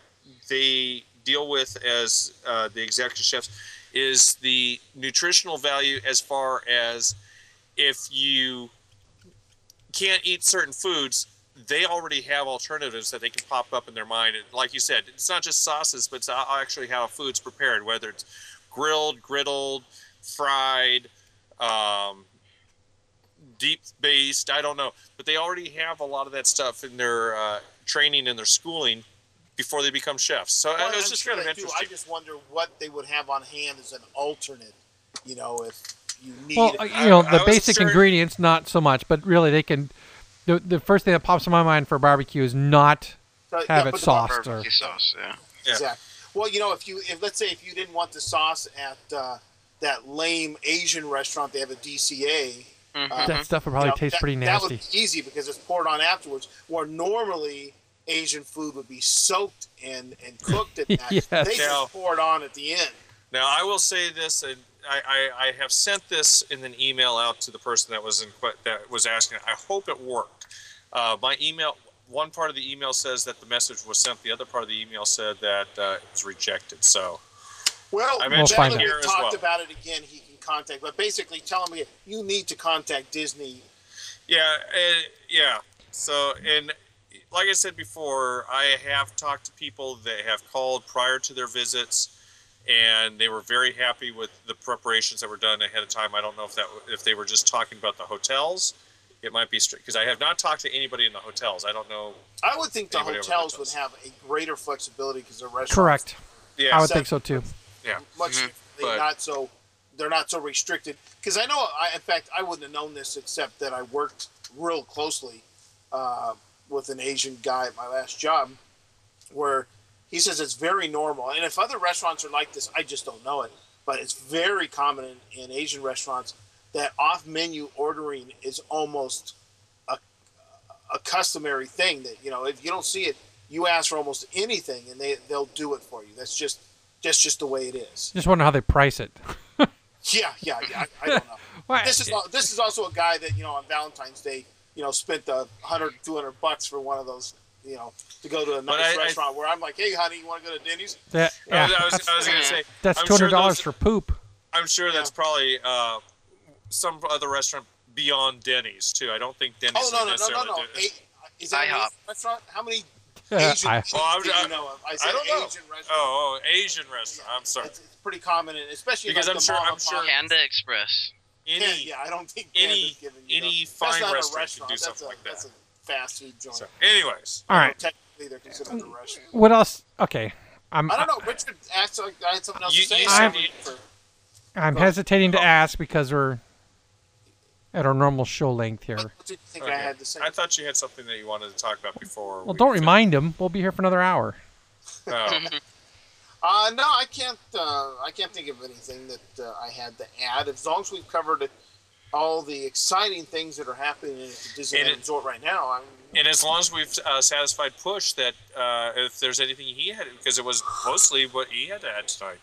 [SPEAKER 3] they deal with as uh, the executive chefs is the nutritional value as far as if you can't eat certain foods they already have alternatives that they can pop up in their mind and like you said it's not just sauces but it's a- actually how food's prepared whether it's grilled griddled fried um, deep based. I don't know, but they already have a lot of that stuff in their uh, training and their schooling before they become chefs. So uh,
[SPEAKER 2] Well,
[SPEAKER 3] it was
[SPEAKER 2] I'm
[SPEAKER 3] just
[SPEAKER 2] sure
[SPEAKER 3] kind of
[SPEAKER 2] they do.
[SPEAKER 3] interesting.
[SPEAKER 2] I just wonder what they would have on hand as an alternate. You know, if you need.
[SPEAKER 1] Well,
[SPEAKER 2] it.
[SPEAKER 1] uh,
[SPEAKER 3] I-
[SPEAKER 1] you know,
[SPEAKER 3] I
[SPEAKER 1] the
[SPEAKER 3] was
[SPEAKER 1] basic
[SPEAKER 3] sure-
[SPEAKER 1] ingredients, not so much, but really they can. The, the first thing that pops in my mind for barbecue is not
[SPEAKER 2] So, yeah,
[SPEAKER 1] have
[SPEAKER 2] but
[SPEAKER 1] it
[SPEAKER 2] the-
[SPEAKER 1] sauced or
[SPEAKER 4] Barbecue sauce, yeah.
[SPEAKER 3] Yeah.
[SPEAKER 2] Exactly. Well, you know, if you if let's say if you didn't want the sauce at uh, that lame Asian restaurant, they have a DCA.
[SPEAKER 4] Mhm.
[SPEAKER 3] Mm-hmm. Uh-huh.
[SPEAKER 2] Uh,
[SPEAKER 1] that stuff would probably
[SPEAKER 2] you know,
[SPEAKER 1] taste
[SPEAKER 2] that-
[SPEAKER 1] pretty
[SPEAKER 2] That
[SPEAKER 1] nasty.
[SPEAKER 2] would be easy because it's poured on afterwards. Where normally Asian food would be soaked and and cooked at that,
[SPEAKER 1] Yes.
[SPEAKER 2] they
[SPEAKER 3] Now-
[SPEAKER 2] just pour it on at the end.
[SPEAKER 3] Now I will say this, and I, I, I have sent this in an email out to the person that was in que- that was asking. I hope it worked. Uh, my email. One part of the email says that the message was sent. The other part of the email said that uh, it was rejected. So
[SPEAKER 2] Well,
[SPEAKER 3] I
[SPEAKER 2] I
[SPEAKER 3] mentioned
[SPEAKER 1] find
[SPEAKER 2] gentleman
[SPEAKER 3] out. here
[SPEAKER 2] that
[SPEAKER 3] as
[SPEAKER 2] talked
[SPEAKER 3] well.
[SPEAKER 2] about it again. He can contact, but basically, tell him again, you need to contact Disney.
[SPEAKER 3] Yeah, uh, yeah. So, and like I said before, I have talked to people that have called prior to their visits, and they were very happy with the preparations that were done ahead of time. I don't know if that if they were just talking about the hotels. It might be strict because I have not talked to anybody in the hotels. I don't know.
[SPEAKER 2] I would think the
[SPEAKER 3] Anybody over
[SPEAKER 2] hotels
[SPEAKER 3] the
[SPEAKER 2] would
[SPEAKER 3] toast.
[SPEAKER 2] have a greater flexibility because they're restaurants.
[SPEAKER 1] Correct.
[SPEAKER 3] Yeah,
[SPEAKER 1] I would
[SPEAKER 2] so-
[SPEAKER 1] think so too.
[SPEAKER 3] yeah.
[SPEAKER 2] much
[SPEAKER 4] Mhm.
[SPEAKER 2] they're
[SPEAKER 3] But-
[SPEAKER 2] not so they're not so restricted because i know I, in fact i wouldn't have known this except that i worked real closely uh, with an asian guy at my last job where he says it's very normal and if other restaurants are like this i just don't know it but it's very common in, in asian restaurants that off menu ordering is almost a, a customary thing that you know if you don't see it you ask for almost anything and they, they'll do it for you that's just that's just the way it is
[SPEAKER 1] Just wonder how they price it.
[SPEAKER 2] yeah, yeah, yeah. I, I don't know.
[SPEAKER 1] Well,
[SPEAKER 2] This is al- this is also a guy that you know on Valentine's Day, you know, spent the 100, 200 bucks for one of those, you know, to go to a nice
[SPEAKER 3] I- I-
[SPEAKER 2] restaurant where I'm like, hey, honey, you want to go to Denny's?
[SPEAKER 1] That,
[SPEAKER 3] I
[SPEAKER 1] yeah,
[SPEAKER 3] was- I was,
[SPEAKER 1] that's-
[SPEAKER 3] I was going to say
[SPEAKER 1] that's
[SPEAKER 3] I'm
[SPEAKER 1] two
[SPEAKER 3] sure
[SPEAKER 1] hundred dollars
[SPEAKER 3] those-
[SPEAKER 1] for poop.
[SPEAKER 3] I'm sure that's
[SPEAKER 2] Yeah.
[SPEAKER 3] probably uh, some other restaurant beyond Denny's too. I don't think Denny's.
[SPEAKER 2] Oh, no,
[SPEAKER 3] would
[SPEAKER 2] no, no, no,
[SPEAKER 3] necessarily
[SPEAKER 2] no.
[SPEAKER 3] do-
[SPEAKER 2] Eight, is that
[SPEAKER 4] IHOP.
[SPEAKER 2] a restaurant? How many
[SPEAKER 1] Uh,
[SPEAKER 2] Asian
[SPEAKER 1] I,
[SPEAKER 2] chains
[SPEAKER 3] Well, I'm-
[SPEAKER 2] do
[SPEAKER 3] I-
[SPEAKER 2] you know of? I said
[SPEAKER 3] don't know.
[SPEAKER 2] Asian restaurant.
[SPEAKER 3] Oh, oh, Asian restaurant. I'm sorry.
[SPEAKER 2] It's, it's pretty common, and especially
[SPEAKER 3] Because
[SPEAKER 2] like
[SPEAKER 3] I'm
[SPEAKER 2] the
[SPEAKER 3] sure-
[SPEAKER 2] mom
[SPEAKER 3] I'm
[SPEAKER 2] and
[SPEAKER 3] sure
[SPEAKER 2] pop.
[SPEAKER 4] Panda Express.
[SPEAKER 3] Any,
[SPEAKER 2] Yeah, yeah, I don't think
[SPEAKER 3] any-
[SPEAKER 2] Panda's giving you
[SPEAKER 3] any
[SPEAKER 2] those. that's
[SPEAKER 3] fine
[SPEAKER 2] not
[SPEAKER 3] restaurant
[SPEAKER 2] a
[SPEAKER 3] could
[SPEAKER 2] restaurant.
[SPEAKER 3] do
[SPEAKER 2] that's
[SPEAKER 3] something
[SPEAKER 2] a,
[SPEAKER 3] like that.
[SPEAKER 2] That's a fast food joint.
[SPEAKER 3] So, anyways,
[SPEAKER 1] all right.
[SPEAKER 2] Technically, they're considered a restaurant.
[SPEAKER 1] What else? Okay, I'm
[SPEAKER 2] I don't know. Richard asked. I had something else
[SPEAKER 3] You-
[SPEAKER 2] to say.
[SPEAKER 3] you
[SPEAKER 1] said
[SPEAKER 2] I'm-
[SPEAKER 3] you-
[SPEAKER 2] for-
[SPEAKER 1] I'm
[SPEAKER 2] Oh.
[SPEAKER 1] hesitating to
[SPEAKER 3] Oh.
[SPEAKER 1] ask because we're at our normal show length here.
[SPEAKER 2] What what did you think
[SPEAKER 3] Okay.
[SPEAKER 2] I had to say?
[SPEAKER 3] I thought you had something that you wanted to talk about before.
[SPEAKER 1] Well,
[SPEAKER 3] we
[SPEAKER 1] don't
[SPEAKER 3] fin-
[SPEAKER 1] remind him. We'll be here for another hour.
[SPEAKER 3] Oh,
[SPEAKER 2] Uh, no, I can't. Uh, I can't think of anything that uh, I had to add. As long as we've covered all the exciting things that are happening at the Disneyland
[SPEAKER 3] And it-
[SPEAKER 2] Resort right now, I'm.
[SPEAKER 3] and as long as we've uh, satisfied Push that uh, if there's anything he had, because it was mostly what he had to add tonight.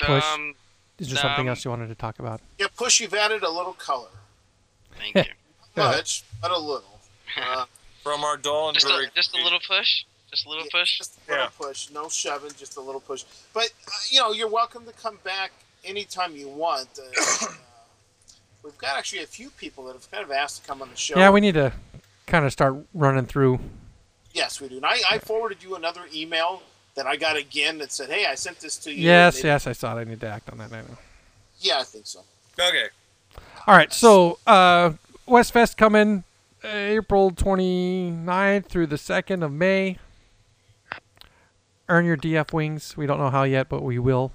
[SPEAKER 1] Push.
[SPEAKER 4] Um,
[SPEAKER 1] Is there something
[SPEAKER 4] Um,
[SPEAKER 1] else you wanted to talk about?
[SPEAKER 2] Yeah, push. You've added a little color.
[SPEAKER 4] thank you.
[SPEAKER 1] Yeah.
[SPEAKER 2] Much, but a little. Uh,
[SPEAKER 3] From our Dolan
[SPEAKER 4] Just a, just a little push. Just a little
[SPEAKER 2] yeah,
[SPEAKER 4] push.
[SPEAKER 2] Just a little
[SPEAKER 3] Yeah.
[SPEAKER 2] push. No shoving. Just a little push. But uh, you know, you're welcome to come back anytime you want. Uh, uh, we've got actually a few people that have kind of asked to come on the show.
[SPEAKER 1] Yeah, we need to kind of start running through.
[SPEAKER 2] Yes, we do. And I, I forwarded you another email that I got again that said, "Hey, I sent this to you."
[SPEAKER 1] Yes,
[SPEAKER 2] And it-
[SPEAKER 1] yes, I saw it. I need to act on that. I know.
[SPEAKER 2] Yeah, I think so.
[SPEAKER 3] Okay.
[SPEAKER 1] All right, so uh, Westfest coming uh, April 29th through the 2nd of May. Earn your DF wings. We don't know how yet, but we will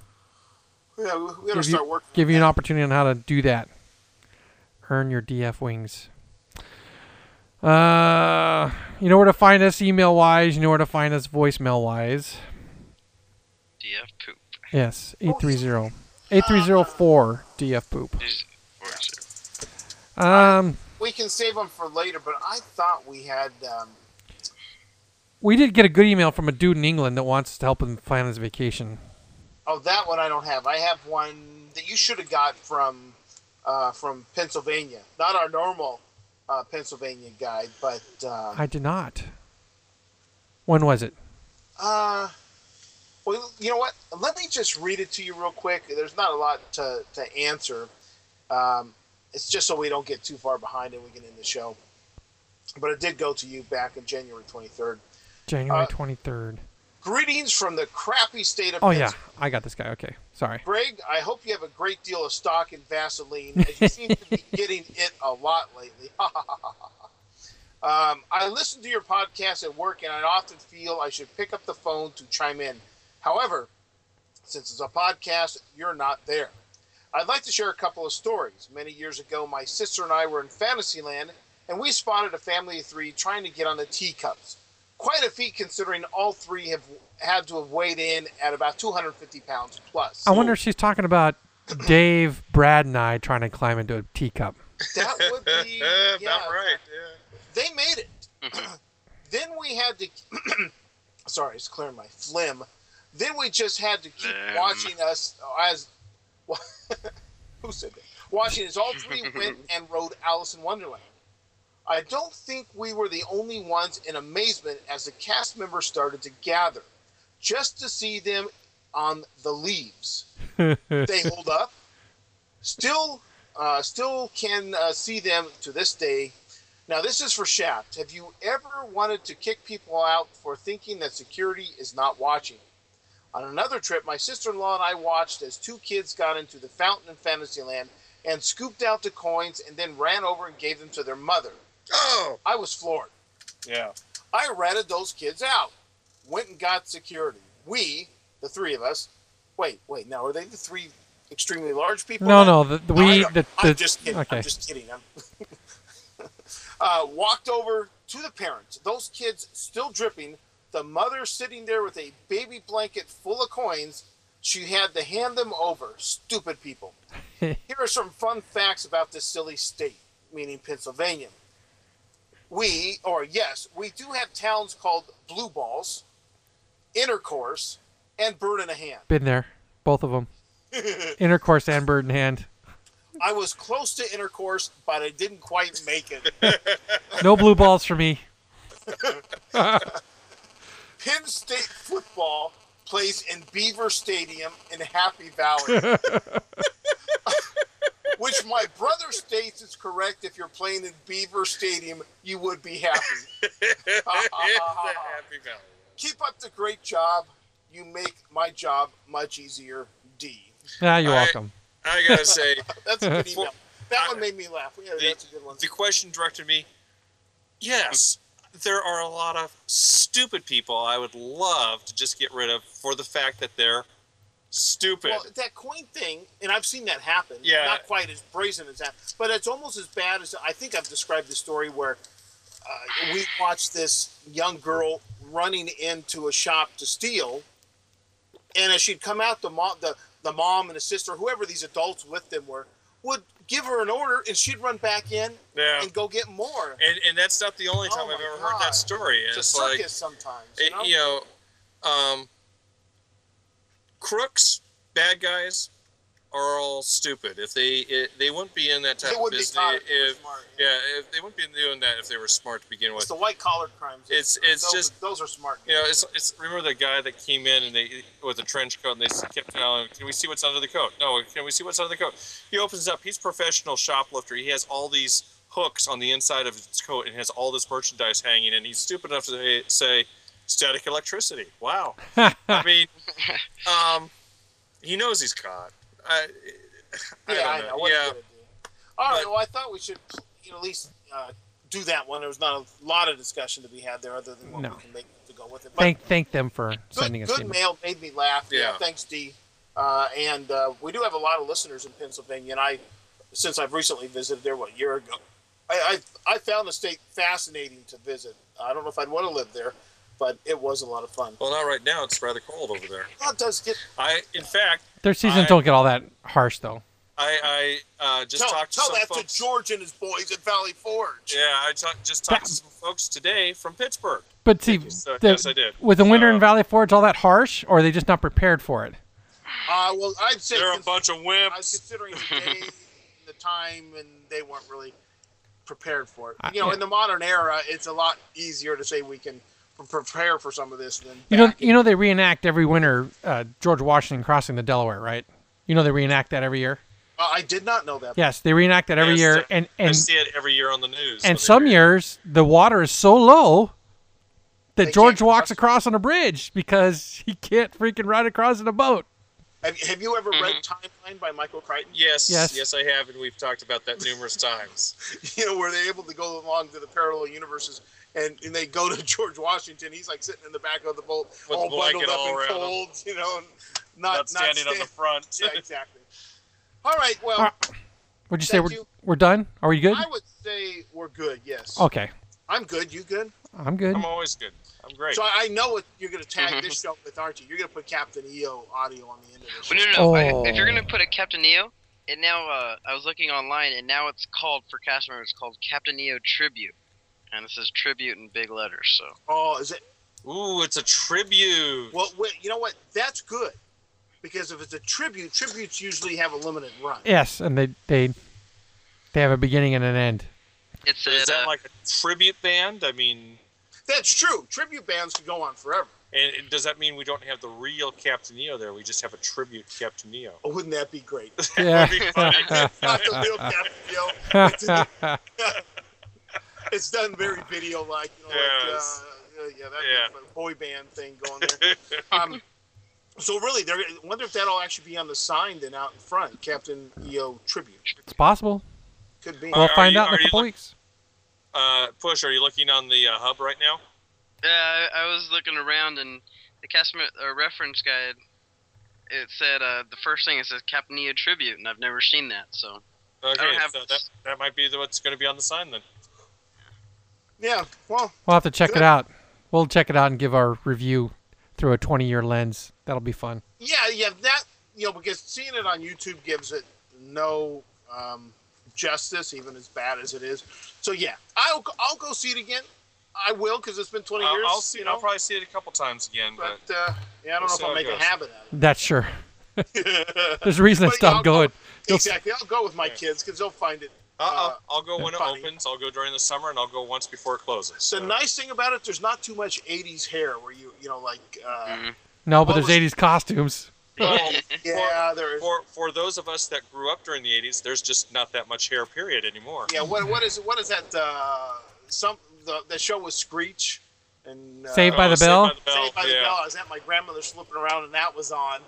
[SPEAKER 2] Yeah, we, we gotta
[SPEAKER 1] Give you-
[SPEAKER 2] start working.
[SPEAKER 1] give you an opportunity on how to do that. Earn your DF wings. Uh, you know where to find us email wise. You know where to find us voicemail wise.
[SPEAKER 4] DF poop.
[SPEAKER 1] Yes, 830 8304 DF poop.
[SPEAKER 4] Is- or is it-
[SPEAKER 1] Um,
[SPEAKER 2] we can save them for later, but I thought we had. Um,
[SPEAKER 1] we did get a good email from a dude in England that wants to help him plan his vacation.
[SPEAKER 2] oh, that one I don't have. I have one that you should have got from uh, from Pennsylvania, not our normal uh, Pennsylvania guy, but uh,
[SPEAKER 1] I did not. When was it?
[SPEAKER 2] Uh, well, you know what? Let me just read it to you real quick. There's not a lot to, to answer. Um, it's just so we don't get too far behind and we can end the show. But it did go to you back on January 23rd.
[SPEAKER 1] January
[SPEAKER 2] Uh,
[SPEAKER 1] 23rd.
[SPEAKER 2] Greetings from the crappy state of
[SPEAKER 1] Oh, yeah.
[SPEAKER 2] Pennsylvania.
[SPEAKER 1] I got this guy. Okay. Sorry.
[SPEAKER 2] Greg, I hope you have a great deal of stock in Vaseline, as you seem to be getting it a lot lately. um, I listen to your podcast at work, and I often feel I should pick up the phone to chime in. However, since it's a podcast, you're not there. I'd like to share a couple of stories. Many years ago, my sister and I were in Fantasyland, and we spotted a family of three trying to get on the teacups. Quite a feat considering all three have had to have weighed in at about 250 pounds plus.
[SPEAKER 1] I wonder if she's talking about Dave, Brad, and I trying to climb into a teacup.
[SPEAKER 2] That would be
[SPEAKER 3] Eh,
[SPEAKER 2] yeah,
[SPEAKER 3] About right. Yeah.
[SPEAKER 2] They made it. then we had to. sorry, it's clearing my phlegm. Then we just had to keep
[SPEAKER 4] Phlegm.
[SPEAKER 2] watching us as. who said that? Watching as all three went and rode Alice in Wonderland. I don't think we were the only ones in amazement as the cast members started to gather, just to see them on the leaves. they hold up. Still, uh, still can uh, see them to this day. Now, this is for Shaft. Have you ever wanted to kick people out for thinking that security is not watching? On another trip, my sister in law and I watched as two kids got into the fountain in Fantasyland and scooped out the coins and then ran over and gave them to their mother.
[SPEAKER 3] Oh.
[SPEAKER 2] I was floored.
[SPEAKER 3] Yeah.
[SPEAKER 2] I ratted those kids out. Went and got security. We, the three of us, wait, wait, now are they the three extremely large people?
[SPEAKER 1] No,
[SPEAKER 2] now?
[SPEAKER 1] no. The, the, we,
[SPEAKER 2] I'm,
[SPEAKER 1] the, the,
[SPEAKER 2] I'm just kidding.
[SPEAKER 1] Okay.
[SPEAKER 2] I'm just kidding. I'm uh, walked over to the parents. Those kids still dripping. The mother sitting there with a baby blanket full of coins. She had to hand them over. Stupid people. Here are some fun facts about this silly state, meaning Pennsylvania. We, or yes, we do have towns called Blue Balls, Intercourse, and Bird in a Hand.
[SPEAKER 1] Been there. Both of them. Intercourse and bird in hand.
[SPEAKER 2] I was close to intercourse, but I didn't quite make it.
[SPEAKER 1] No blue balls for me.
[SPEAKER 2] Penn State football plays in Beaver Stadium in Happy Valley. Which my brother states is correct. If you're playing in Beaver Stadium, you would be happy.
[SPEAKER 3] It's a happy valley.
[SPEAKER 2] Keep up the great job. You make my job much easier. D.
[SPEAKER 1] Ah, you're
[SPEAKER 3] All right.
[SPEAKER 1] welcome.
[SPEAKER 3] I gotta say,
[SPEAKER 2] That's a good email. That one made me laugh. Yeah,
[SPEAKER 3] The-
[SPEAKER 2] that's a good one.
[SPEAKER 3] the question directed me. Yes, there are a lot of stupid people. I would love to just get rid of for the fact that they're stupid.
[SPEAKER 2] Well, that coin thing, and I've seen that happen.
[SPEAKER 3] Yeah.
[SPEAKER 2] Not quite as brazen as that, but it's almost as bad as I think I've described the story where uh, we watched this young girl running into a shop to steal, and as she'd come out, the mom, the, the mom and the sister, whoever these adults with them were, would give her an order, and she'd run back in
[SPEAKER 3] yeah.
[SPEAKER 2] and go get more.
[SPEAKER 3] And, and that's not the only
[SPEAKER 2] Oh
[SPEAKER 3] time I've
[SPEAKER 2] my
[SPEAKER 3] ever
[SPEAKER 2] God.
[SPEAKER 3] heard that story.
[SPEAKER 2] It's
[SPEAKER 3] It's,
[SPEAKER 2] a
[SPEAKER 3] like
[SPEAKER 2] circus sometimes. You know?
[SPEAKER 3] you know, um, crooks, bad guys, are all stupid. If they it, they wouldn't be in that type
[SPEAKER 2] They
[SPEAKER 3] of
[SPEAKER 2] wouldn't be
[SPEAKER 3] business
[SPEAKER 2] caught if they were
[SPEAKER 3] if
[SPEAKER 2] smart, yeah.
[SPEAKER 3] yeah. if they wouldn't be doing that if they were smart to begin
[SPEAKER 2] It's
[SPEAKER 3] with.
[SPEAKER 2] the white collar crimes.
[SPEAKER 3] It's- it's
[SPEAKER 2] those,
[SPEAKER 3] just-
[SPEAKER 2] those are smart.
[SPEAKER 3] you know,
[SPEAKER 2] guys.
[SPEAKER 3] it's, it's remember the guy that came in and they with a trench coat and they kept telling, him, "Can we see what's under the coat?" No, can we see what's under the coat? He opens up. He's a professional shoplifter. He has all these hooks on the inside of his coat and has all this merchandise hanging. And he's stupid enough to say, "Static electricity." Wow. I mean, um, he knows he's caught. I, I
[SPEAKER 2] Yeah,
[SPEAKER 3] don't
[SPEAKER 2] I know.
[SPEAKER 3] know.
[SPEAKER 2] What
[SPEAKER 3] Yeah,
[SPEAKER 2] yeah. All right.
[SPEAKER 3] But-
[SPEAKER 2] Well, I thought we should you know, at least uh, do that one. There was not a lot of discussion to be had there, other than what
[SPEAKER 1] No.
[SPEAKER 2] we can make to go with it. But
[SPEAKER 1] Thank thank them for sending
[SPEAKER 2] good,
[SPEAKER 1] us
[SPEAKER 2] good
[SPEAKER 1] email.
[SPEAKER 2] mail made me laugh. Yeah.
[SPEAKER 3] Yeah.
[SPEAKER 2] thanks, D. Uh, and uh, we do have a lot of listeners in Pennsylvania, and I, since I've recently visited there, what a year ago, I, I I found the state fascinating to visit. I don't know if I'd want to live there, but it was a lot of fun.
[SPEAKER 3] Well, not right now. It's rather cold over there.
[SPEAKER 2] Well, it does get
[SPEAKER 3] I, in fact,
[SPEAKER 1] Their seasons
[SPEAKER 3] I-
[SPEAKER 1] don't get all that harsh though.
[SPEAKER 3] I, I uh, just
[SPEAKER 2] tell,
[SPEAKER 3] talked to
[SPEAKER 2] tell
[SPEAKER 3] some
[SPEAKER 2] that
[SPEAKER 3] folks.
[SPEAKER 2] to George and his boys at Valley Forge.
[SPEAKER 3] Yeah, I talked just talked to some folks today from Pittsburgh.
[SPEAKER 1] But see,
[SPEAKER 3] So,
[SPEAKER 1] the-
[SPEAKER 3] yes, I did.
[SPEAKER 1] was the winter
[SPEAKER 3] So,
[SPEAKER 1] in Valley Forge all that harsh, or are they just not prepared for it?
[SPEAKER 2] Uh, well, I'd say
[SPEAKER 3] They're a
[SPEAKER 2] cons-
[SPEAKER 3] bunch of
[SPEAKER 2] I was
[SPEAKER 3] wimps.
[SPEAKER 2] considering the day, and the time, and they weren't really prepared for
[SPEAKER 1] Uh,
[SPEAKER 2] it. You know,
[SPEAKER 1] yeah.
[SPEAKER 2] in the modern era, it's a lot easier to say we can pre- prepare for some of this than
[SPEAKER 1] You know,
[SPEAKER 2] back in-
[SPEAKER 1] you know they reenact every winter uh, George Washington crossing the Delaware, right? You know they reenact that every year.
[SPEAKER 2] Uh, I did not know that.
[SPEAKER 1] Yes, they reenact that every
[SPEAKER 3] Yes,
[SPEAKER 1] year,
[SPEAKER 3] sir.
[SPEAKER 1] and
[SPEAKER 3] I
[SPEAKER 1] and
[SPEAKER 3] see it every year on the news. when
[SPEAKER 1] and
[SPEAKER 3] they
[SPEAKER 1] some
[SPEAKER 3] re-
[SPEAKER 1] years the water is so low that
[SPEAKER 2] They
[SPEAKER 1] George
[SPEAKER 2] can't
[SPEAKER 1] walks
[SPEAKER 2] cross.
[SPEAKER 1] across on a bridge because he can't freaking ride across in a boat.
[SPEAKER 2] Have, have you ever read
[SPEAKER 3] Mm-hmm.
[SPEAKER 2] Timeline by Michael Crichton?
[SPEAKER 3] Yes,
[SPEAKER 1] Yes.
[SPEAKER 3] yes, I have, and we've talked about that numerous times.
[SPEAKER 2] You know, where they're able to go along to the parallel universes. And, and they go to George Washington. He's like sitting in the back of the boat,
[SPEAKER 3] the
[SPEAKER 2] all bundled
[SPEAKER 3] blanket
[SPEAKER 2] up
[SPEAKER 3] all
[SPEAKER 2] and
[SPEAKER 3] around him.
[SPEAKER 2] cold, you know, and
[SPEAKER 3] Not,
[SPEAKER 2] not,
[SPEAKER 3] standing on the
[SPEAKER 2] stand-
[SPEAKER 3] front.
[SPEAKER 2] Yeah, exactly. All right. Well,
[SPEAKER 1] Ah, Would you say
[SPEAKER 2] Thank
[SPEAKER 1] we're
[SPEAKER 2] you.
[SPEAKER 1] we're done? Are we good? Oh.
[SPEAKER 2] I would say we're good. Yes.
[SPEAKER 1] Okay,
[SPEAKER 2] I'm good. You good?
[SPEAKER 1] I'm good.
[SPEAKER 3] I'm always good. I'm great.
[SPEAKER 2] So I I know what you're going to tag this show with, aren't you? You're going to put Captain EO audio on the end of this.
[SPEAKER 4] Well, no, no, no.
[SPEAKER 1] Oh.
[SPEAKER 4] I, if you're gonna put a Captain Neo, and now uh, I was looking online, and now it's called for cast members. It's called Captain Neo Tribute, and it says tribute in big letters. So
[SPEAKER 2] Oh, is it?
[SPEAKER 3] Ooh, it's a tribute.
[SPEAKER 2] Well, wait, you know what? That's good because if it's a tribute, tributes usually have a limited run.
[SPEAKER 1] Yes, and they they they have a beginning and an end.
[SPEAKER 4] it
[SPEAKER 3] is
[SPEAKER 4] said
[SPEAKER 3] that
[SPEAKER 4] uh,
[SPEAKER 3] like a tribute band? I mean,
[SPEAKER 2] That's true. Tribute bands can go on forever.
[SPEAKER 3] and it- does that mean we don't have the real Captain Neo there? We just have a tribute Captain Neo.
[SPEAKER 2] Oh, wouldn't that be great?
[SPEAKER 1] Yeah.
[SPEAKER 2] Not the real Captain EO. It's, it's done very video like. You know,
[SPEAKER 3] Yes.
[SPEAKER 2] like, uh, yeah, that
[SPEAKER 3] Yeah.
[SPEAKER 2] boy band thing going there. um, so really, they're, I wonder if that'll actually be on the sign then out in front, Captain EO tribute.
[SPEAKER 1] it's possible.
[SPEAKER 2] Could be.
[SPEAKER 1] We'll
[SPEAKER 3] are
[SPEAKER 1] find
[SPEAKER 3] you-
[SPEAKER 1] out in
[SPEAKER 3] are
[SPEAKER 1] a
[SPEAKER 3] you
[SPEAKER 1] couple
[SPEAKER 3] look-
[SPEAKER 1] weeks.
[SPEAKER 3] Uh, Push, are you looking on the uh, hub right now?
[SPEAKER 4] Yeah, I, I was looking around, and the cast me- uh, reference guide. It said uh, the first thing it says Captain Neo Tribute, and I've never seen that. So
[SPEAKER 3] Okay,
[SPEAKER 4] have-
[SPEAKER 3] so that, that might be the, what's going to be on the sign then.
[SPEAKER 2] Yeah. Well,
[SPEAKER 1] We'll have to check it
[SPEAKER 2] Good.
[SPEAKER 1] out. We'll check it out and give our review through a 20 year lens. That'll be fun.
[SPEAKER 2] yeah, yeah. That you know because seeing it on YouTube gives it no um, justice, even as bad as it is. So yeah, I'll I'll go see it again. I will because it's been 20
[SPEAKER 3] I'll,
[SPEAKER 2] years.
[SPEAKER 3] I'll see.
[SPEAKER 2] You know,
[SPEAKER 3] I'll probably see it a couple times again, but
[SPEAKER 2] but uh, yeah, I don't know
[SPEAKER 3] We'll see
[SPEAKER 2] if
[SPEAKER 3] how
[SPEAKER 2] I'll
[SPEAKER 3] it
[SPEAKER 2] make a
[SPEAKER 3] goes.
[SPEAKER 2] habit out of it.
[SPEAKER 1] That's sure. There's a reason I
[SPEAKER 2] But I'll
[SPEAKER 1] stopped
[SPEAKER 2] go-
[SPEAKER 1] going. You'll-
[SPEAKER 2] exactly. I'll go with my kids because they'll find it.
[SPEAKER 1] Uh-uh.
[SPEAKER 3] Uh, I'll go when it
[SPEAKER 2] funny.
[SPEAKER 3] opens. I'll go during the summer, and I'll go once before it closes.
[SPEAKER 2] The
[SPEAKER 3] So,
[SPEAKER 2] nice thing about it, there's not too much '80s hair where you, you know, like, uh,
[SPEAKER 4] Mhm.
[SPEAKER 3] Mm-hmm.
[SPEAKER 1] No, but
[SPEAKER 2] What
[SPEAKER 1] there's
[SPEAKER 2] was-
[SPEAKER 1] 80s costumes.
[SPEAKER 3] well,
[SPEAKER 2] yeah, there is.
[SPEAKER 3] for for those of us that grew up during the '80s, there's just not that much hair. Period anymore.
[SPEAKER 2] Yeah, what what is what is that? Uh, some the that show with Screech and uh,
[SPEAKER 1] Saved by the
[SPEAKER 3] Saved
[SPEAKER 1] Bell?
[SPEAKER 2] Saved by the
[SPEAKER 3] yeah.
[SPEAKER 2] Bell. I was at my grandmother's slipping around, and that was on.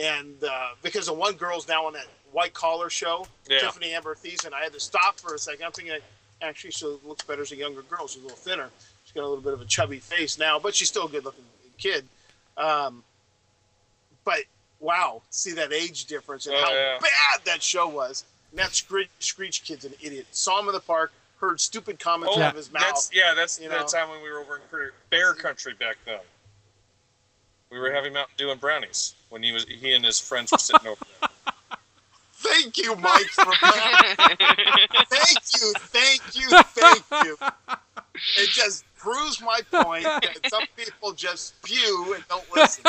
[SPEAKER 2] And uh, because the one girl's now on that white collar show,
[SPEAKER 3] Yeah.
[SPEAKER 2] Tiffany Amber Thiessen, I had to stop for a second. I'm thinking, actually, she looks better as a younger girl. She's a little thinner. She's got a little bit of a chubby face now, but she's still a good looking kid. Um, but wow, see that age difference and
[SPEAKER 3] Oh,
[SPEAKER 2] how
[SPEAKER 3] yeah.
[SPEAKER 2] bad that show was. And that Screech, Screech kid's an idiot. Saw him in the park, heard stupid comments
[SPEAKER 3] Oh,
[SPEAKER 2] out of his mouth.
[SPEAKER 3] That's, yeah, that's
[SPEAKER 2] you
[SPEAKER 3] the
[SPEAKER 2] know.
[SPEAKER 3] time when we were over in Cre- Bear Country back then. We were having Mountain Dew and brownies when he was he and his friends were sitting over there.
[SPEAKER 2] Thank you, Mike, for that. thank you, thank you, thank you. It just proves my point that some people just spew and don't listen.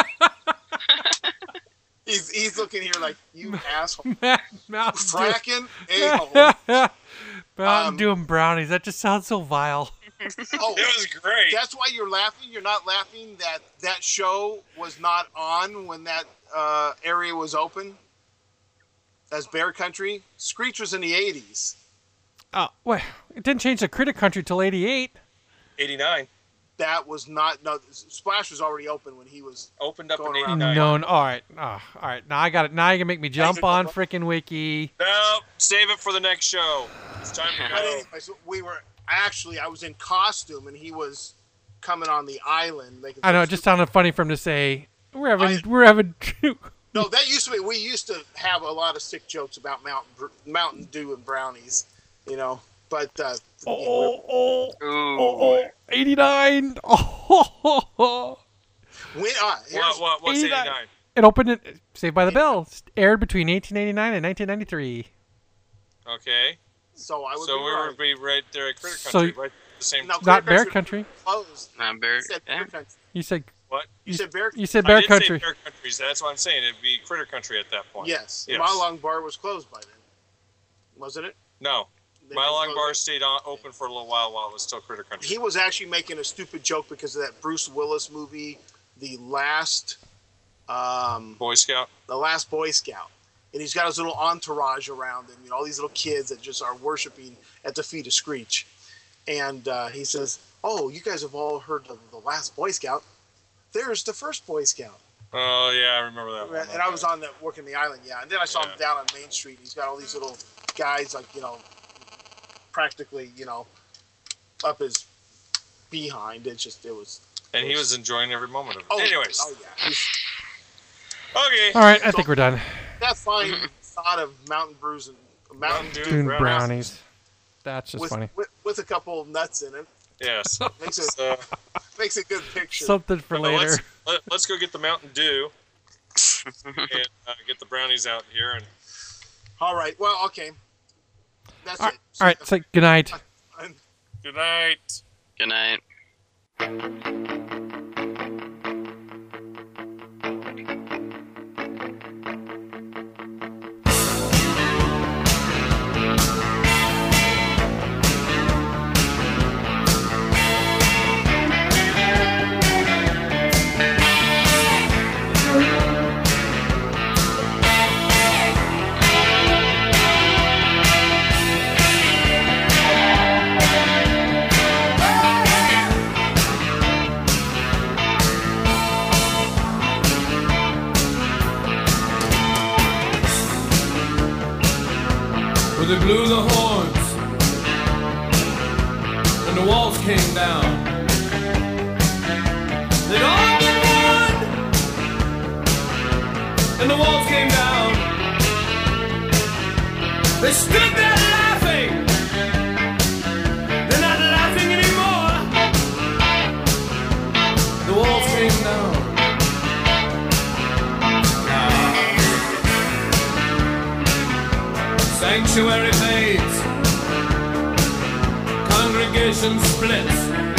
[SPEAKER 2] He's, he's looking here like, you asshole.
[SPEAKER 1] Mountain
[SPEAKER 2] Fracking a-hole.
[SPEAKER 1] Dew. Mountain
[SPEAKER 2] Um,
[SPEAKER 1] Dew and brownies. That just sounds so vile.
[SPEAKER 2] Oh,
[SPEAKER 3] It was great.
[SPEAKER 2] that's why you're laughing. You're not laughing that that show was not on when that uh, area was open. That's Bear Country. Screech was in the 80s.
[SPEAKER 1] Oh, well, it didn't change to Critter Country till '88.
[SPEAKER 3] '89
[SPEAKER 2] That was not, no, Splash was already open when he was
[SPEAKER 3] opened up in
[SPEAKER 2] Going around.
[SPEAKER 3] '89.
[SPEAKER 1] No, no, all right, Ah, all right. Now I got it. Now you can make me jump
[SPEAKER 2] Thank you.
[SPEAKER 1] on frickin' wiki.
[SPEAKER 3] No, save it for the next show. It's time to
[SPEAKER 2] But
[SPEAKER 3] go.
[SPEAKER 2] anyway, so we were actually I was in costume and he was coming on the island. Making
[SPEAKER 1] I know. It
[SPEAKER 2] some
[SPEAKER 1] just
[SPEAKER 2] stupid-
[SPEAKER 1] sounded funny for him to say we're having
[SPEAKER 2] I-
[SPEAKER 1] we're having. Oh,
[SPEAKER 2] no. That used to be we used to have a lot of sick jokes about Mountain Br- Mountain Dew and brownies, you know. But uh,
[SPEAKER 1] Oh, oh,
[SPEAKER 4] Ooh.
[SPEAKER 1] oh, oh, 89. Oh, ho, ho.
[SPEAKER 2] when uh, here's-
[SPEAKER 3] What, what, what's
[SPEAKER 1] '89.
[SPEAKER 3] '89?
[SPEAKER 1] It opened it. Saved by the Bell aired between 1889 and 1993.
[SPEAKER 3] Okay,
[SPEAKER 2] so I would
[SPEAKER 3] so
[SPEAKER 2] be
[SPEAKER 3] we
[SPEAKER 2] right.
[SPEAKER 3] would be right there at Critter
[SPEAKER 1] So-
[SPEAKER 3] Country, right at the same.
[SPEAKER 2] No,
[SPEAKER 1] Not Bear
[SPEAKER 2] would be
[SPEAKER 1] Country.
[SPEAKER 2] Closed.
[SPEAKER 4] Not
[SPEAKER 2] You
[SPEAKER 4] Bear.
[SPEAKER 2] said
[SPEAKER 4] yeah.
[SPEAKER 2] Bear Country.
[SPEAKER 1] You said
[SPEAKER 3] What?
[SPEAKER 2] You said Bear.
[SPEAKER 1] you said
[SPEAKER 3] I
[SPEAKER 1] Bear
[SPEAKER 3] did say
[SPEAKER 1] Country.
[SPEAKER 3] Bear Country. so That's what I'm saying. It'd be Critter Country at that point.
[SPEAKER 2] yes.
[SPEAKER 3] Yes.
[SPEAKER 2] Malong Bar was closed by then, wasn't it?
[SPEAKER 3] No,
[SPEAKER 2] They
[SPEAKER 3] my long
[SPEAKER 2] closed
[SPEAKER 3] bar
[SPEAKER 2] it.
[SPEAKER 3] stayed on, open for a little while while it was still Critter Country.
[SPEAKER 2] he was actually making a stupid joke because of that Bruce Willis movie, The Last, um,
[SPEAKER 3] Boy Scout.
[SPEAKER 2] The Last Boy Scout, and he's got his little entourage around him, you know, all these little kids that just are worshiping at the feet of Screech, and uh, he says, "Oh, you guys have all heard of The Last Boy Scout. There's the first Boy Scout."
[SPEAKER 3] Oh yeah, I remember that one.
[SPEAKER 2] And I was on that working the island, yeah. And then I saw
[SPEAKER 3] Yeah.
[SPEAKER 2] him down on Main Street. He's got all these little guys, like you know, practically, you know, up his behind. It just, it was
[SPEAKER 3] And he was enjoying every moment of it. Anyways,
[SPEAKER 2] Oh yeah, He's-
[SPEAKER 3] okay.
[SPEAKER 1] All right, I think we're done.
[SPEAKER 2] that fine thought of Mountain Brews and Mountain Dew
[SPEAKER 1] Dune
[SPEAKER 3] Brownies.
[SPEAKER 1] brownies. That's just
[SPEAKER 2] with,
[SPEAKER 1] funny.
[SPEAKER 2] with with a couple of nuts in it
[SPEAKER 3] Yes.
[SPEAKER 2] makes a
[SPEAKER 3] So,
[SPEAKER 2] makes a good picture.
[SPEAKER 1] Something for
[SPEAKER 3] so
[SPEAKER 1] later.
[SPEAKER 3] Let's, let, let's go get the Mountain Dew and uh, get the brownies out here. And
[SPEAKER 2] All right, well, okay, that's
[SPEAKER 1] All
[SPEAKER 2] it.
[SPEAKER 1] right, so good night.
[SPEAKER 2] I'm-
[SPEAKER 3] good night.
[SPEAKER 4] Good night.
[SPEAKER 5] Well, they blew the horns, and the walls came down. They'd all been warned, and the walls came down. They stood there laughing. They're not laughing anymore. The walls came down. Ah. Sanctuary fades. Congregation splits.